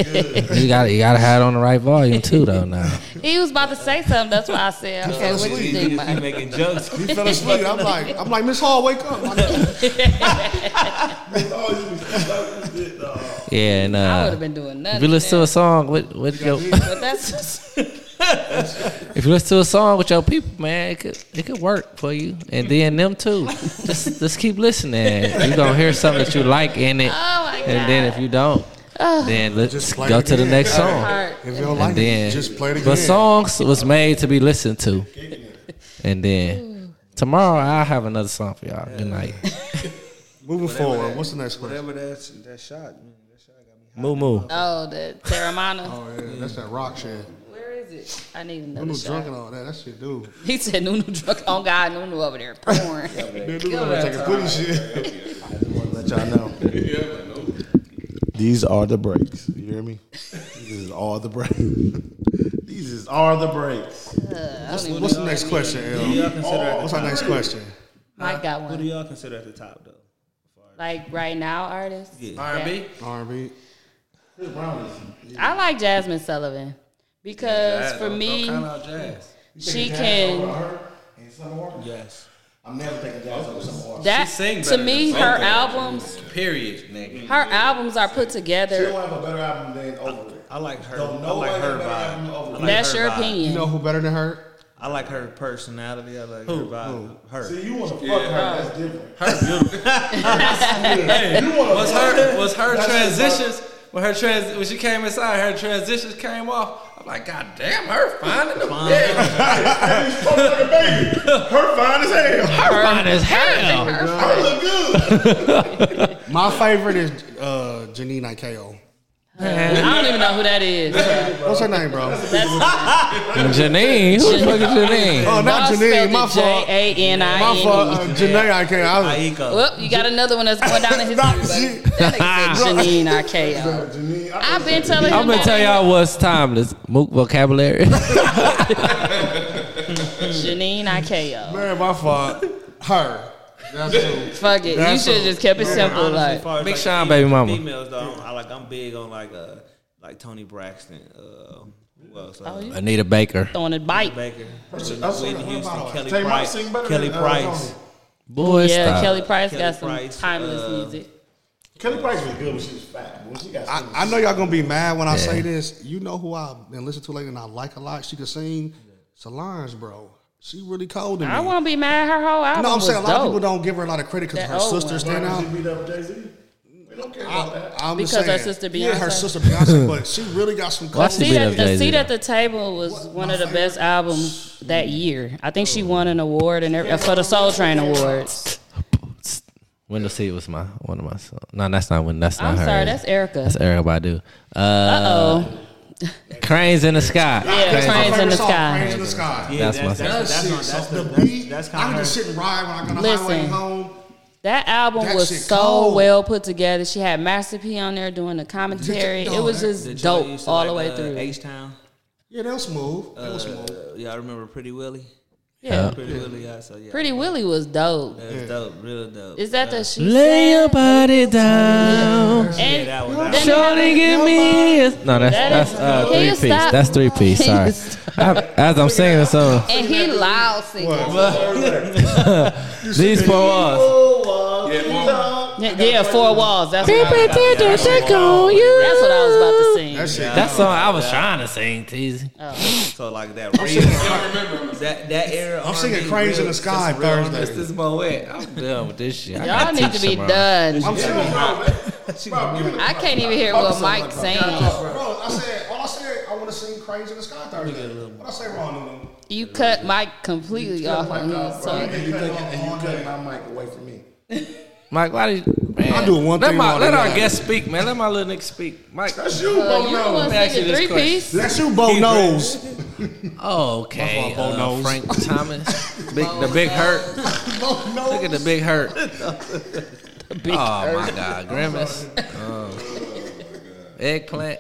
you got you got to have it on the right volume too though. Now. he was about to say something. That's why I said, okay, what you think, You Mike? making jokes. He fell asleep. I'm like, I'm like Miss Hall, wake up. Yeah, and I would have uh, been doing if nothing. you listen to now. a song with with your But that's if you listen to a song with your people, man, it could it could work for you, and then them too. Just just keep listening. You are gonna hear something that you like in it, Oh, my and then if you don't, then let's Just play go it to the again. next song. hard. if you don't And like then, it, just play it again. But songs was made to be listened to, and then tomorrow I'll have another song for y'all. Good night, Moving forward, what's the next question? Whatever that's that shot. Man, that shot got me. moo moo. Oh, the Terramana. Oh, yeah, that's that rock shit. Where is it? I need another Nunu drunk shot. and all that. That shit, dude. He said Nunu drunk. Oh God, Nunu over there pouring. Nunu gonna take a booty shit. Let y'all know. These are the breaks. You hear me? These is all the breaks. These is all the breaks. Uh, What's the next question, L? Y'all consider at the What's our next question? Mike got What do one. y'all consider at the top though? Like right now, artists. R&B. R&B. I like Jasmine Sullivan because for me, Count out jazz. she can. Yes. I'm never thinking jazz over something hard. That to me, her albums, Period, nigga. her albums are put She don't together. have a better album than Over It. I like her. Don't I like nobody her better have vibe. no I over- like That's her your vibe. opinion. You know who better than her? I like her personality. I like her vibe. Her. See, you want to fuck Yeah. her. That's different. Her Hey, beautiful. You wanna was fuck her was her That's just transitions when her trans when she came inside her transitions came off. I'm like, God damn, her fine in the bitch. Hey, she's fucking like a baby. Her fine as hell. Her fine as hell. Her look good. My favorite is uh, Janine Ikeo. I don't even know who that is. What's her name, bro? Janine, who the fuck is Janine? Oh, not Y'all Janine. spelled it My fault. My fault. J-A-N-I-N-E. Uh, Janine Ikeo. I was, Aiko. Well, E. you got another one that's going down in Nah, history. she- buddy. That nigga said Janine Arcao. Janine, I, I've been telling him. I'm gonna that tell ain't y'all what's timeless. Mook vocabulary. Janine Arcao. man, my fault. Her. That's who. Fuck it. You That's should a- have just kept it simple. Honestly, Like as far as, Big like, Sean, female- baby mama. Females though, I'm- I like. I'm big on like uh like Tony Braxton. Uh, who else? Oh, Uh, Anita Baker. throwing a bite. Baker. Whitney that's what- what Houston. about her? Kelly Tay Mom Price. sing better Kelly than, uh, Price. Boy, Yeah, stop. Kelly Price Kelly got some Price, timeless uh, music. Kelly Price was good when she was fat. but When she got I, skinny, I know y'all gonna be mad when I Yeah. say this. You know who I've been listening to lately and I like a lot. She could sing. Solange, bro. She really cold to me. I won't be mad. Her whole album. no, I'm saying a lot dope. of people don't give her a lot of credit because That her old sister one. stand out. she beat up Jay Z. We don't care about that. I'm Because just her saying. sister Yeah, her Beyonce. sister Beyonce, but she really got some What's the- cold. Seat Beat Up at, the Jay-Z, Seat though. at the Table was one of the best albums that year. I think she won an award and every, for the Soul Train Awards. Window Seat was my one of my songs. No, that's not when. That's not I'm her. sorry, that's Erica. That's Eric Badu. Uh, oh, Cranes in the sky. Yeah, Cranes in Cranes the in the song, Cranes Sky. in the Sky. That's my that's, that's, That that's, shit, on- that's, so the, the that's, beat, that's I kind can of just sit and ride when I got on the highway Listen. home. That album That shit was so cold. well put together. She had Master P on there doing the commentary. Did you- It was no, just dope all the way through. uh, H Town. Yeah, that was smooth. That Uh, was smooth. Yeah, I remember Pretty Willie. yeah. Pretty Willie. Yeah, so yeah. Pretty Willie was dope. That was dope. Real dope. Is that the she Lay your said? body down. And that one, that then one. it had- Shorty, give me. a- No, that's That that's is- uh, Can three you piece. stop? That's three piece. Can Sorry. you I, as I'm singing the song, and he loud singing. these four walls. Yeah, yeah, four walls. That's what, I was about to, that's what I was about to sing. That shit. That song I was trying to sing, Teasy. Oh. So like that real that that era. I'm singing R&B Cranes in real- the Sky just real- Thursday. This is Moet. I'm done with this shit. I gotta Y'all need teach uh, to be tomorrow. done. I'm singing. I can't even hear what Mike's saying. Bro, I said, all I said, I want to sing Cranes in the Sky Thursday. What I say wrong? You cut Mike completely off on his uh, And song. you cut, and you cut my mic away from me. Mike, why did you, man? I do one let thing My, wrong let with our that. guest speak, man. Let my little nigga speak. Mike. That's you, Uh, bro. you the one Let me ask you singing this three question. piece. That's you, Bo Nose. Oh, okay. My fault, Bo uh, Knows. Frank Thomas. big, the big hurt. Look at the big hurt. oh my God, grimace. Uh, Um, eggplant.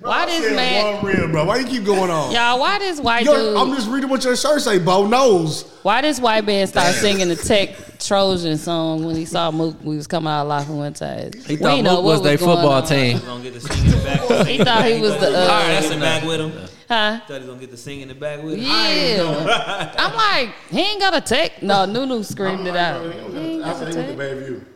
Why this man? One real, bro. Why you keep going on? Y'all, why this white Yo, I'm dude? just reading what your shirt say, Bo Nose. Why this white man start singing the Tech Trojan song when he saw Mook? We was coming out of Fuentes. He thought Mook was their football team. He's gonna get the singing it back. He thought he was the. Uh, All right, that's Singing it enough. back with him. Huh? Thought he's gonna get the singing it back with him. Yeah. I'm like, he ain't got a tech. No, Nunu screamed it out. He ain't I got a said he was the tech. baby you.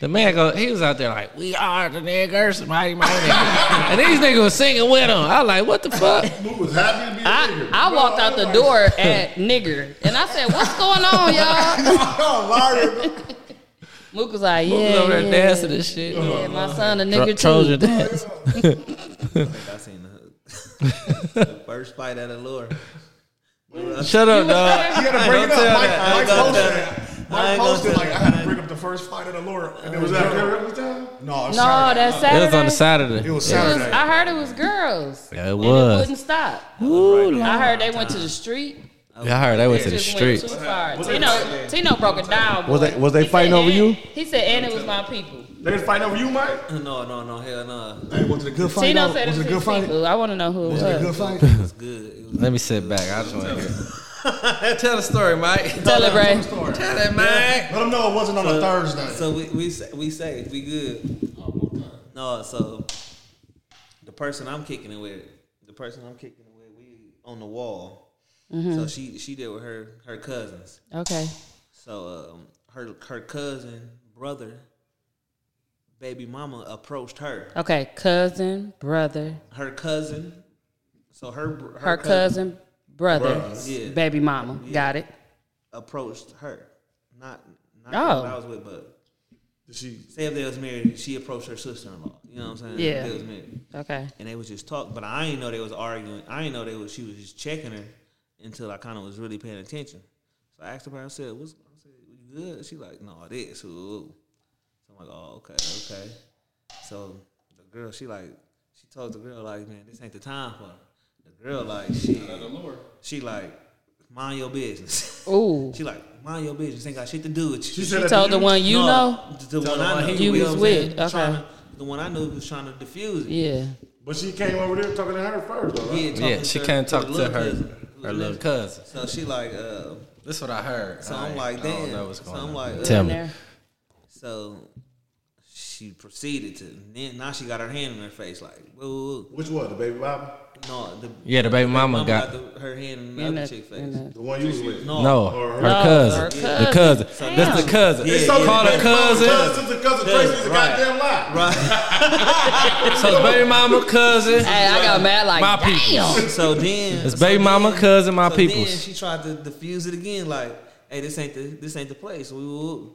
The man go, he was out there like, "We are the niggers, mighty mighty," niggas." and these niggas was singing with him. I was like, "What the fuck?" Luke was happy to be a I, nigger. I Bro, walked out the everybody- door at nigger and I said, What's going on, y'all? Mook was like, Yeah. He was over there yeah. dancing and shit. Yeah, my son a Tro- nigger Trojan too. dance. I think I seen the, the first fight at Allure. Shut up, dog. You gotta bring it up. Mike, Mike Don't posted tell it. I Mike ain't gonna posted tell like I that. had to bring up the first fight of the Lord, and it was Was that that a girl. girl time? No, it was No, Saturday. that's It Saturday. was on the It Saturday. was It was- Saturday. I heard it was girls. Yeah, it And it was. wouldn't stop. Ooh, I heard they went to the street. Yeah, I heard they went to It the just streets. went too far. Tino, Tino broke it down. Was boy. they- was they He said, fighting over "And-" you? He said, and it was my people. They was fighting over you, Mike? No, no, no, hell no. Hey, was it a good fight? Tino though? said it was was it a good his fight? people. I want to know who it Was it a was. good fight? It was good. It was Let me sit back. I just want to hear. Tell the story, Mike. Tell it, Ray. Tell it, Mike. Let them know it wasn't on a Thursday. So we we sa- we say we good. No, so the person I'm kicking it with, the person I'm kicking it with, we on the wall. Mhm. So she she did with her her cousins. Okay. So um, her her cousin brother, baby mama approached her. Okay, cousin, brother, Her cousin. So her br- her, her cousin, brother, Yeah. baby mama. Got it. approached her. Not not Oh. oh. I was with, but she say if they was married, she approached her sister in law. You know what I'm saying? Yeah. If They was married. Okay. And they was just talk, but I didn't know they was arguing. I didn't know they was she was just checking her until I kind of was really paying attention. So I asked her, I said, "What's I said, you good?" She like, "No, this." Ooh, ooh." So I'm like, "Oh, okay, okay." So the girl, she like, she told the girl like, "Man, this ain't the time for." Her. The girl like, she, she like, mind your business. Ooh. she like, mind your business. Ain't got shit to do with She you. said that told to the you? one you No, know? The, Told one the I one know. he You was know what I'm with, saying? okay. Tryna- the one I knew was trying to diffuse it. Yeah. But she came over there talking to her first, though. Yeah, talking Yeah, she to, can't to talk the to little her cousin. her little cousin. So she like, uh, that's what I heard. So I I'm ain't- like, I damn. don't know what's so going I'm on. like, Tell uh, me. So she proceeded to then now she got her hand in her face like, whoa, whoa, whoa. Which one, the baby mama? No, the Yeah, the baby mama got- the, her hand in the In other the- chick's in face. the- The one you was with? No, Or her, her- No, cousin. her The cousin. cousin. That's the Damn. cousin. Yeah, yeah, Call yeah. her cousin. Cousin to cousin crazy is a goddamn lie. Right. so it's baby mama, cousin. Hey, I got mad like, my damn. peoples. So then it's baby mama, cousin, my so Then peoples. she tried to diffuse it again, like, "Hey, this ain't the this ain't the place." Woo, woo, woo.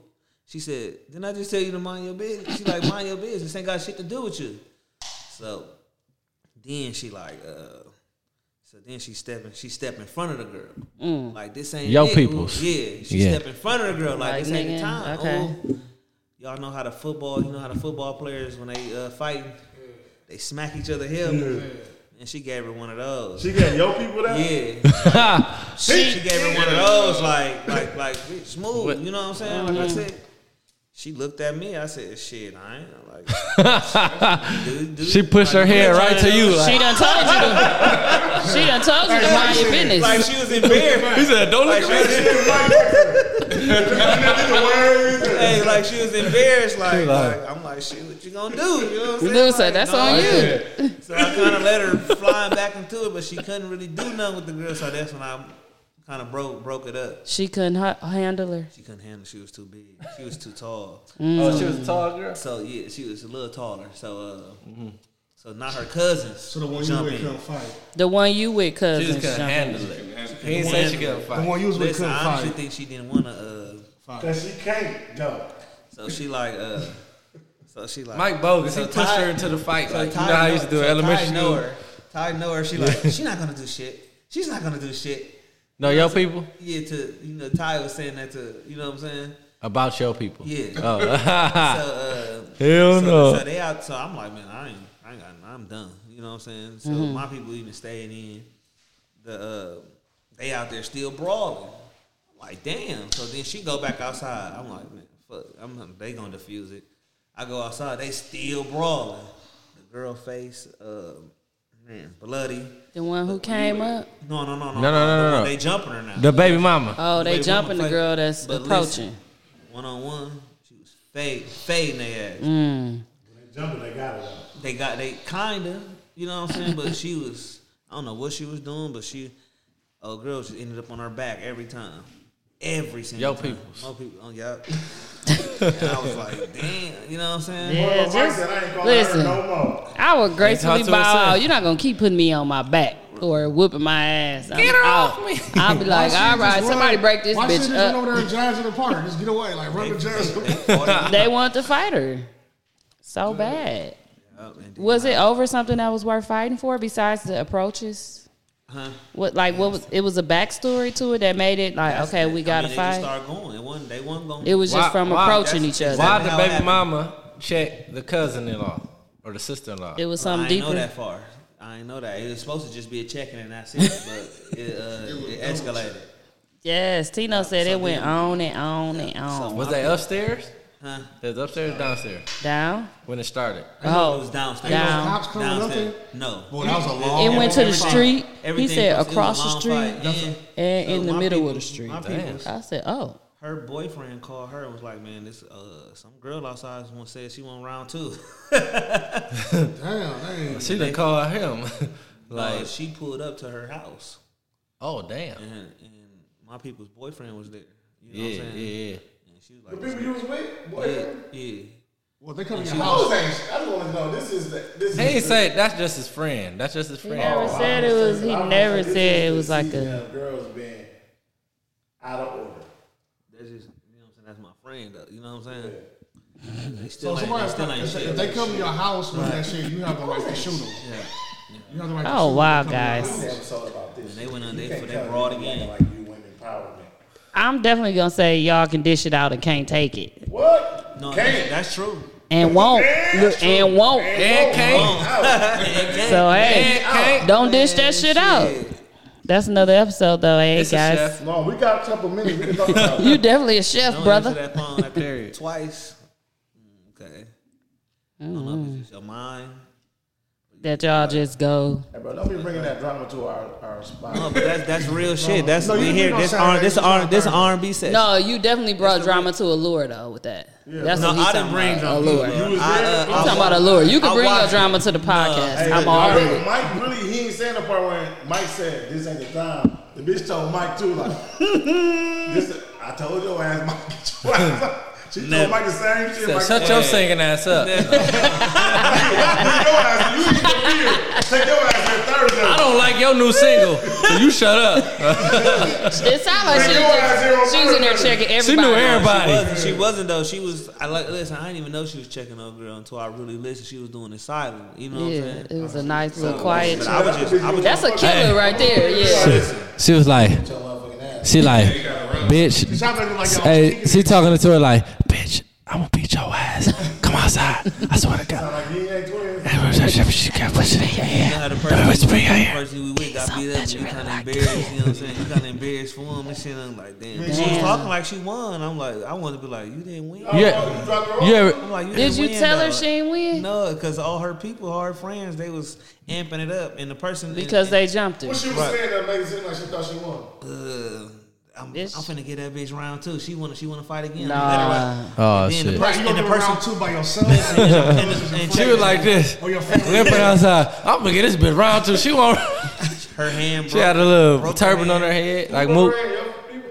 She said, "Didn't I just tell you to mind your business?" She like, "Mind your business. Ain't got shit to do with you." So then she like, uh, so then she stepping she step in front of the girl, Mm. like this ain't Yo it. Ooh, peoples. yeah, she Yeah. step in front of the girl like, Like, this ain't nigga, the time. okay. Ooh. Y'all know how the football, you know how the football players when they uh, fighting, they smack each other hell. And she gave her one of those. She gave your people that? Yeah. she, she gave her one of those, like, like, like, bitch, smooth. You know what I'm saying? Like I Mhm. said, she looked at me. I said, "Shit, I ain't I'm like." dude, dude. She pushed her Like, head bitch, right I to ain't- you. like- She done told you. To, she done told you to mind your business. Like she was in bed. He said, "Don't look at me." Hey, like she was embarrassed. Like, like, I'm like, shit, what you gonna do? You know what I'm Dude, saying? so Like, that's no, on I you. said- So I kind of let her flying back into it, but she couldn't really do nothing with the girl. So that's when I kind of broke broke it up. She couldn't ha- handle her. She couldn't handle. She was too big. She was too tall. Mm. Oh, she was a tall girl. So yeah, she was a little taller. So uh, so not her cousins. So the one jump in. The one you with, cousin. just couldn't Sean. handle it. He ain't say she couldn't fight. The one you was with Listen, couldn't I honestly fight. think she didn't want to uh, fight. Cause she can't. No. So she like uh. So she like Mike Bogus, he pushed her into the fight, like, you know how I used to do so elementary Ty school? know her. Ty know her. She like she not gonna do shit. She's not gonna do shit. No, your people Yeah, to you know Ty was saying that to you know what I'm saying. about your people. Yeah. Oh. so, uh, Hell so, no. So they out. So I'm like, man, I ain't, I ain't got, I'm done. You know what I'm saying? So Mhm. my people even staying in. The uh, they out there still brawling. Like damn. So then she go back outside. I'm like, man, fuck. I'm they gonna defuse it. I go outside. They still brawling. The girl face, uh, man, bloody. The one who came up. No, no, no, No, no, no, no, no, no. They jumping her now. The baby mama. Oh, they Baby jumping mama the fight. girl that's But approaching. One on one, she was fade, fading their ass. Mm. Jumper, they got it. though. They got they kinda, you know what I'm saying. But she was, I don't know what she was doing, but she, oh girl, she ended up on her back every time, every single Yo time. peoples. Yo people, oh yeah. and I was like, damn, you know what I'm saying. Yeah, Well, Mike just- said, "I ain't gonna hurt her listen. no more." I would gracefully Ain't talk to bow herself. out. You're not gonna keep putting me on my back or whooping my ass. I'm Get her out. off me. I'll be like, all right, somebody break this Why bitch shouldn't you up. run over there and jazz in the park? Just get away. Like, run the jazz. they want to fight her so bad. Was it over something that was worth fighting for besides the approaches? Huh? What like what was it was a backstory to it that made it like That's- okay we I gotta mean, They fight. just started going. It wasn't. They wasn't going. It was just from approaching each other. Why the how it baby happened. mama check the cousin in law or the sister in law? It was I something didn't deeper. know that far. I didn't know that. It was supposed to just be a checking and that's it. But it, uh, it escalated. Yes, Tino said it went on and on and on. Was they upstairs? Huh? It was upstairs, or downstairs. Down. When it started. Oh, it was downstairs. Down. Cops coming up Downstairs. there? No. Boy, that was a It- long It went to the everything- street. He everything said was- it was a across the long street fight. Yeah. and So in the my middle people- of the street. my peoples- I said, "Oh, Her boyfriend called her and was like, "Man, this uh, some girl outside one said she won round two. She done called him. like like, she pulled up to her house. Oh damn! And, and my people's boyfriend was there. You know Yeah, what I'm saying? yeah, yeah. And she was The like, people you was with, boy. Yeah. yeah. Well, they come And to she your house. was- I just want to know. This is the. This He is ain't the- say that's just his friend. That's just his friend. never said it was. He never said it was like a. Now, girls been out of order. That's just, you know what I'm saying? That's my friend, though. You know what I'm saying? They So still ain't, somebody, they still ain't if, shit. if they come to your house with that shit, you have the right to shoot them. Yeah. yeah. You have the right to shoot Oh 'em. wow, Come guys! on. And they went on, they, they brought the game. I'm definitely gonna say y'all can dish it out and can't take it What? No, Can't. that's, that's true. and won't Look, and won't. And can't. So hey, don't dish that shit out. That's another episode though, hey It's a guys. chef. No, we got a couple minutes. We can talk about it. You definitely a chef, Don't answer brother. that phone like Period. that twice. Mm, Okay. I don't know if it's just your mind. That y'all just go. Hey, bro, don't be bringing that drama to our, our spot. No, but that's that's real shit. That's No, you we can here. do it on Saturday, This R this it's R on this Thursday. R and B set. No, you definitely brought drama to allure though with that. That's no, what he's I talking didn't bring about. drama. Allure. You You was there. talking about allure? You can uh, I bring your watched- drama to the podcast. Hey, I'm look, all Mike- with it. Mike really, he ain't saying the part where Mike said, this ain't the time. The bitch told Mike too, like, this, I told your ass, Mike, get your ass up. She Never. told Mike the same shit. So Mike, shut your singing ass up. Take your ass, you need to be here. Take your ass here Thursday. I don't like your new single. So you shut up. It sounded like she Bring your ass here on was, she was in there Thursday. checking She everybody. knew She everybody. wasn't, she wasn't though. She was. I like. Listen, I didn't even know she was checking up girl until I really listened. She was doing it silent. You know what I'm Yeah, saying? it was a nice little quiet. Oh, But I was just. I was That's a Hey. killer right there. Yeah. She was like, she like, bitch. Hey, she talking to her like, bitch. I'm gonna beat your ass. Come outside. I swear to God. Like, he ain't twins. You know how the Don't person, whisper in your ear. the person we with got beat up, and you kind of embarrassed. You know what I'm saying? You kind of embarrassed for him and shit. and I'm like, damn. She was Damn. talking like she won. I'm like, I wanted to be like, you didn't win. Yeah. You dropped her off. You ever, I'm like, you Did didn't you win, tell her though. she ain't win? No, because all her people, her friends, they was amping it up, and the person Because they jumped her. What she was Right. saying that made it seem like she thought she won. Uh, I'm, I'm Bitch. finna get that bitch round two. She wanna she wanna fight again. Nah. Let her out. oh And then the shit. Right, you person- gonna and do the person round two by yourself? and, the- and She was like this. Or your friend? Limping outside. I'm gonna get this bitch round two. She won't. her hand. She had a little turban on her head, like move.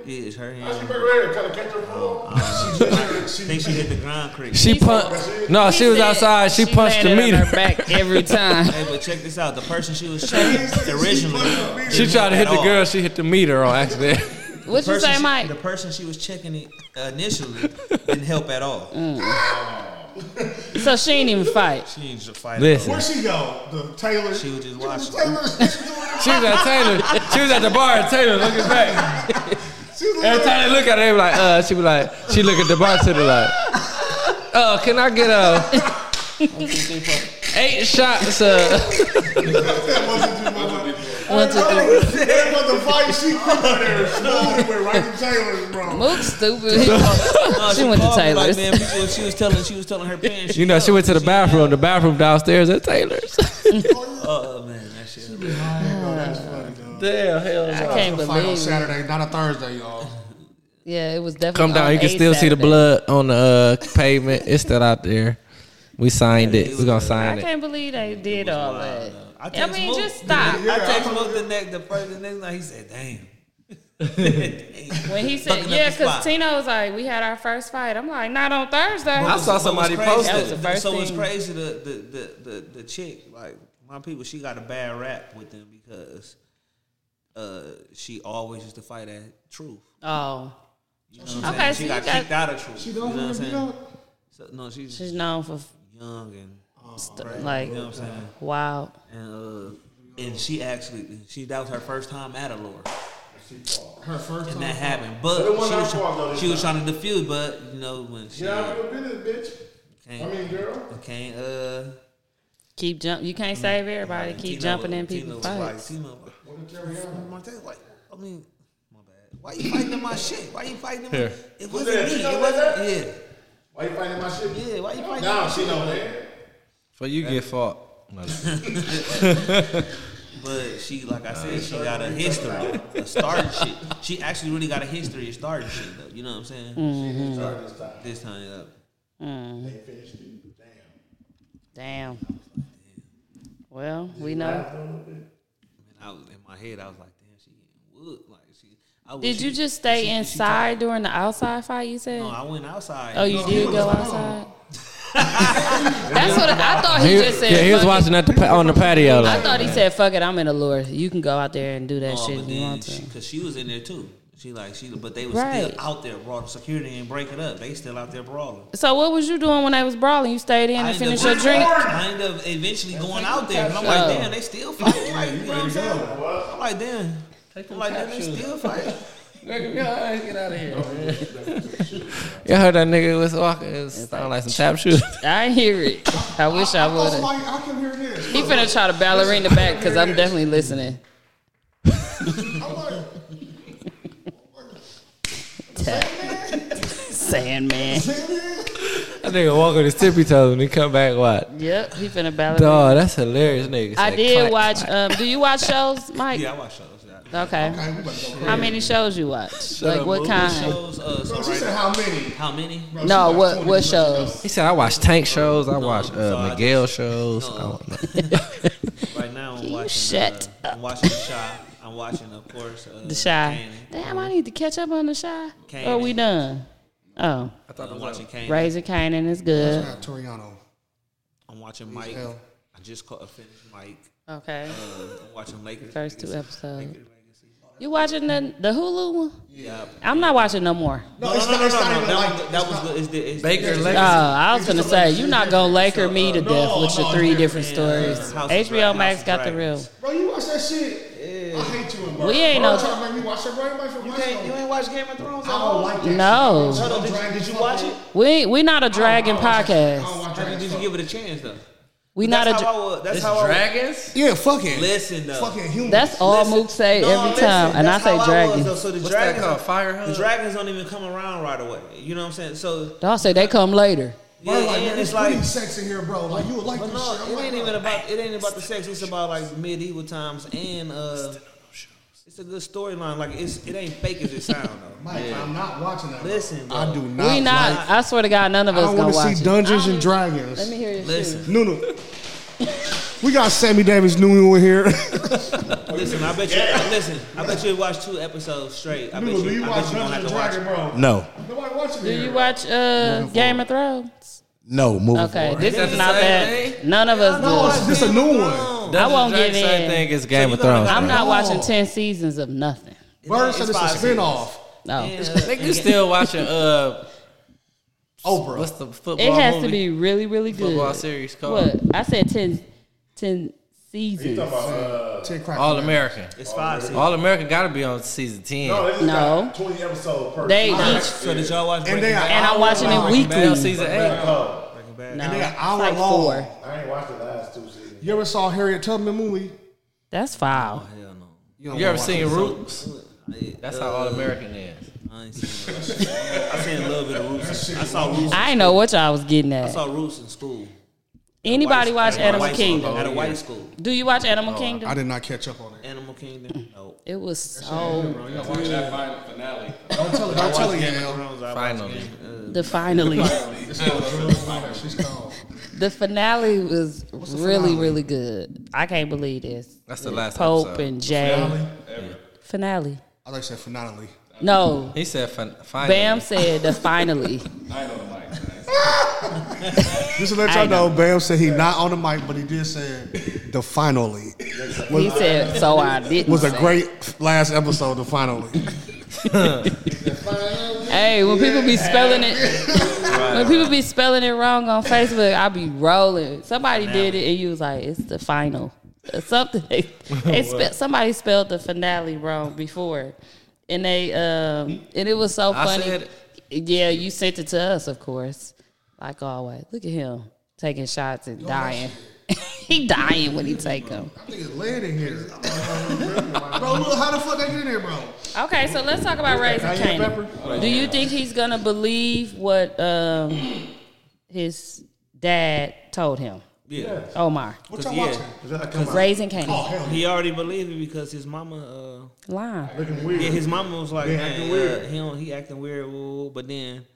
Yeah, it's her She hand. kind of catch her ball. I think she hit the ground creek. She punched. No, she was said outside. She punched the landed on meter. her back every time. Hey, but check this out. The person she was checking originally, didn't She tried to at hit the all. girl. She hit the meter on accident. What you Person say, she- Mike? The person she was checking it initially didn't help at all. Mm. So she ain't even fight. She ain't just fighting. Listen, Where she go? The Taylor. She was just watching. Taylor. she was at Taylor. She was at the bar. at Taylor looking back. Every time they look at her, they be like, uh. She be like, she look at the bartender like, uh, can I get a eight shots? Uh, That wasn't too much. One, two, three. That was the fight she put there. Smooth went right to Taylor's, bro. Mook stupid. No, She went to Uh, called me Taylor's. Like, man, she, was, she was telling she was telling her parents. you know, she went to the bathroom. The bathroom downstairs at Taylor's. Oh man, that shit. Damn, hell no. I can't The fight on believe. it. Saturday, not a Thursday, y'all. Yeah, it was definitely. Come down. on You can Oh, a still see the Saturday. blood on the uh, pavement. It's still out there. We signed it. We're gonna I sign it. can't believe they did all that. I I text mean, Mook. just stop. I texted him the next the first the next night. He said, "Damn." When he said, Fucking up yeah, the because spot. Tino was like, we had our first fight. I'm like, not on Thursday. I saw somebody But what's post crazy- That was it. the first So it's thing. crazy the the, the the the chick like my people. She got a bad rap with them because uh she always used to fight at truth. Oh, You know what I'm Okay, saying? so she you got, got- kicked out of truth. She you know don't what I'm want to be saying? out. So, no, she's she's known for young and st- like Oh, you know what I'm saying. wow. And uh, and she actually she that was her first time at a lure. Her first and time. that happened. But it But wasn't she our was, fault, though, try- this she was trying to defuse, but you know when she Get out of your business, bitch. can't, I mean, girl. can't uh, Keep jump. You can't save everybody. Keep Tina jumping was- in Tina people's was like, fights. Tina was like, What did Jerry Allen? Martell, why- I mean, my bad. Why you fighting in my shit? Why you fighting in my? Here. It Who's wasn't that? me. You know It wasn't. that? Yeah, Why you fighting my shit? yeah. Why you fighting? Now she know that. For you get fought. But she, like I said, she got a history of starting shit. She actually really got a history of starting shit, though. You know what I'm saying? Mm-hmm. Sorry this time. This time, up. They finished it. Damn. Damn. Well, we know. And I was in my head, I was like, damn, she getting whooped. look like she. I wish Did you she- just stay she- she inside during the outside fight? You said. No, I went outside. Oh, you No, did he go was- outside. That's what I, I thought. He, just said. yeah, he was "Fuck it." watching at the pa- on the patio. I Like, thought he said, "Fuck it, I'm in the lure. You can go out there and do that No, shit if Oh, but you then want to." she, cause she was in there too. She like she, but they was Right. still out there brawling. Security ain't break it up. They still out there brawling. So what was you doing when they was brawling? You stayed in I and end finished up- your drink. I end up eventually going out there, and I'm like, Oh. damn, they still fighting. Like, you know what I'm saying? I'm like, damn. I'm like, damn, they still fighting. Get out of here. you heard that nigga was walking. It sounded like some tap shoes. I hear it. I wish I would I was have. like, I can hear this. He finna try to ballerina back because I'm definitely listening. Tap. Sandman. That nigga walk on his tippy toes when he come back. What? Yep, he finna ballerina. Dog, that's hilarious, nigga. I Say did clack, watch. clack. Um, do you watch shows, Mike? Yeah, I watch shows. Yeah. Okay. How many shows you watch? like up, what movie kind? Shows, uh, so Bro, she right said now- how many? How many? No, what what shows? He said I watch tank shows. I watch so uh, I Miguel shows. I No. don't Right now, I'm You watching. shut uh, I'm watching the shy. I'm watching, of course, uh, The Shy. Kanan. Damn, I need to catch up on the Shy. Kanan. Or we done? Oh, I'm watching Kane. Razor Canaan is good. Yeah, Toriano. I'm watching Mike. hell. I just caught, finished Mike. Okay. Uh, I'm watching Lakers. First two episodes. You watching the the Hulu one? Yeah. I'm not watching no more. No, no, it's no, no, not- no, it's not no, even That, like- was- that was good. It's the, it's Baker the, Oh, Lakers. I was gonna say you're not gonna Laker me to No, death with your no, three you're- different yeah, stories. House of HBO Dragons, Max House of got the real. Dragons. Bro, you watch that shit. I hate you and bro. We ain't bro, no- trying to make me watch that. Bro, everybody from You, can't, you ain't watch Game of Thrones? at I all? don't like that. No. shit. Hold on, did you- Dragon did you fuck watch with- it? We we not a dragon I don't podcast. watch How Dragon did you fuck. give it a chance though? We not that's a. how dra- I would. That's how I dragons. Yeah, fucking. would. Listen though. Fucking human. That's all Listen. Mook say No, every listen, time, and I that's say how was, dragon. though. So the What's that dragons, called? Fire the hug. dragons don't even come around right away. You know what I'm saying? So Y'all say they come later. yeah, Bro, like, man, and it's it's pretty like sex in here, bro. Like, you would like But this no, shit. I'm it like, ain't bro. even about it ain't about the sex. It's about like medieval times and uh, it's a good storyline. Like it's it ain't fake as it sound though. Mike, I'm not watching that. Listen, I bro. do not. We Like, not. I swear to God, none of I us don't gonna want watch to it. see Dungeons and Dragons. Let me hear your Listen, Nunu. we got Sammy Davis Nunu in here. listen. I bet you. Listen, I bet you watch two episodes straight. I bet Nunu, you. do you I watch bet you gonna have Dungeons and to watch. Dragons, bro? No, Nobody watching Do you watch uh, Game of Thrones? no. Moving Okay, forward. this That's is the not same bad. thing? None of us No, do. it's just a new one. I Dungeons and won't give Dragons, in. Same thing as Game you of gonna Thrones. go- I'm not No. watching ten seasons of nothing. Bird said It's it's a five seasons. spinoff. No, And, uh, Nigga, you still watching uh Oprah. what's the football it has to movie? be really, really good. Football series called? What I said 10, 10 seasons. Ted Cracker. All American. It's five seasons. All American got to be on season ten. No, this is No. like 20 episodes per. They All right, each So did y'all watch And Breaking they Bad? are and I'm watching it Bad on weekly. season eight. Oh, Breaking Bad. No, And they an it's hour like long. four. I ain't watched the last two seasons. You ever saw Harriet Tubman movie? That's foul. Hell no. don't You ever wanna watch seen Roots? I- That's uh, how All American is. I ain't seen. Roots. I seen a little bit of Roots. I saw Roots. I didn't know what y'all was getting I at. saw Roots in school. Anybody White- watch at a Animal white school- Kingdom? At a white school. Do you watch Animal it. I Kingdom? did not catch up on it. Animal Kingdom. Mm. Oh. No. It was so Don't tell her. Don't tell her, Game of Yale. Thrones, I watched Finally. Game- uh, the finally. It's called Drew Potter. She's called. The finale was the really, finale? really good. I can't believe this. That's the last Pope episode. and Jay. Finale? I like said finale. No. He said fin- finally. Bam said the finally. Just to let I y'all know, know. Bam said he not on the mic, but he did say the finally He said, so I didn't. was a say." great last episode. The finally. Hey, when people be spelling it, when people be spelling it wrong on Facebook, I be rolling. Somebody did it and you was like, it's the final. Or Something they, they spe- somebody spelled the finale wrong before, and they um and it was so I funny. said- yeah, you sent it to us, of course, like always. Look at him taking shots and dying. he dying when he take them. I think it's lead in here. bro, look how the fuck they get in here, bro. Okay, so let's talk about Razor Cayenne Kanan. Do you think he's gonna believe what um, his dad told him? Yeah. Omar, What y'all yeah. watching? raising Oh Canaan, hell, He already believed it because his mama, lying. looking uh, yeah, weird. his mama was like, Yeah, man, acting uh, weird." he don't, he acting weird, woo, woo," but then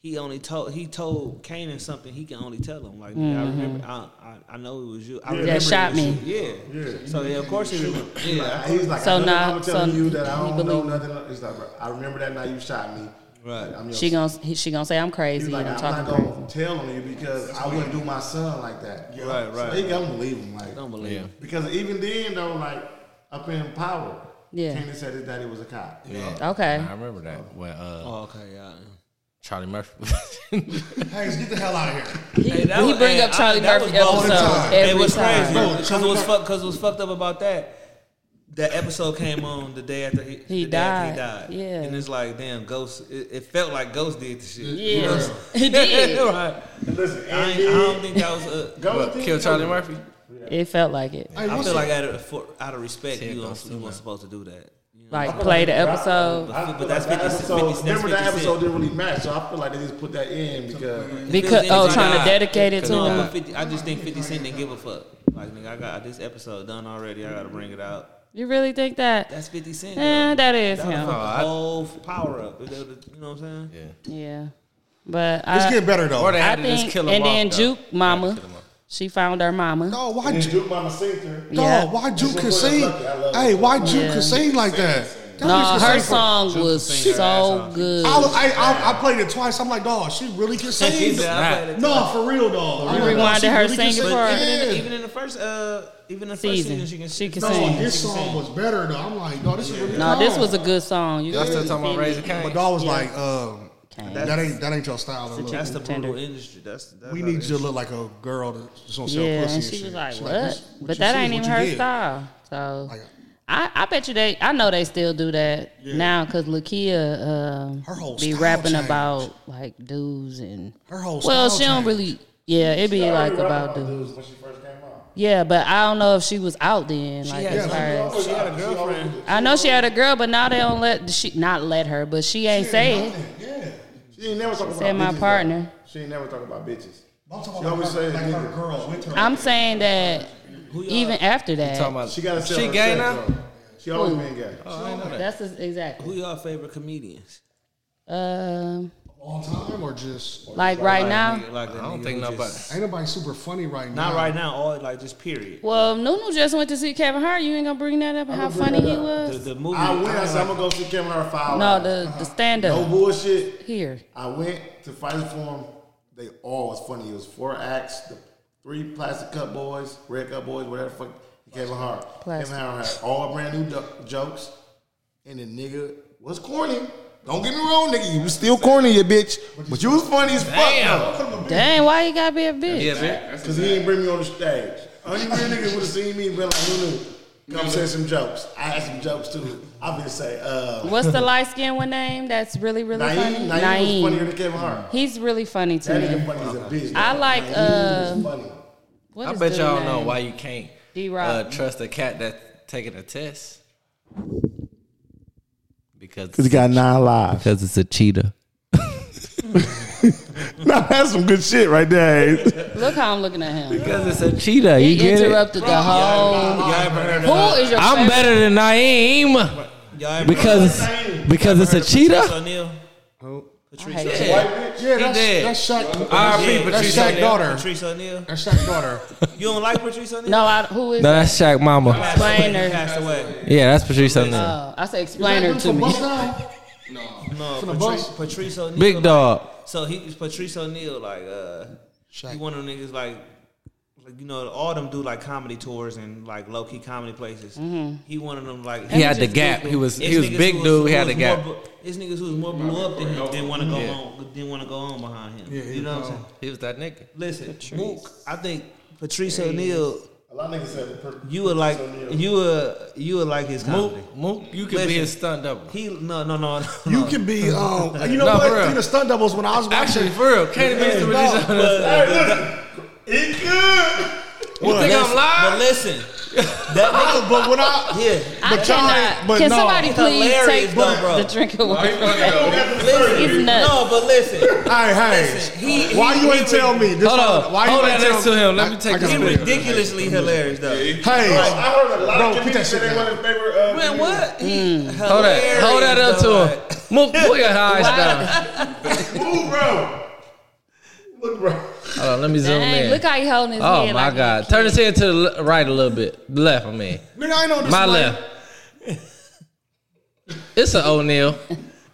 he only told he told Kanan something he can only tell him. Like I Mhm. remember, I, I, I know it was you. I Yeah, remember it shot was me. you. Yeah. So yeah, of course he was. Yeah. He's like, So I know now- I'm telling so you that I he don't know believe- nothing. He's like, bro, I remember that night you shot me. Right. I'm your She gonna he- she gonna say I'm crazy. Like, and I'm I'm talking not crazy. gonna tell on you because I wouldn't do my son like that. Right, right. So they gonna believe him. Like, Don't believe him. Because even then, though, like up in power, Yeah. Candy said his daddy was a cop. You know? Yeah. Okay. I remember that. Well, uh, Oh, okay, yeah. Charlie Murphy. Hanks, get the hell out of here. He, he bring up Charlie Murphy episode It every was time. crazy because it was fuck because it was fucked up about that. That episode came on the day after he, He the day after died. he died. Yeah. and it's like damn, Ghost. It, it felt like Ghost did the shit. Yeah. Ghost- He did. right. I, ain't- I don't think that was a. What, kill Charlie Murphy. It felt like it. I feel like out of for, out of respect, you don't- you weren't supposed to do that. You know? Like play the But, episode but that's That 50, cent- episode, 50, that's remember that 50 episode cent. didn't really match, so I feel like they just put that in because because oh Fifty trying to died. dedicate it to No, him. but 50, I just think 50 Cent didn't give a fuck. Like nigga, I got this episode done already. I gotta bring it out. You really think that? That's 50 Cent. Eh, that is That was him. the whole power up. You know what I'm saying? Yeah, but It's I, getting better though. Or they I had to just think, kill and him then off, though. Juke Mama, she found her mama. No, why and Ju- Duke Mama sings her. yeah. dog, why Juke That's what could I'm sing? lucky, I love Hey, it. why Juke Yeah. could sing like that? That No, bitch could her sing for- song was sing her ass so off. good. I, I, I, I played it twice. I'm like, dog, she really can sing. Yeah, I played it no, for real, dog. I'm like, real. dog, she Rewinded her really can singing sing. part. Even in, the, Yeah. even in the first, uh, even in the Season. first season, she She can, can No, sing. No, this song was better though. I'm like, no, this is really no, this cool. was a good song. You Y'all still you talking about feel Raising me? Cain? My dog was Yeah. like, um, that ain't that ain't your style. to look. That's the Tender. brutal industry. That's, that's We how need you it to is. look like a girl that's just gonna sell Yeah, pussy. and she shit. was like, She's "What?" this- what but you that see is ain't what even you her get. style. So Like, I, I bet you they. I know they still do that now because Lakia Her uh, whole be style rapping changed. about like dudes and. Her whole Well, style she don't changed. really. Yeah, it be like about dudes. Dudes when she first came out. Yeah, but I don't know if she was out then. Like had as far as, Oh, She had a girlfriend. I know she had a girl, but now they don't let she not let her, but she ain't say it. Yeah, She ain't never talk about Said my bitches, though. partner. She ain't never talk about bitches. But I'm talking She always about her, say like her nigga. girl with her. I'm saying that even Talking after that, about She gotta sell She her gay sex, now. though. She always been gay. Oh. that's ex- exactly. Who y'all favorite comedians? Um, on time or just like right now. Like, I don't think nobody- ain't nobody super funny right now. Not right now. All like just period. Well, Nunu just went to see Kevin Hart. You ain't gonna bring that up and how funny he The, was. the movie. I went. Oh, I said I'm gonna go see Kevin Hart five. No, hours. the the stand no up bullshit. here. I went to Fighters Forum. They all was funny. It was four acts, the three plastic cup boys, red cup boys, whatever the fuck. Kevin Hart. Plastic. Kevin Hart had all brand new jo- jokes, and the nigga was corny. Don't get me wrong, nigga. You was still corny, you bitch. But you was funny as fuck. Damn. Dang, why you gotta be a bitch? Yeah, man. Cause he ain't bring me on the stage. Only real nigga would have seen me and been like, "Lulu, come say some jokes." I had some jokes too. I been say, uh, What's the light skinned one name? That's really really funny. Naeem, Naeem was funnier Naeem. than Kevin Hart. He's really funny to That me. nigga funny as a bitch. I though. like, uh, Naeem was funny. What I is bet dude y'all know name? why you can't D-Rock. uh, trust a cat that's taking a test because Cause he got nine lives. because it's a cheetah. that's some good shit right there. Look how I'm looking at him. Because it's a cheetah. You He get it? interrupted the whole. y'all ever heard of? Who is your I'm favorite? better than Naeem Y'all ever because it's, because it's a cheetah. O'Neal. I hate you. Yeah. Yeah, that's did. that's Shaq. R.I.P. That's Patrice Shaq's O'Neal. daughter. Patrice O'Neal. That's Shaq's daughter. You don't like Patrice O'Neal? No, I, who is? No, that's Shaq Mama. Passed away. He Explainer. Passed away. Yeah, that's Patrice O'Neal. Uh, I say explainer to From me. Bucks Down? No, From the Patrice, bus? Patrice O'Neal. Big like- dog. So he Patrice O'Neal, like uh, Shaq. he one of them niggas like, like you know, all them do like comedy tours and like low key comedy places. He one of them like Mm-hmm. He had the gap. He was- he It's was niggas big who dude. He who had the was gap. more bu- It's niggas who was more blew up than him didn't want to go Yeah. on, didn't want to go on behind him. you know what I'm saying? He was that nigga. Listen, Mook, I think Patrice O'Neal, A lot of niggas said the per- you would like you would you would like his comedy. Mook, Mook, you could be Listen. his stunt double. He no no no. no. You can be. Um, you know No, for what? real. See the stunt doubles when I was watching. Actually, for real, Katie Beats the no, producer. It good. You think I'm But lying? listen, that But but when I nigga, yeah. I But y'all- cannot. but Can no. somebody please Hilarious take though, bro. the drinking away from me? That's the story. He's nuts. No, but listen. Hey, hey. Listen, he- he- why you he ain't tell me? This Hold one- on. Why Hold you that ain't tell next to him. Let me take I- I this got He it. picture. ridiculously hilarious though. Hey, I heard a lot Bro, of put that comedians say shit they down. one of his favorite. Uh, Man, comedians. what? He Mm. Hold that. hilarious, Hold that up though. to him. Move, pull your eyes down. Move, bro. Look, bro. Hold on. Let me zoom Dang, in. look how he holding his Oh head. my like God! he- Turn his head to the le- right a little bit, left. I mean, Nigga, I ain't on this my one. left. It's an O'Neal.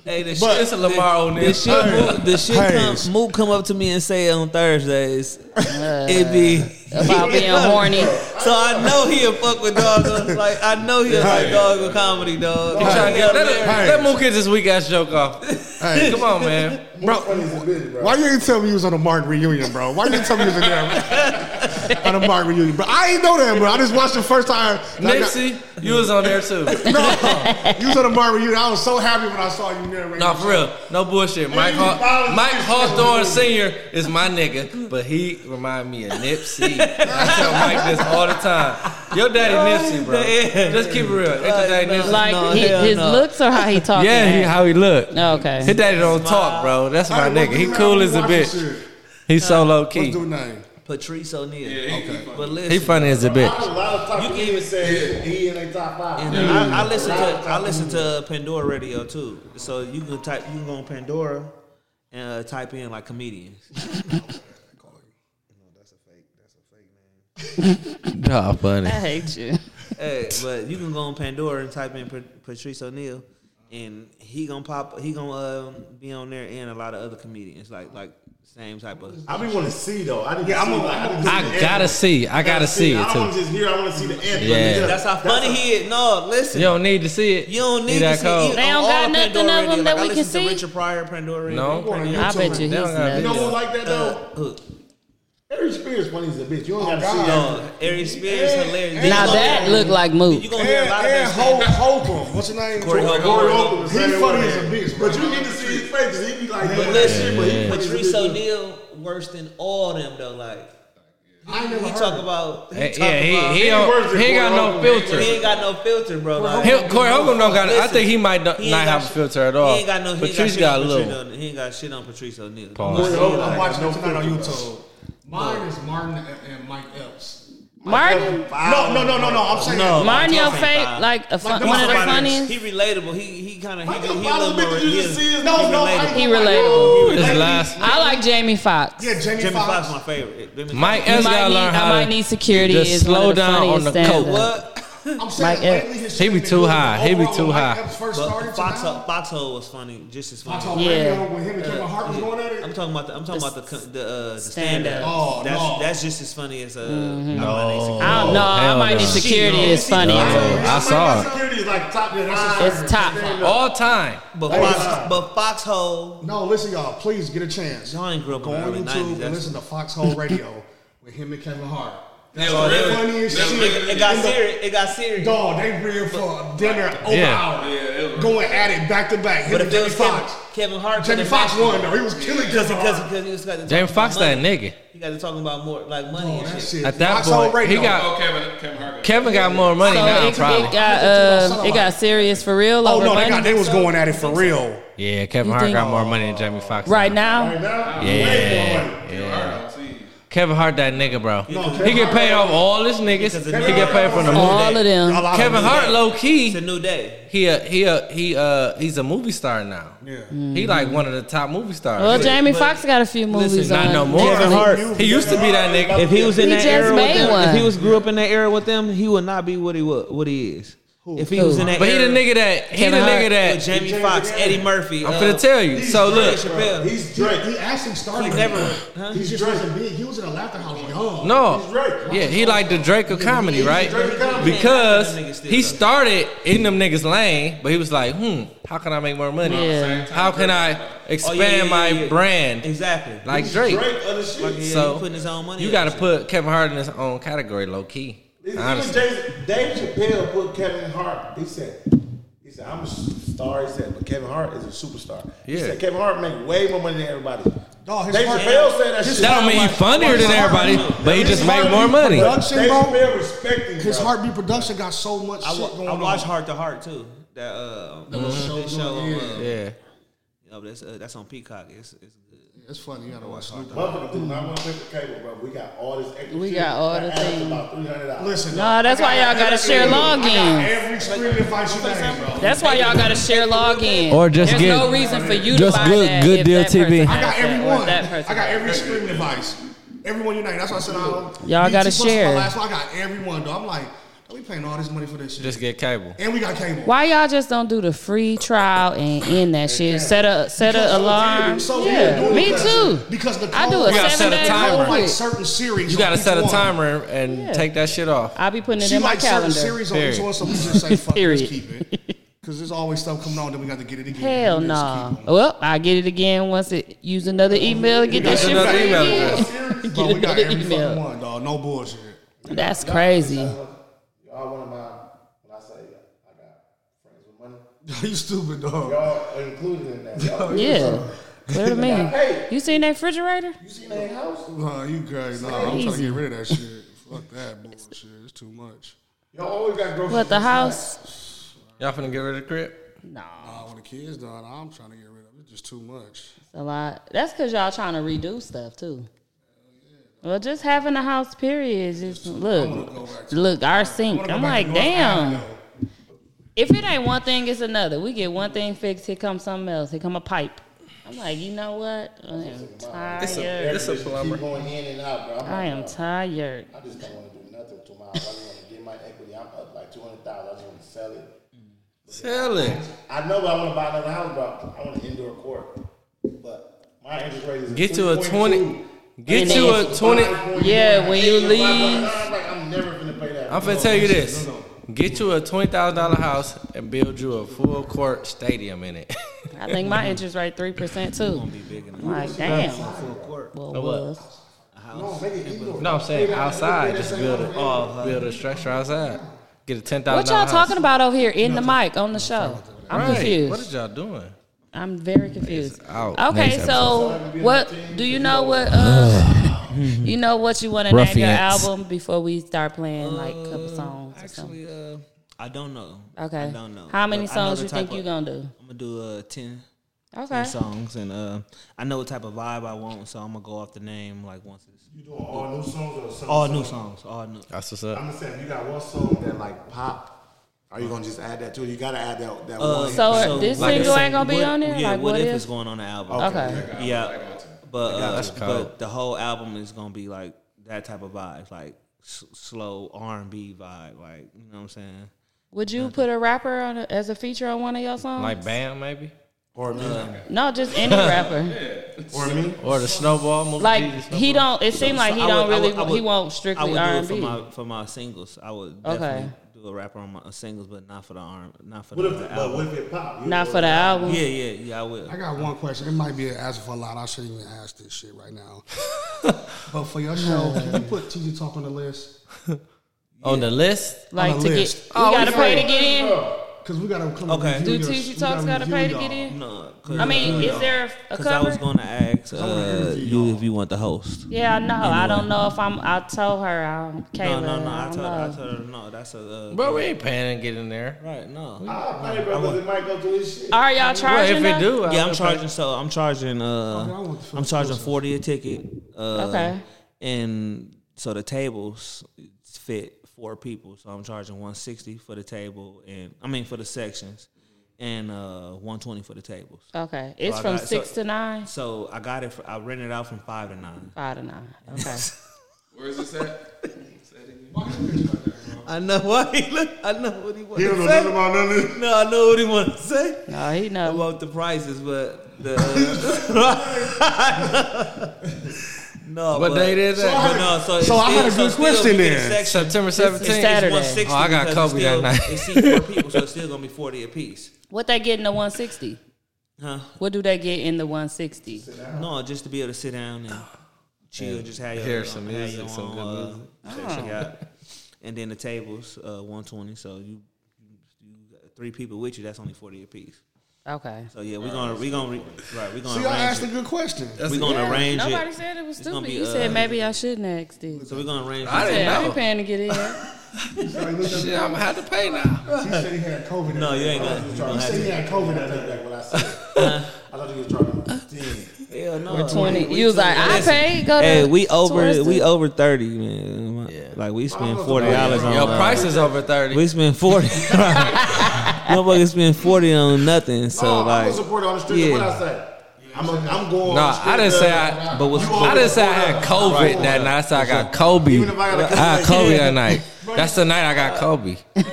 Hey, the But- shit, It's a Lamar O'Neal. The shit, Mook- the shit come, Hayes. Mook come up to me and say on Thursdays, it be About being horny. So I know he'll fuck with dog. Like I know he'll like dog with comedy, dog. Trying to get- Let, Hey. let Mook his weak ass joke off. Hey. Come on, man. Bro, why you ain't tell me you was on a Martin reunion, bro? Why you ain't tell me you was in there bro? on a Martin reunion, bro? I ain't know that, bro. I just watched the first time. Like, Nipsey, you was on there too. No, you was on a Martin reunion. I was so happy when I saw you there. Right No, for real. No bullshit. Mike, Haw- Mike Hawthorne Sr. is my nigga, but he remind me of Nipsey. I tell Mike this all the time. Your daddy Nipsey, bro. Yeah. Just keep it real. Ain't your daddy Nipsey? Like No, he- hell his no. looks or how he talking. Yeah, he, how he look. His okay. daddy don't talk, bro. That's my Hey, what nigga. was He the cool name? as a Watch this bitch. shit. He's so low What's key. the name? Patrice O'Neal. okay. But listen, He funny as a A bitch. lot of top even comedians say he in a top five. And I, I listen to I listen to Pandora Radio too. So you can type you can go on Pandora and uh, type in like comedians. Nah, funny. I hate you. hey, but you can go on Pandora and type in Pat- Patrice O'Neal, and he gonna pop. He gonna um, be on there and a lot of other comedians like like same type of. I be want to see though. I didn't Yeah, I'm see, a- like, I'm a- didn't see the I gotta end. see. I gotta see I it don't want to too. just hear. I want to see the end. Yeah. That's how funny he is. No, listen. You don't need to see it. You don't He need that to see. cold. even They on don't got all nothing Pandora of 'em Radio, that like, we I can listen see. To Richard Pryor, Pandora. No. Radio. I bet you he's They don't got nuts. You know who like that though? Uh, who? Harry Spears funny as a bitch. You don't gotta Oh, God. see that. No, Ari Spears hilarious. You Now gonna that hear- look like Mook. You gonna hear a And, lot of and that. Ho- stand-up. Holcomb. What's your name? Corey Holcomb. Corey Holcomb Holcomb. is He the same funny one. as a bitch, bro. But you get to see his face. 'cause He be like, But yeah. listen, but he- Yeah. Patrice O'Neal worse than all them though. Like I ain't never he heard talk of about, he Eh, talk Yeah, about, he he, worse don't, than he ain't got Corey no Holcomb. filter. He ain't got no filter, bro. Like, He- Corey Holcomb don't got. it. I Listen, think he might not, he ain't not have a sh- filter at He all. ain't got no. He ain't Patrice shit got on a Patrice little. O'Neal. He ain't got shit on Patrice O'Neal. Pause. it. I'm watching it tonight on YouTube. Mine is Martin and, and Mike Epps. Martin, No, no, no, no, no. I'm saying No. Martin, your Somebody- fake like a fun, them one of the somebody- funniest. He relatable. He he kind of he Like, he the a bottom little bitch, more. you He, just see his- No, no, I ain't He gonna lie. relatable. His last I like Jamie Foxx. Yeah, Jamie, Jimmy Foxx. Foxx my favorite. Jimmy Mike You has might gotta need- learn how I might to need security just is slow one of the down on funniest the stand-up. coat. What? I'm Mike saying Epps. lately his He shit be been too good. high. He be Overall, too when high. Mike Epps first But started Fox to now, Foxhole was funny, just as funny. Fox on Yeah. radio when him and Kevin Hart was going at I'm it. talking about the I'm talking about the co- the, uh, the stand stand-up. up. Oh, that's no. that's just as funny as uh. Mm-hmm. I don't know. I hell might no. need security She is funny. Oh, I saw it Security is like top five. It's top. all time. But uh, Fox, but Foxhole, No, listen, y'all. Please get a chance. y'all ain't grew up Go in the on early YouTube and nineties. listen to Foxhole Radio with him and Kevin Hart. That's Oh, they- funny as shit. It got In the- serious. It got serious. Dog, they real for dinner over Yeah. hour. going at it back to back. Him But if and it Jamie was Kevin, Fox. Kevin Hart, Jamie could've Fox matched won it. though. He was killing because Kevin because Hart. because he was got to talk Jamie about Foxx that money. nigga. He got to talking about more like money Oh, and that shit. shit. At that Fox on point, he radio. got Oh, Kevin, Kevin Hart. got it. Kevin got more money So now. it, it Probably. got uh, it got serious for real Oh over no, they money? got they was going at it for real. Yeah, Kevin You Hart think- got more money than Jamie Foxx. right now. Now, way more money. Yeah, yeah. Kevin Hart, that nigga, bro. He Kevin get Hart- paid off all his niggas. Because He get paid from the movie. All of A them. lot of Kevin them- Hart, low key. It's a new day. He a, he a, he uh he's a movie star now. Yeah. He like one of the top movie stars. Mm-hmm. Well, Jamie but- Foxx got a few movies Listen, not on. no more. Kevin Hart. He used to be that nigga. If he was in He that just era with made them, if one. he was grew up in that era with them, he would not be what he wa- what he is. If he was in that but he era the nigga that he Kevin the Hart nigga with that Jamie Foxx, Eddie Murphy, uh, I'm finna tell you. So Dave look, Chappelle. He's Drake. He actually started. He never. it. Huh? He just wasn't big. He was in a laughter house young. no, He's Drake. yeah, he like the Drake of comedy, right? comedy. Because That nigga still he though. started in them niggas lane, but he was like, hmm, how can I make more money? Yeah. How can I Oh, expand yeah, yeah, yeah, yeah. my brand Exactly. like Drake? Drake other Like, shit. yeah, So, he putting his own money. You up got to and shit. put Kevin Hart in his own category, low key. Even Honestly, Jay- Dave Chappelle put Kevin Hart. He said, he said, I'm a star. He said, but Kevin Hart is a superstar. He Yeah. said Kevin Hart make way more money than everybody. Dog, his Dave heart- Chappelle said that shit. that don't mean he funnier than everybody, but he just make more money. Production, Dave bro. Chappelle respecting His heartbeat production got so much I, shit wa- going I on. watch Heart to Heart too. That uh, that show on, uh, Yeah. Oh, that's uh, that's on Peacock. It's it's good. It's funny. You gotta watch Snoop. Motherfucker do not want to pay for cable, bro. We got all this extra We shit got all that the adds up things. About three hundred dollars. Listen, No, that's why y'all gotta share logins. Every streaming device you name, bro. That's why y'all gotta share login. Or just There's get- no reason for you just to buy good- that good if deal that person TV. has I got that or every one. That person I got has every that. streaming device. Everyone united. That's why I said I don't. Y'all gotta BT Plus is my share. Last, one. I got everyone though. I'm like, are we paying all this money for this shit? Just get cable. and we got cable. Why y'all just don't do the free trial and end that shit? Set a set Because a so alarm. weird, so yeah, weird doing me that. too. Because the I do code- a You gotta set seven a day timer. code. like with- certain series. You gotta on each set a one. timer and Yeah. take that shit off. I be putting it She in my likes certain calendar. series on each Period. one, so we just say fuck, it, let's Period. keep it. Because there's always stuff coming on, then we got to get it again. Hell We no. just keep it. Well, I get it again once it use another email to get that Use shit another free email again. address. Get Bro, we got another every email. fucking one, dog. No bullshit. That's crazy. Y'all want to mind when I say I got friends with money? you stupid, dog. Y'all included in that. Y'all Yeah. Clear to me. Hey. You seen that refrigerator? seen that house? Nah, you crazy. Nah, I'm trying to get rid of that shit. Fuck that bullshit. It's too much. Y'all always got groceries. What the house? Y'all finna get rid of the crib? Nah, when the kids done, I'm trying to get rid of it. It's just too much. It's a lot. That's because y'all trying to redo stuff too. Well, just having a house, period. is Just go look, back to- look, our I sink. wanna go I'm back like, to North damn. Carolina, If it ain't one thing, it's another. We get one thing fixed, here comes something else. Here come a pipe. I'm like, you know what? I am tired. It's a plumber. Keep going in and out, bro. I'm I am like, tired. bro, I just don't want to do nothing tomorrow. I just want to get my equity. I'm up like two hundred thousand. I just want to sell it. Sell it. I know I want to buy another house, bro. I want an indoor court, but my interest rate is Get to a 20. Get And you then- a 20. Yeah, when you leave, I'm like, I'm never gonna pay that. I'm finna tell you this. Get you a twenty thousand dollar house and build you a full court stadium in it. I think my interest rate three percent too. I'm like, damn. Well, was. no, I'm saying outside, just build a build a structure outside. Get a ten thousand What dollar y'all house. talking about over here in the mic on the show? I'm Right. What confused. is y'all doing? I'm very confused. out. Okay, Next so what do you know what uh you know what you want to name your Ruffians. album before we start playing like a couple songs or something? Actually, uh, I don't know. Okay. I don't know. How many But I know songs the you think type you of- gonna do? I'm gonna do uh 10, 10 Okay. songs, and uh, I know what type of vibe I want, so I'm gonna go off the name like once it's You doing all new songs or some all song? new songs, all new. That's what's I'm up. gonna say if you got one song that like pop, are you gonna just add that to it? You gotta add that that one. So, uh, this like I single said, ain't gonna be what- on there? Yeah, Like, what, what if if? it's going on the album? Okay. Yeah, but uh, that's cold. but the whole album is gonna be like that type of vibe, like s- slow R and B vibe, like you know what I'm saying. Would you put a rapper on a, as a feature on one of your songs? Like Bam maybe, or me, no, just any rapper. or me. or the Snowball. Move Like Jesus, he Snowball. don't. It seemed like he I would- don't I would- really. I would- he won't I would strictly do R it and for B. my for my singles. I would definitely Okay. do a rapper on my uh, singles, but not for the arm, not for What the, if, the but album. what if it pop? You Not know, for the album. Yeah, yeah, yeah. I will. I got one question. It might be an answer for a lot. I shouldn't even ask this shit right now. but for your show, can you put TG Talk on the list? on the list. Like on to the get. list. Oh, We gotta pay to get in. Because we got to come Okay. and Do review your- we TG Talks gotta review pay to y'all. get in? No, I mean, is there a Because I was cover? gonna ask uh, you if you want the host. Yeah, I know. I don't know if I'm. I told her. I'm No, Kayla. no, no. I don't told her. I know. told her no. That's a uh, Bro, we ain't paying to get in there. right. No. I'll pay, bro, because it might go through his shit. Are y'all Well, if charging? it us? do, I Yeah, I'm would pay. charging. So I'm charging. I Uh, want the I'm charging forty a ticket. Uh, Okay. And so the tables fit four people, so I'm charging one sixty for the table, and I mean for the sections, and uh, one twenty for the tables. Okay, it's So I from got- six so- to nine. So I got it. For, I rented it out from five to nine. Five to nine. Okay. Where is this at? I know why he look. I know what he wants He don't know nothing about none of this. No, I know what he want to say no, he Um, know. about the prices, but the uh, no. What date is that? But no, so, So it's I had a still- good so still question we get a there. section. September It's seventeenth. Saturday. 160 Oh, I got because Kobe it's that still, night. It's seat four people, so it's still gonna be forty apiece. What they get in the one sixty? Huh? What do they get in the one sixty? No, just to be able to sit down and chill, just have your hear some have your music, some good own, music. uh, check Ah. it out. And then the tables, uh, one twenty. So you, you, you got three people with you. That's only forty apiece. Okay. So yeah, we're gonna we're gonna re, right. We're gonna See, I arrange asked a it. good question. We're gonna arrange Nobody it. said it was It's gonna stupid. be, you uh, said maybe I shouldn't ask this. So we're gonna arrange. I it. didn't I ain't know. paying to get in. Shit, I'm gonna have to pay now. He said he had COVID. No, you ain't gonna. You He gonna have said he to. had COVID. I take back what I said. I thought you was trying to ten. Hell no. We're 20. You was like, I paid, go to Hey, we over Twister. we over thirty, man. Like we spend forty dollars on uh, Your price is over thirty. We spend forty. Motherfuckers spend forty on nothing. So Oh, I'm like, gonna support it on the street. What I say? I'm, a, I'm going. on Nah, the street I didn't now. say I. But what's- You I over didn't say I had there. COVID Right. that night. I said I got Kobe. Even if I I gotta come had back Kobe in. that night. Uh, That's the night I got Kobe. Bring them.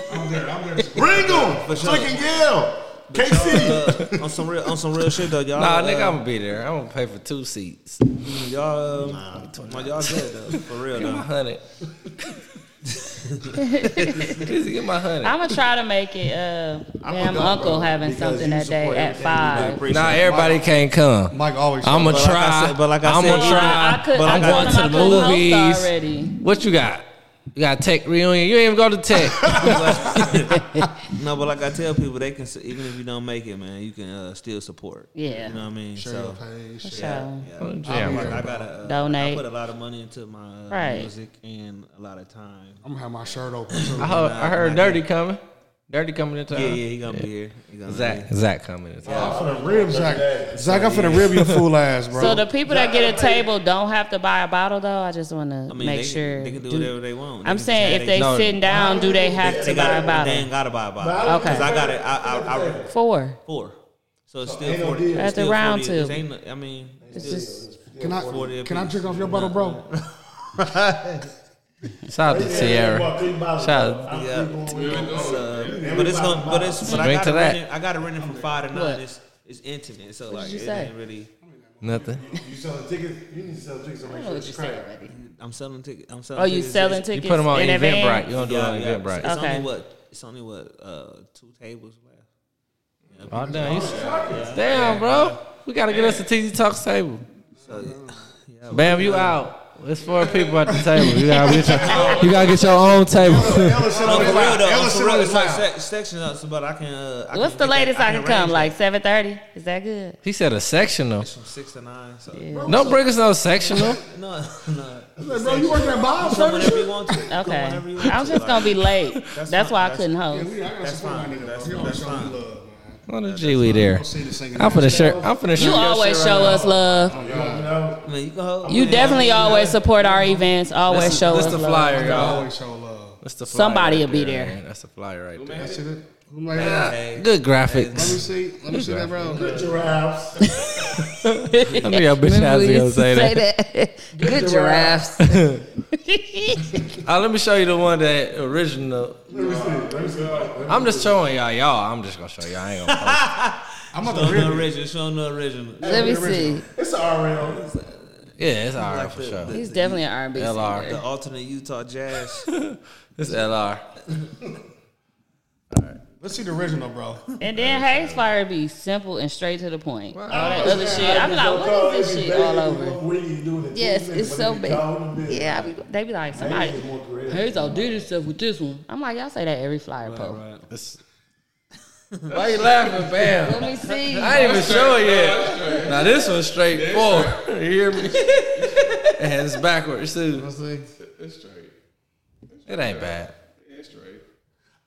For sure. Freaking Gale. KC. uh, on some real on some real shit though, y'all. Nah, uh, mm, nigga, I'm gonna be there. I'm gonna pay for two seats. y'all, um, well, y'all good though, for real Get my though. hundred. Just get my hundred. I'm gonna try to make it. Uh, damn go, uncle bro, having because something you that day support at everything you do. five. Appreciate Nah, it. everybody can't come. Mike always I'm gonna But like I try. said- but like I am said, gonna even- try. I could- I I'm told going him to I the couldn't host movies. already. What you got? You got tech reunion. You ain't even go to tech. No, but like I tell people, they can even if you don't make it, man, you can uh, still support. Yeah. you know what I mean. Share your so page, share- So, yeah, Oh, I, jam, like, bro. I gotta uh, Donate. I put a lot of money into my uh, Right. music and a lot of time. I'm gonna have my shirt open too. I heard, I heard Dirty coming. Dirty coming into Yeah, yeah, he gonna be here. He gonna Zach, Zach coming into town. I'm finna rib Zach. Zach, I'm finna rib your fool ass, bro. so the people that get a table don't have to buy a bottle though. I just want to I mean, make they, sure. they can do, do- whatever they want. I'm They can saying decide if they No. sitting down, do they have they to buy got a They bottle? ain't gotta buy a bottle. Okay. Cause I got it. I I, I, I Four. four. So it's ain't still no forty. deal. it's At the still round 40. It two. ain't no- I mean, It's just can I 40 can I apiece. drink off your bottle, bro? Shout out to Sierra. Shout out. yeah. uh, It's, But it's gonna. But it's. But I Drink got to to that. rent it. I got to rent it from five to What? nine. It's it's intimate. So like you it say? ain't really. Nothing. You selling tickets? You need to sell tickets to make sure it's crack. I'm selling tickets. I'm Oh, selling. Oh, you tickets. selling It's- You tickets? put them on in Eventbrite. advance? You don't do it yeah, on yeah. It's, Eventbrite. it's Okay. only what. It's only what. Uh, two tables left. Oh, damn, you, damn, bro. We gotta get us a TZ Talks table. Uh-huh. Bam, you out. It's four people at the table. You gotta get your, you gotta get your own table. Ella shit No, on the for real cloud. though. Ella I'm shit For real, on the it's like cloud. sec- sections up, so but I can. Uh, I What's the can get that- latest I can come? arrange Like seven thirty? Is that good? he said a sectional. from six to nine. So No bring us no sectional. no, no. Like, bro, you working at Bob's Come Furniture? whenever you want to. Come Okay. whenever you want I was to. just gonna be late. That's, That's why fine. I couldn't host. That's fine. That's, that's fine. On the G we there. See the singing. Oh, I'm finna shirt. I'm finna shirt. You always show us love. I mean, you can hold. You definitely always support our events. Always show That's us the love. flyer, y'all. Always show love. That's the flyer Somebody right will be there. man. That's the flyer right there. That's it. Who made that? Good graphics. "Ah, Let me see. Let me see that, bro. Giraffes. I knew your bitch ass was gonna say that. Good giraffes. Uh, let me show you the one that original. I'm just showing y'all, y'all. I'm just gonna show y'all. I ain't gonna post. I'm about Show to rib the original. Show the original. Let me see. It's an RL. Yeah, it's alright for sure. He's definitely an R&B LR. singer. The alternate Utah Jazz. It's LR. Let's see the original, bro. And then Hayes Fire be simple and straight to the point. All that other shit. I'm like, what is this shit all over? Yes, it's so bad. Yeah, I be, they be like, somebody, Hayes all did this stuff with this one. I'm like, y'all say that every flyer post. Why you laughing, fam? Let me see. I ain't even show it yet. Now this one's straightforward. You hear me? and it's backwards too. Let's see. It's straight. It ain't bad. It's straight.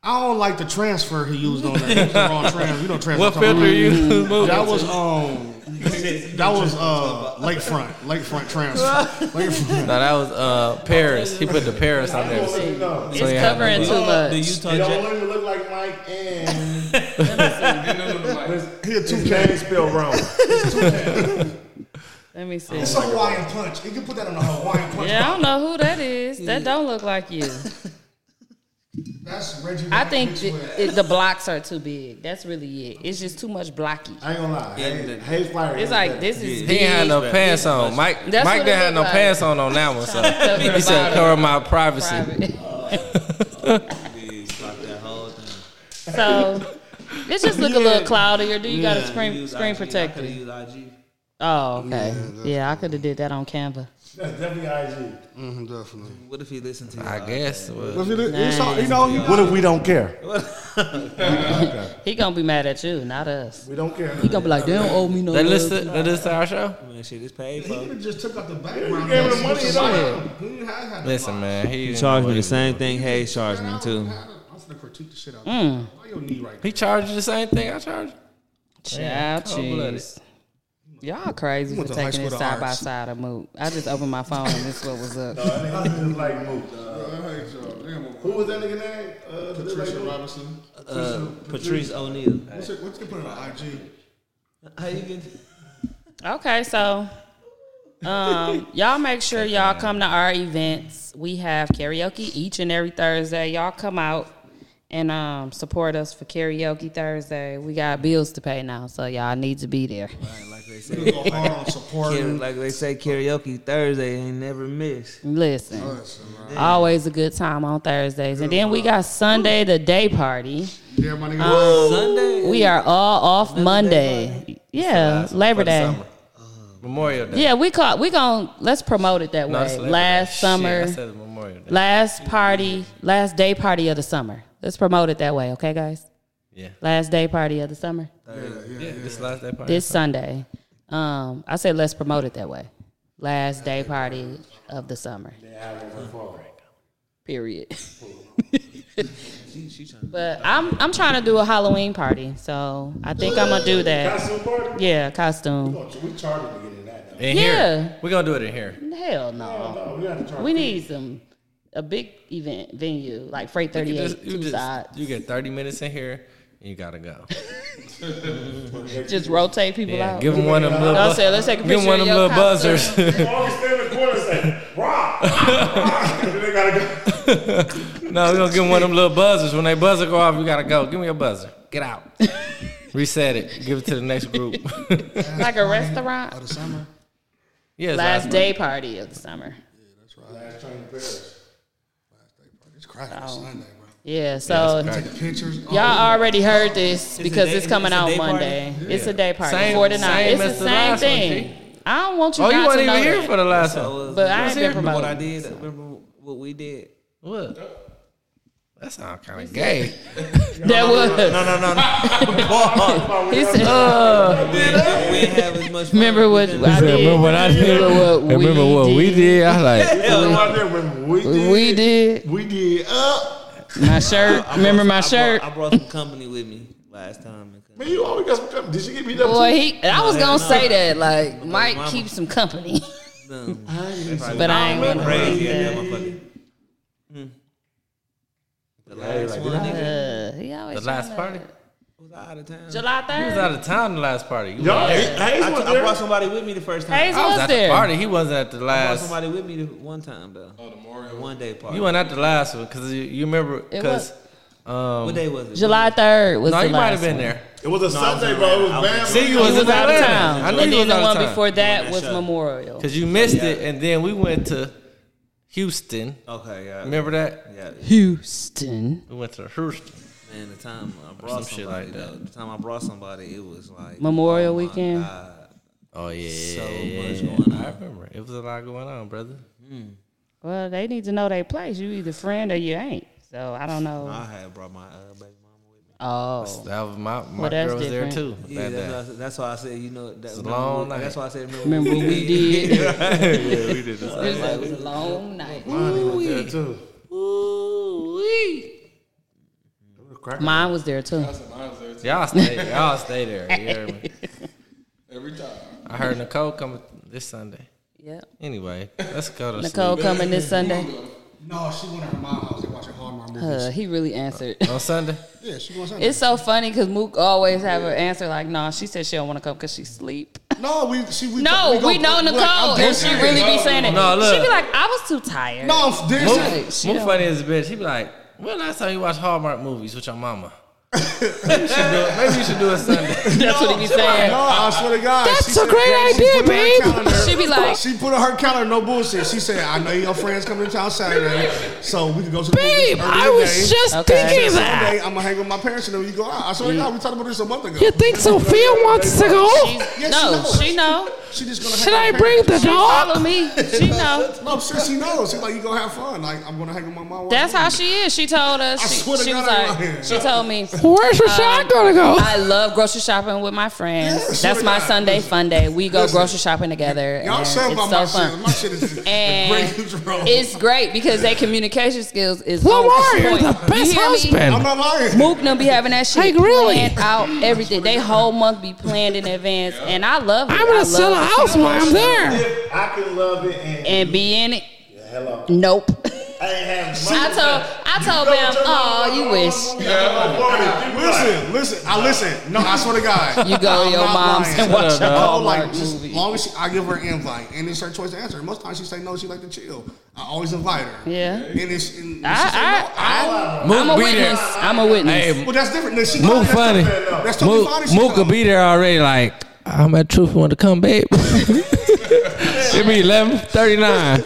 I don't like the transfer he used on that. It was the wrong transfer. You don't transfer. What from- filter you moving? That was um. That was uh lakefront, lakefront transfer. Lakefront. No, that was uh Paris. He put the Paris on there. So It's yeah, covering too The much. Utah It don't Jazz. want him to look like Mike and And then I'm like, He a two his name K. spelled wrong. Let me see. It's a Hawaiian punch. You can put that on a Hawaiian punch. Yeah, I don't know who that is. That don't look like you. That's Reggie. I think th- it, the blocks are too big. That's really it. It's just too much blocky. I ain't gonna lie. Hayes- the- Hayes Fire. It's is like better. this is He ain't had big. no pants on. Mike That's Mike what didn't it have no look like. pants on on that one. So Cover he said, body, "Cover my privacy." private. Like that whole thing. So this just look a little cloudier. Do you got a screen Use screen IG. I protector? could use IG. Oh, okay. Yeah, I could have did that on Canva. That's definitely IG. Mm-hmm, definitely. What if he listened to? you? Oh, I guess. Well, If you, did- it's all- you know, he- What if we don't care? He gonna be mad at you, not us. We don't care. He gonna be like, they don't owe me no. they love." listed. They listed our show. Man, shit, it's paid for. just took out the background. Gave him the money. You know? Listen, man. He He didn't charged know me the what same thing. Hey, charged me too. I'm gonna critique the shit out. of you. Why your knee right He, he charged you the same thing I charged. Child, cold-blooded. cheese. Y'all crazy You for went to high taking it school to side by arts. side of Moot. I just opened my phone and this what was up. No, I think it's like Moot. Who was that nigga name? Uh, Patricia Robinson. Uh, Patrice O'Neal. What's it? What's it put on IG? How you get? Okay, so um, y'all make sure y'all come to our events. We have karaoke each and every Thursday. Y'all come out and um, support us for karaoke Thursday. We got bills to pay now, so y'all need to be there. Like they Niggas go hard on Kara- supporting. Like they say, karaoke Thursday ain't never miss. Listen, Oh, Listen, Um, man. always a good time on Thursdays, and then we got Sunday the day party. Yeah, my nigga. Um, Sunday? we are all off Monday. Yeah, Uh, Labor Day. Memorial Day. Yeah, we call we gon' let's promote it that No, it's way. Labor Day. Last Shit, summer, I said it's Memorial Day. last party, last day party of the summer. Let's promote it that way, okay, guys? Yeah. Last day party of the summer. Yeah, this last day party. This Sunday. Um, I said let's promote it that way. Last day party of the summer. Period. She, she trying But I'm I'm trying to do a Halloween party, so I think I'm gonna do that. Costume party? Yeah, costume. We charging to get in that. in Yeah. here. We're gonna do it in here. Hell No, no. we gotta charge. We need some a big event venue like Freight You, 38 just, you, two sides. just, you get 30 minutes in here and you gotta go. Just rotate people Yeah, out. give them one of them little, I bu- said, let's take a give picture. 'em one of them your little costume. buzzers. Always stand in the corner and say, rock! rock." they gotta go. no, we're gonna give them one of them little buzzers. When they buzzer go off, you gotta go. Give me your buzzer. Get out. Reset it. Give it to the next group. Like a restaurant. Of the summer. yeah, it's Last awesome. day party of the summer. Last train to Paris. It's cracking on Sunday, bro. Yeah, so Taking pictures. Oh, Oh. y'all already heard this a because day- it's coming it's a out day party? Monday. It's a day party. Same- Four to nine. same as It's the the same last one, thing. I don't want you Oh, you not weren't to know even here that. for the last to. one. But I ain't been Oh, remember what I promoted, did. Remember what we did. What? That sounds kind of gay. That was. No, no, no. no. He said, uh, we didn't have as much. fun. remember what I did. remember what I did? Remember what, Remember we, what did. we did? I like. Hell, out there when we did. We did. We did. Uh, My shirt. Remember my I shirt? Brought, I brought some company with me last time. man, you always got some company. Did she get beat up? Boy, too? he. I was hell gonna no. say that. Like, Mike mama. keeps some company, Um, but I ain't gonna. crazy say in that that. motherfucker. Mm. The last one, nigga, Uh, he always The last tryna- party. was I out of town. July He was 3rd. out of town the last party. You Y'all, were there. Hayes I, was I there. brought somebody with me the first time. Hayes I was was at the there. party. He wasn't at the I brought last. somebody with me the one time though. Oh, the Mario. The one day party. You weren't at the last one because you, you remember It because. Um, what day was it? July 3rd was no, the you might have last been one. there. It was a I was Sunday, in bro. It Atlanta. was I was bam. See, you He was, was in out of Atlanta. town. I know and you was then the out one of town before that that was show. Memorial. because you missed it, and then we went to Houston. Okay, yeah. Remember that? Yeah, Houston. We went to Houston. man. The time I brought some shit somebody, like that. though, the time I brought somebody, it was like Memorial oh Uh, my weekend? God. Oh yeah, So yeah, much yeah. going on. I remember. It was a lot going on, brother. Well, they need to know their place. You either friend or you ain't. So I don't know. I had brought my uh, baby mama with me. Oh, That was my my Well, that's girl was there too. different. Yeah, that that's, day. why I said- that's why I said you know that, a long That's night. why I said remember, remember what we did? yeah, we did. This. It was a long night. there too. Mine was there too. I said mine was there too. Y'all stay. Y'all stay there. You hear me? Every time. I heard Nicole coming this Sunday. Yep. Anyway, let's go to Nicole sleep. coming this Sunday. No, she went out to my house and watching Hallmark movies. Uh, he really answered. on Sunday. yeah, she was out It's so funny because Mook always have her answer like, "Nah, she said she don't want to come because she sleep." No, we she we No, go- we know look, Nicole, I'm and dancing. she really be saying it. No, look. She be like, "I was too tired." No, I'm dancing. Like, she More don't- funny is a bitch. He be like, "When last time you watched Hallmark movies with your mama?" maybe, you should do it, maybe you should do it Sunday. That's what he be saying. No, I swear to God, That's she a said- great she idea, put it on her babe. calendar. She be like- she put on her calendar, no bullshit. She said, "I know your friends coming to town Saturday, so we can go to the Babe, movies early I today. was just Okay. thinking that. Sunday, I'm gonna hang with my parents and then we go out." I swear to God, we talked about this a month ago. You think Sophia wants to go? Yes, no, she she know. She just gonna. Should I hang with her bring the parents. Follow dog? me. She know. No, I'm sure she knows. She's like, "You gonna have fun? Like, I'm gonna hang with my mom." That's how she is. She told us. I She, swear to she God, was I like, ain't lying. she told me. Where's Um, Rashad gonna go? I love grocery shopping with my Yeah, friends. swear That's to my God. Sunday Listen. fun day. We go Listen. grocery shopping together, Y'all and show it's my- so my fun. shit. My shit is the and greatest role. It's great because their communication skills is. Lil on Wayne, you're point. the You best hear me? husband. I'm not lying. Mook them be having that shit Like, really? planned out everything. They whole month be planned in advance, and I love it. I'm gonna I sell a love house while I'm there. If I can love it and, and be in it. hello. Nope. I ain't have I told I told them, oh, you wish. Listen, listen. I listen. No, I swear to God. You go to your not mom's lying. and watch No, a Hallmark like, just movie. long as she, I give her an invite, and it's her choice to answer. Most times she say no. She like to chill. I always invite her. Yeah. And, it's, and she say I, no. I, I, Mook I'm a be witness. there. I'm a witness. Hey, Well, that's different. No, she Mook that's funny. different, though. That's totally Mook, fine. if she Mook come. could be there already. Like I'm at truth. Want to come, babe? it be eleven thirty nine.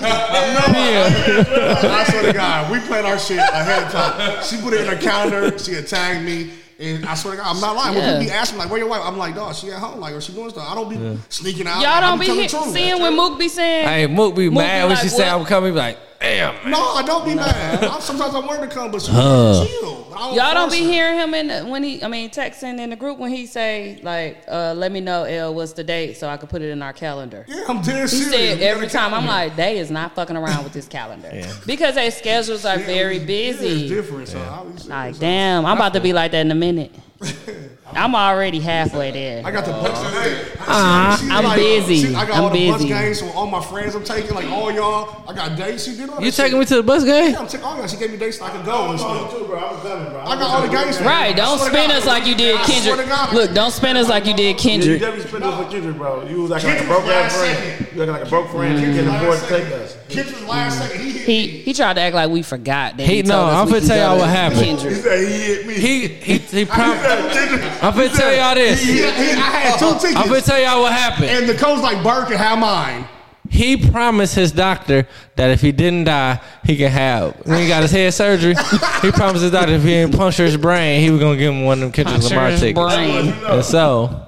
I swear to God, we planned our shit ahead of time. She put it in her calendar. She had tagged me. And I swear to God, I'm not lying. When Yeah. people be asking, like, where your wife? I'm like, dog, she at home. Like, or she doing stuff. I don't be sneaking out. Y'all don't I be telling hit, the truth. seeing when Mook be saying. Hey, Mook be Mook mad be when she like, say what? I'm coming. Be like, damn. Man. No, I don't be mad. I, sometimes I want her to come, but she Huh. chill. But I Y'all don't force be her. hearing him in the, when he, I mean, texting in the group when he say like, uh, "Let me know, L, what's the date so I can put it in our calendar." Yeah, I'm dead He serious. said We got every a time, I'm calendar. like, they is not fucking around with this calendar because their schedules are very It's busy. different. So obviously, Like, damn, I'm about to be like that in a minute. I'm already halfway there. I got the Bucks today. Uh-uh. I'm busy. I got I'm all the Bucks busy. games from all my friends. I'm taking like all y'all. I got dates. She did all that. You shit. taking me to the bus game? Yeah, I'm taking all y'all. She gave me dates so I could go. And stuff. too, bro. I'm coming, bro. I got all the games. from Right? her. I Don't swear to spin God. us like you did I swear to Kendrick. God. Look, don't spin us like you did You Kendrick. definitely spent us for Kendrick, bro. You was acting like a Kendrick broke ass last friend. second. You acting like a broke friend. You can afford to take us. Kendrick's last second. He hit He he tried to act like we forgot that he, He- told no, us I'm we finna could tell go y'all to what happened. He Kendrick. said he hit me. He he he. He Prob- said Kendrick. I'm finna tell y'all He, this. he, I had two tickets. I'm finna tell y'all what happened. and the coach like Burke can have mine. He promised his doctor that if he didn't die, he could have. When he got his head surgery, he promised his doctor if he didn't puncture his brain, he was gonna give him one of them Kendrick Puncture Lamar his tickets. brain. And so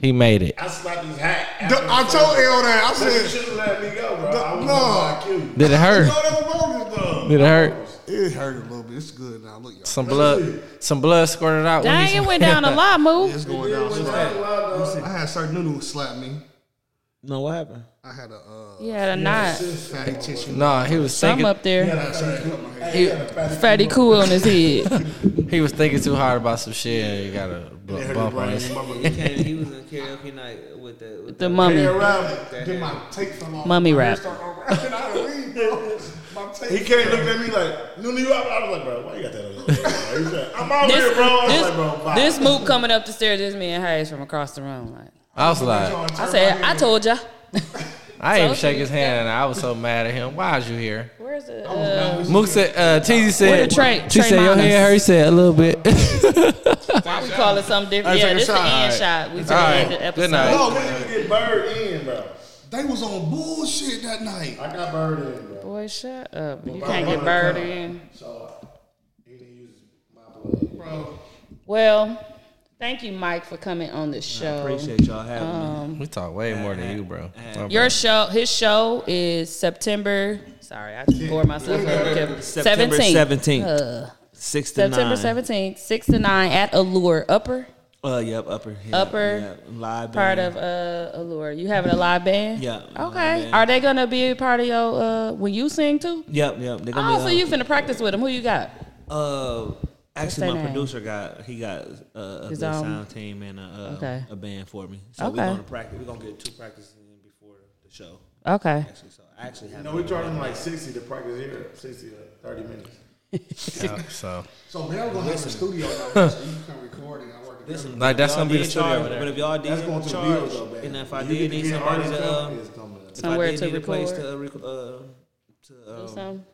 he made it. I slapped his hat. The- I told L that. I You said, should have let me go, bro. I was No. about to kill you. Did it hurt? no, that was bogus though. Did it hurt? It hurt a little bit. It's good now. Look, y'all. Some blood, some blood squirted out. when Dang, he- it went down a lot, move. It's going down. slow. I had Sir Nunu slap me. No, what happened? I had a uh, He had a knot. fatty tissue. Nah, he was Some thinking. up there. He, Fatty cool on his head. he was thinking too hard about some shit. And he got a bu- bump on his. He came. He was in karaoke night with the with The mummy. Then my tape fell off. Mummy rap. He came looked at me like, no, you out. I was like, bro, why you got that on your head, bro?" He said, I'm out here, This, bro. I was this, like, bro, bye. this move coming up the stairs, this me and Hayes from across the room. Like I was like, I said, I told ya. I didn't shake his hand. And I was so mad at him. Why is you here? Where's the uh, Mook said, uh, Teezy Where said, the Trey- she Trey said, your Mamas? hand hurt. He said, a little bit. why Uh, we call it something different? Alright, Yeah, take a this the shot. end Alright. shot. We took Alright, the good episode. night. No, we need to get Bird in, bro. They was on bullshit that night. I got Bird in, bro. Boy, shut up. You can't get bird in. So, he didn't use my blood. Bro. Well, thank you, Mike, for coming on the show. Appreciate y'all having Um, me. we talk way more than you, bro. My Your bad. show, his show is September. Sorry, I just bore myself up. September seventeenth, six to Uh, September nine. seventeenth, six to nine at Allure Upper, Uh, yep, upper, yeah, Upper yeah, live part of band. uh Allure. You having a live band? Yeah, Okay. live band. Are they gonna be a part of your uh when you sing too? Yep, yep. They're gonna Oh, be, so uh, you finna practice with them? Who you got? Uh, actually, their my name? producer got he got uh, a His good own- sound team and a uh, Okay. a band for me. So Okay. we're gonna practice. We're gonna get two practices in before the show. Okay. Actually, so I actually have. No, we charged him like 60 to practice here, 60 to 30 minutes. Yeah, so So Mel gonna have a studio now, so you can record it. I work it. Listen, like that's gonna be the Did studio charge, over But there. if y'all did That's going to the charge, bills, though, man. and if I You did get to need get somebody artists to, up, um, it's uh, coming up. if Somewhere I did to need a place record. to uh, rec- uh, to um, Some-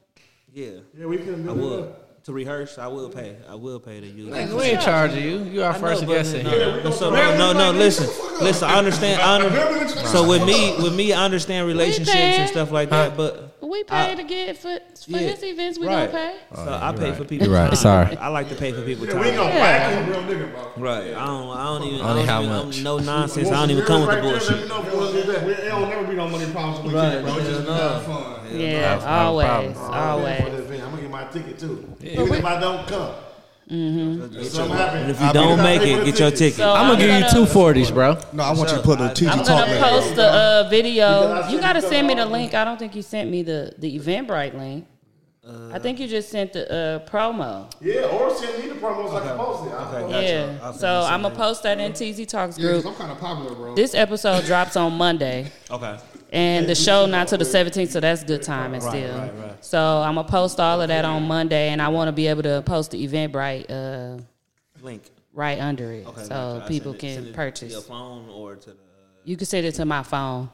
yeah, Yeah, we could I have would to rehearse. I will pay. I will pay to use. Nigga, we ain't charging you. You our I know, first but guest no, in no, here. no, so- No, no, listen, listen. I understand. I under, so with me, Uh-huh. with me, I understand relationships and stuff like that. But We pay I- to get for for Yeah, his events. We don't right. pay. so I pay for right. people's Oh, You're right. time. Sorry. I like to pay for people's We time. gonna whack him, real nigga, bro. Right. I don't. I don't even. Only I how don't even, much? I'm no nonsense. I don't even come with the bullshit. It don't never be no money problems with Right, you, bro. It's just yeah, have fun. Yeah, no, no always, problem. I'm always. gonna get my ticket too. Even if I don't come, Mm-hmm. If something happens, And if I'll you be don't the- make it, get your ticket. So I'm I'm gonna give you gonna- two forties, bro. No, I want you to put a TV I'm talk gonna in. post the uh, video. You sent gotta it to send me her. the link. I don't think you sent me the the Eventbrite link. I think you just sent the uh, promo. Yeah, or send me the promos like I posted. I don't know. Yeah. So I'm gonna post that in TZ Talks group. I'm kind of popular, bro. This episode drops on Monday. Okay. And the show not till the 17th, so that's good timing Right, still. right, right. So I'm gonna post all of that on Monday, and I want to be able to post the Eventbrite uh, Link. right under it, Okay. so I'll people send it- can send it to purchase. your phone or to the. You can send it to my phone.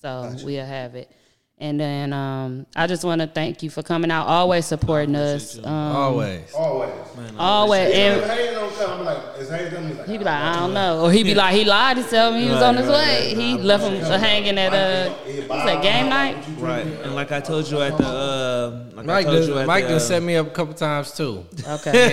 So we'll have it. And then um, I just want to thank you for coming out, always supporting us. Um, Mm. Always. Always. Always. If And Hayes don't come, I'm like, is Hayes done? He's like, he'd be like, I don't know. Or he'd be like, he lied to himself. He was on his way. He left him hanging at a, was that game night? Right. And like I told you at the. Uh, like Mike I told done, you at Mike the, done uh, set me up a couple times too. Okay.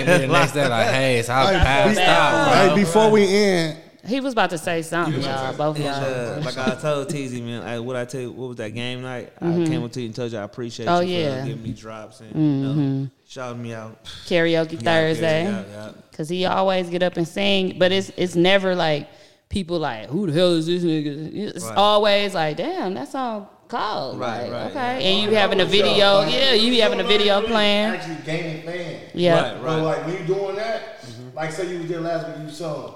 And then next day, like, hey, so I was passed out. Hey, before we end, He was about to say something, y'all, both of And, y'all. uh, like I told TZ, man, I, what I tell you, what was that game night? I came up to you and told you I appreciate Mm-hmm. Oh, you for yeah. giving me drops and you know, shouting me out. Karaoke Thursday. Yeah, yeah, Cause he always get up and sing, but it's it's never like people like who the hell is this nigga? It's Right. always like damn, that song cold. Right, Right, right, okay, and you be having a video, yeah, you be having a video playing. Actually, gaining fans. Yeah, Right, But like when you doing that, like say you was there last week, you sung,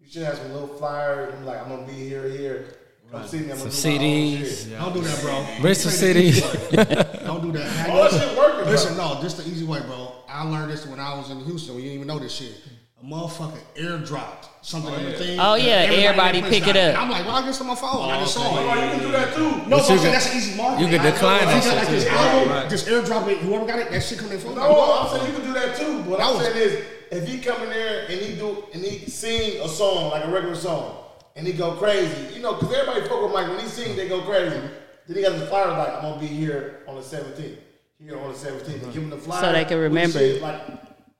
you should have some little flyer. I'm like, I'm gonna be here, here. Come see me. I'm gonna Some do my own CDs. shit. don't do that, bro. Bristol City. Don't do that. Oh, that shit working, bro. Listen, no, just the easy way, bro. I learned this when I was in Houston. We didn't even know this shit. A motherfucker airdropped something on the thing. Oh, yeah, and everybody got pick pushed it out. up. I'm like, well, I guess on my phone. I just saw it. Oh, you can do that too. No, But but you I'm saying could- that's an easy market. you could decline that shit, Like this too. album, Right. just airdrop it. Whoever got it, that shit coming from. No, I'm saying you can do that too. But That I'm was- saying is, if he come in there and he do and he sing a song like a regular song, and he go crazy, you know, because everybody fuck with Mike when he sing, they go crazy. Then he got the flyer like, I'm gonna be here on the 17th, here on the 17th, and give him the flyer So they can with remember shit, it. like,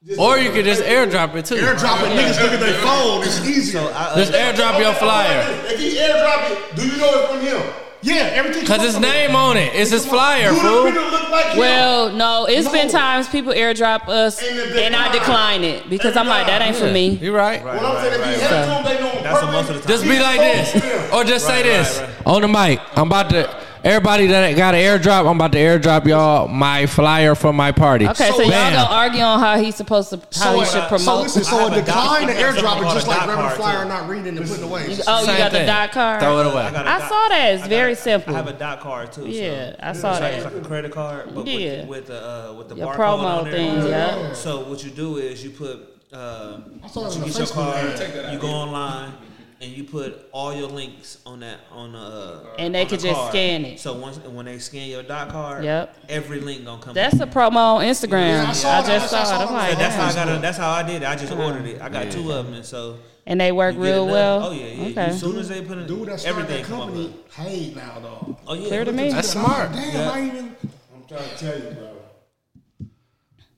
just- or you could just airdrop it too. airdropping niggas look at their phone. It's easier. Just airdrop your flyer. If he airdrop it, do you know it's from him? yeah, everything. Cause his name on it. It's his flyer, Do the fool. people look like him? Well, no, it's been No. times people airdrop us And and, they I decline. decline it because They I'm like that ain't for me. You right. what I'm saying, if he airdrop them, they know him That's the most perfectly. of the time. Just be like this, Oh, or just say Right, this right, on the mic. I'm about to. Everybody that got an airdrop, I'm about to airdrop y'all my flyer for my party. Okay, so, y'all Bam. gonna argue on how he's supposed to how he should promote. So listen, I so have a a decline doc- to I have airdrop something is just called a like doc grabbing card, flyer too. and not reading and putting away. oh, you Same got the thing. dot card. Throw it away. got a I doc- saw that. It's I got very a- simple. I have a dot card too. so Yeah, I it's saw like- that. It's like a credit card, but Yeah. with, with the uh, with the Your barcode promo on there. thing, yeah. So what you do is you put uh, saw it you on get the your Facebook card, ad. you go online, and you put all your links on that on the uh, And they on the could just card. scan it. So once when they scan your dot card, Yep. every link gonna come. That's a promo on Instagram. Yeah, I, I saw that. just saw, I saw it. I'm that. like, that's how I damn. got. A, that's how I did it. I just ordered it. I got two of them, and so and they work you get real another- well. Oh yeah, yeah. Okay. As soon as they put in Dude, that started everything that come up with company it. paid now, though. Oh yeah, Clear to look me. at That's smart. Damn, Yeah. I ain't even. I'm trying to tell you, bro.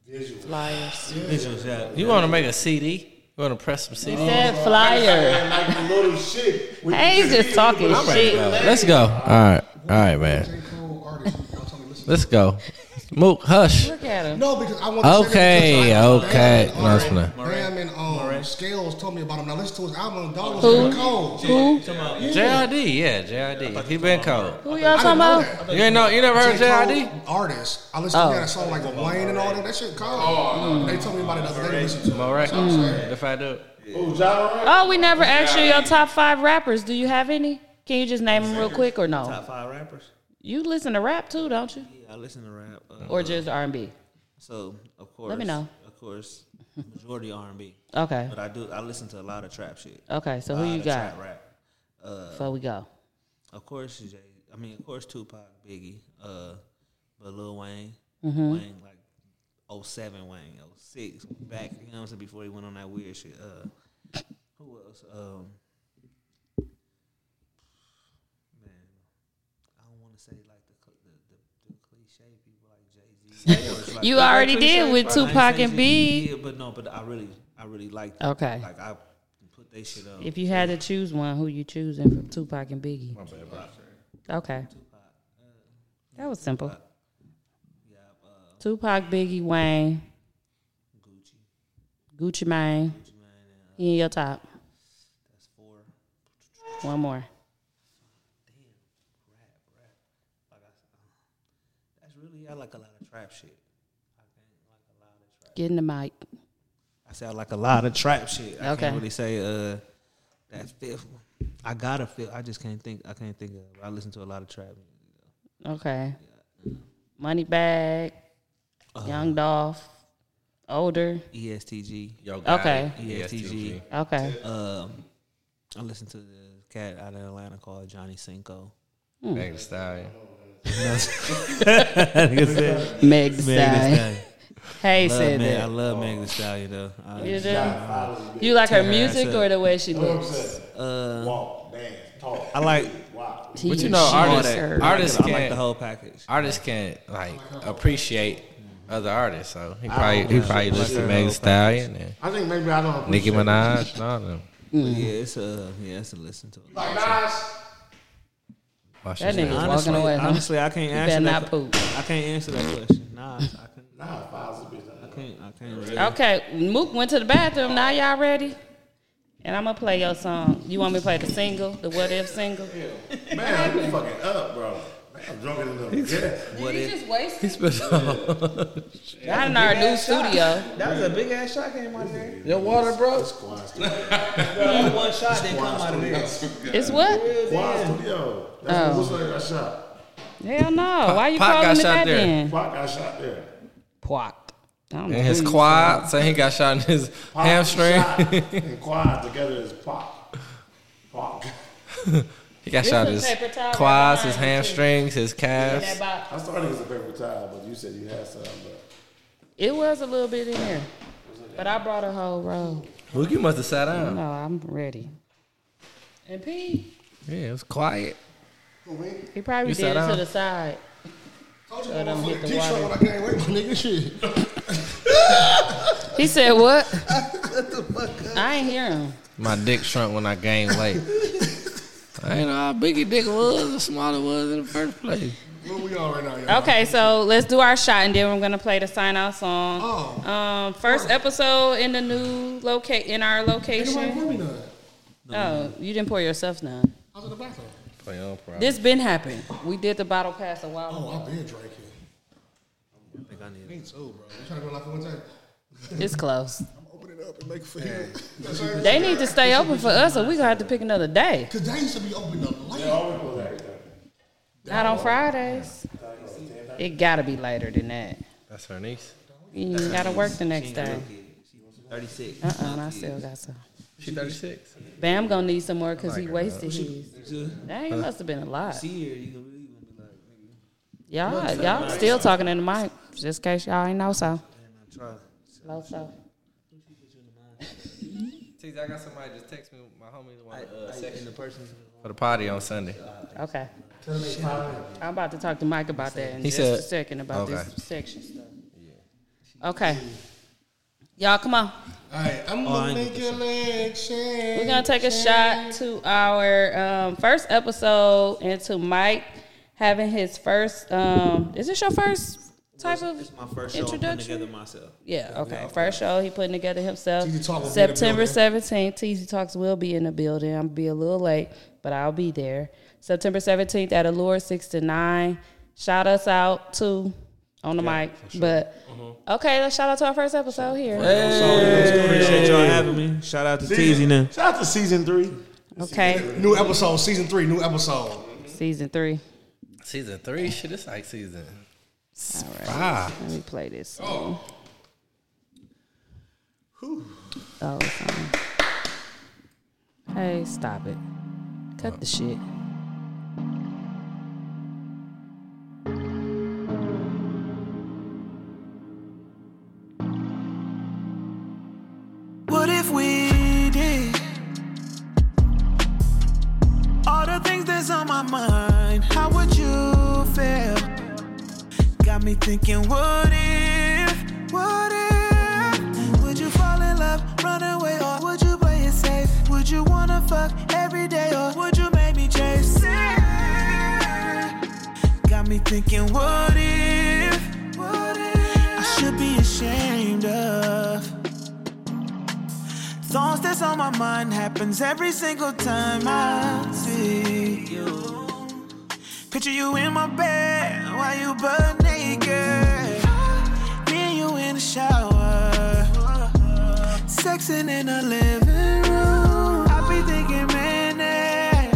Visual. Flyers. the Visuals, yeah. You want to make a CD? You want to press some CD? Said flyer. Like the little shit. We- Hayes just talking I'm ready, shit. bro. Let's go. All right, all right, man. Let's go. Mook, hush. Look at him. No, because I want. Okay, okay. No, it's Damn, fine. Damn and um, Scales told me about him. Now listen to his album. Dog was Who? really cold. Who? JID, yeah, JID. He been cold. Who y'all I talking didn't know about? that. You ain't know. You never heard J. JID? Cole artist. I listened Oh. to that song like with Wayne and all that. That shit cold. They told me about it the other day. to Listen to. it. Am I right? So I'm Mm. saying, If I do, Oh, John Rock? Oh, we never asked you your top five rappers. Do you have any? Can you just name them real quick or no? Top five rappers. You listen to rap too, don't you? Yeah, I listen to rap. Uh, Or just R and B? so of course, Let me know. Of course, majority R and B, Okay. but I do I listen to a lot of trap shit. Okay. So A who lot you of got? Trap rap. Uh, Before we go. of course, Jay. I mean, of course, Tupac, Biggie, uh, but Lil Wayne, Mm-hmm. Wayne like 07 Wayne, 06 back. You know what I'm saying? Before he went on that weird shit. Uh, who else? Um, man, I don't want to say like the cl- the, the, the cliche people like Jay Z. like, You already did with I ain't Tupac say and Jay-Z, Big. Yeah, but no, but I really, I really like. Them. Okay. Like I put they shit up. If you had to choose one, who you choosing from Tupac and Biggie? Okay. That was simple. Tupac, Biggie, Wayne, Gucci, Gucci Mane. He in your top. That's four. One more. That's really I like a lot of trap shit. Get in the mic. I said I like a lot of trap shit. I Okay. can't really say uh that fifth one. I gotta feel. I just can't think. I can't think of. it. I listen to a lot of trap. music. Okay. Money bag. Young Dolph. Older. E ESTG. Yo, E got Okay. it. ESTG. Okay. Um, I listen to the cat out of Atlanta called Johnny Cinco. Hmm. Meg Thee Stallion. Meg Thee Stallion. Hey Love said Meg- that. Uh, I love Meg Thee Stallion though. I- You do? I- You like her tear music ass or up. the way she looks? Uh, Walk, dance, talk. I like. She- but you know, she- artists, she- I like artists it. I can't like the whole package. Artists can't like appreciate other artists. So he I probably don't he know. probably Like listened to the Meg Thee whole Stallion and I think maybe I don't. Nicki appreciate Minaj and all them. But Mm. Yeah, it's a yeah, it's a listen to. Like Nas, Watch this That nigga's shit. Honestly, walking away. huh? honestly, I can't You answer better that. not poop. I can't answer that question. Nah, I can't. Nah, Files a bitch. I can't. I can't. really- Okay, Mook went to the bathroom. Now y'all ready? And I'm gonna play your song. You want me to play the single, the What If single? Man, I'm fucking up, bro. Man, I'm drunker than the yeah. What Did he just if- waste it? Spit- Y'all in our new studio. That was a big ass shot came out of there. Your water, bro. That one shot didn't come out of there. It's what? Quad Studio. That's Oh. oh. what got shot. Hell no. Why you Pac got calling it shot that there. then? Quad got shot there. Pwak. I don't know. And his quad, so he got shot in his Pac hamstring. shot and Quad together is pop. Pop. He got This shot is in his paper towel right quads, his behind you, too. hamstrings, his calves. I started as a paper towel, but you said you had some. But It was a little bit in there. But I brought a whole roll. Look, you must have sat down. No, I'm ready. And P, Yeah, it was quiet. he probably You did sat it to down. the side. Told you So it don't hit the Keep showing water. I can't wait, my nigga. Shit. He said what? I ain't hear him. My dick shrunk when I gained weight. I ain't know how big your dick was or small it was in the first place. Where we are right now, y'all? Okay, so let's do our shot and then we're gonna play the sign out song. Oh. Um, first episode in the new locate in our Anybody location. for me Oh, none? you didn't pour yourself none. I was in the bathroom. Play on, bro. This been happening. We did the bottle pass a while. Oh, ago. I've been drinking. I think I need Me too, bro. You trying to go like one time? It's close. I'm opening up and make for him. That's right. They need to stay open for us, or we gonna have to pick another day. Cause they used to be open up late. Not on Fridays. It gotta be later than that. That's her niece. You ain't gotta work the next day. thirty six. Uh uh I still got some. She 36. Bam gonna need some more because he wasted his. Dang, it must have been a lot. See her, you gonna really gonna be like, nigga, Y'all, y'all still talking in the mic, just in case y'all ain't know so. man, I try. uh, Know so. Tease, I got somebody just text me. My homie want Uh, sex in the person's for the party on Sunday. Okay. I'm about to talk to Mike about that in He just a said- second about okay. this section stuff. Okay. Y'all, come on. All right, I'm I gonna ain't make your legs shake. We're going to take a shot to our um, first episode and to Mike having his first. Um, is this your first type of It's my first show I'm putting introduction? together myself. Yeah, okay. First show he putting together himself. TZ Talks will be in the September building. seventeenth, TZ Talks will be in the building. I'm be a little late, but I'll be there. September seventeenth at Allure six to nine. Shout us out too on the mic. But Uh-huh. okay, let's shout out to our first episode here. Appreciate y'all having me. Shout out to Teasy now. Shout out to season three. Okay, New episode, season three, new episode. season three. Season three? Shit, it's like season. All right, Ah. let me play this. Song. Oh, it's on. hey, stop it! Cut the shit. What if we did all the things that's on my mind? How would you feel? Got me thinking, what if, what if? Would you fall in love, run away, or would you play it safe? Would you wanna fuck every day, or would you make me chase it? Got me thinking, what if, what if? I should be ashamed of. Songs that's on my mind happens every single time I see you. Picture you in my bed while you butt naked. Me and you in the shower. Sexing in the living room. I be thinking, man, eh,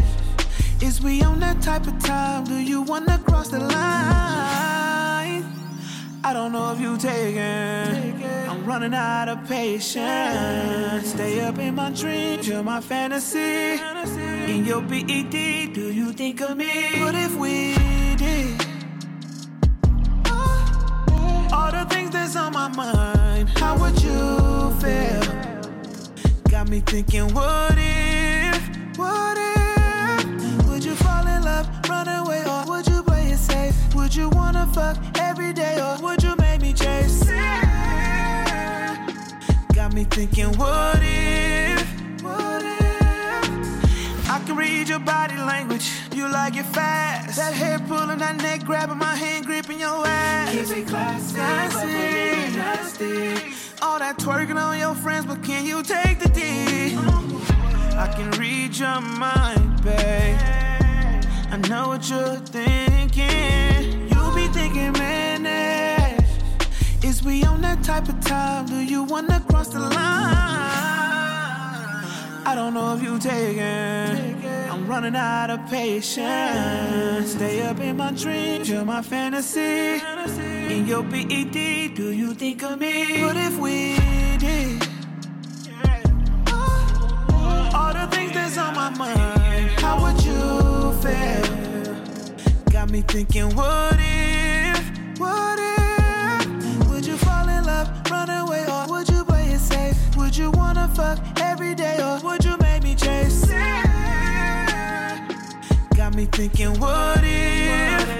is we on that type of time? Do you wanna cross the line? I don't know if you taking. I'm running out of patience. Stay up in my dreams, you're my fantasy. In your BED, do you think of me? What if we did? All the things that's on my mind, how would you feel? Got me thinking, what if? What if? Would you fall in love, run away, or would you play it safe? Would you wanna fuck every day, or would you make me chase? Got me thinking, what if? What if? I can read your body language. You like it fast. That hair pulling, that neck grabbing, my hand gripping your ass. Keep it classy, but it nasty. All that twerking on your friends, but can you take the D? I can read your mind, babe. I know what you're thinking. You be thinking, man, eh, is we on that type of time? Do you wanna cross the line? I don't know if you taking. I'm running out of patience. Stay up in my dreams, you're my fantasy. In your BED, do you think of me? What if we did? All the things that's on my mind, how would you feel? Got me thinking, what if? What if? Would you fall in love, run away, or would you play it safe? Would you wanna fuck every day, or would you make me chase? Got me thinking, what Oh, if? Oh,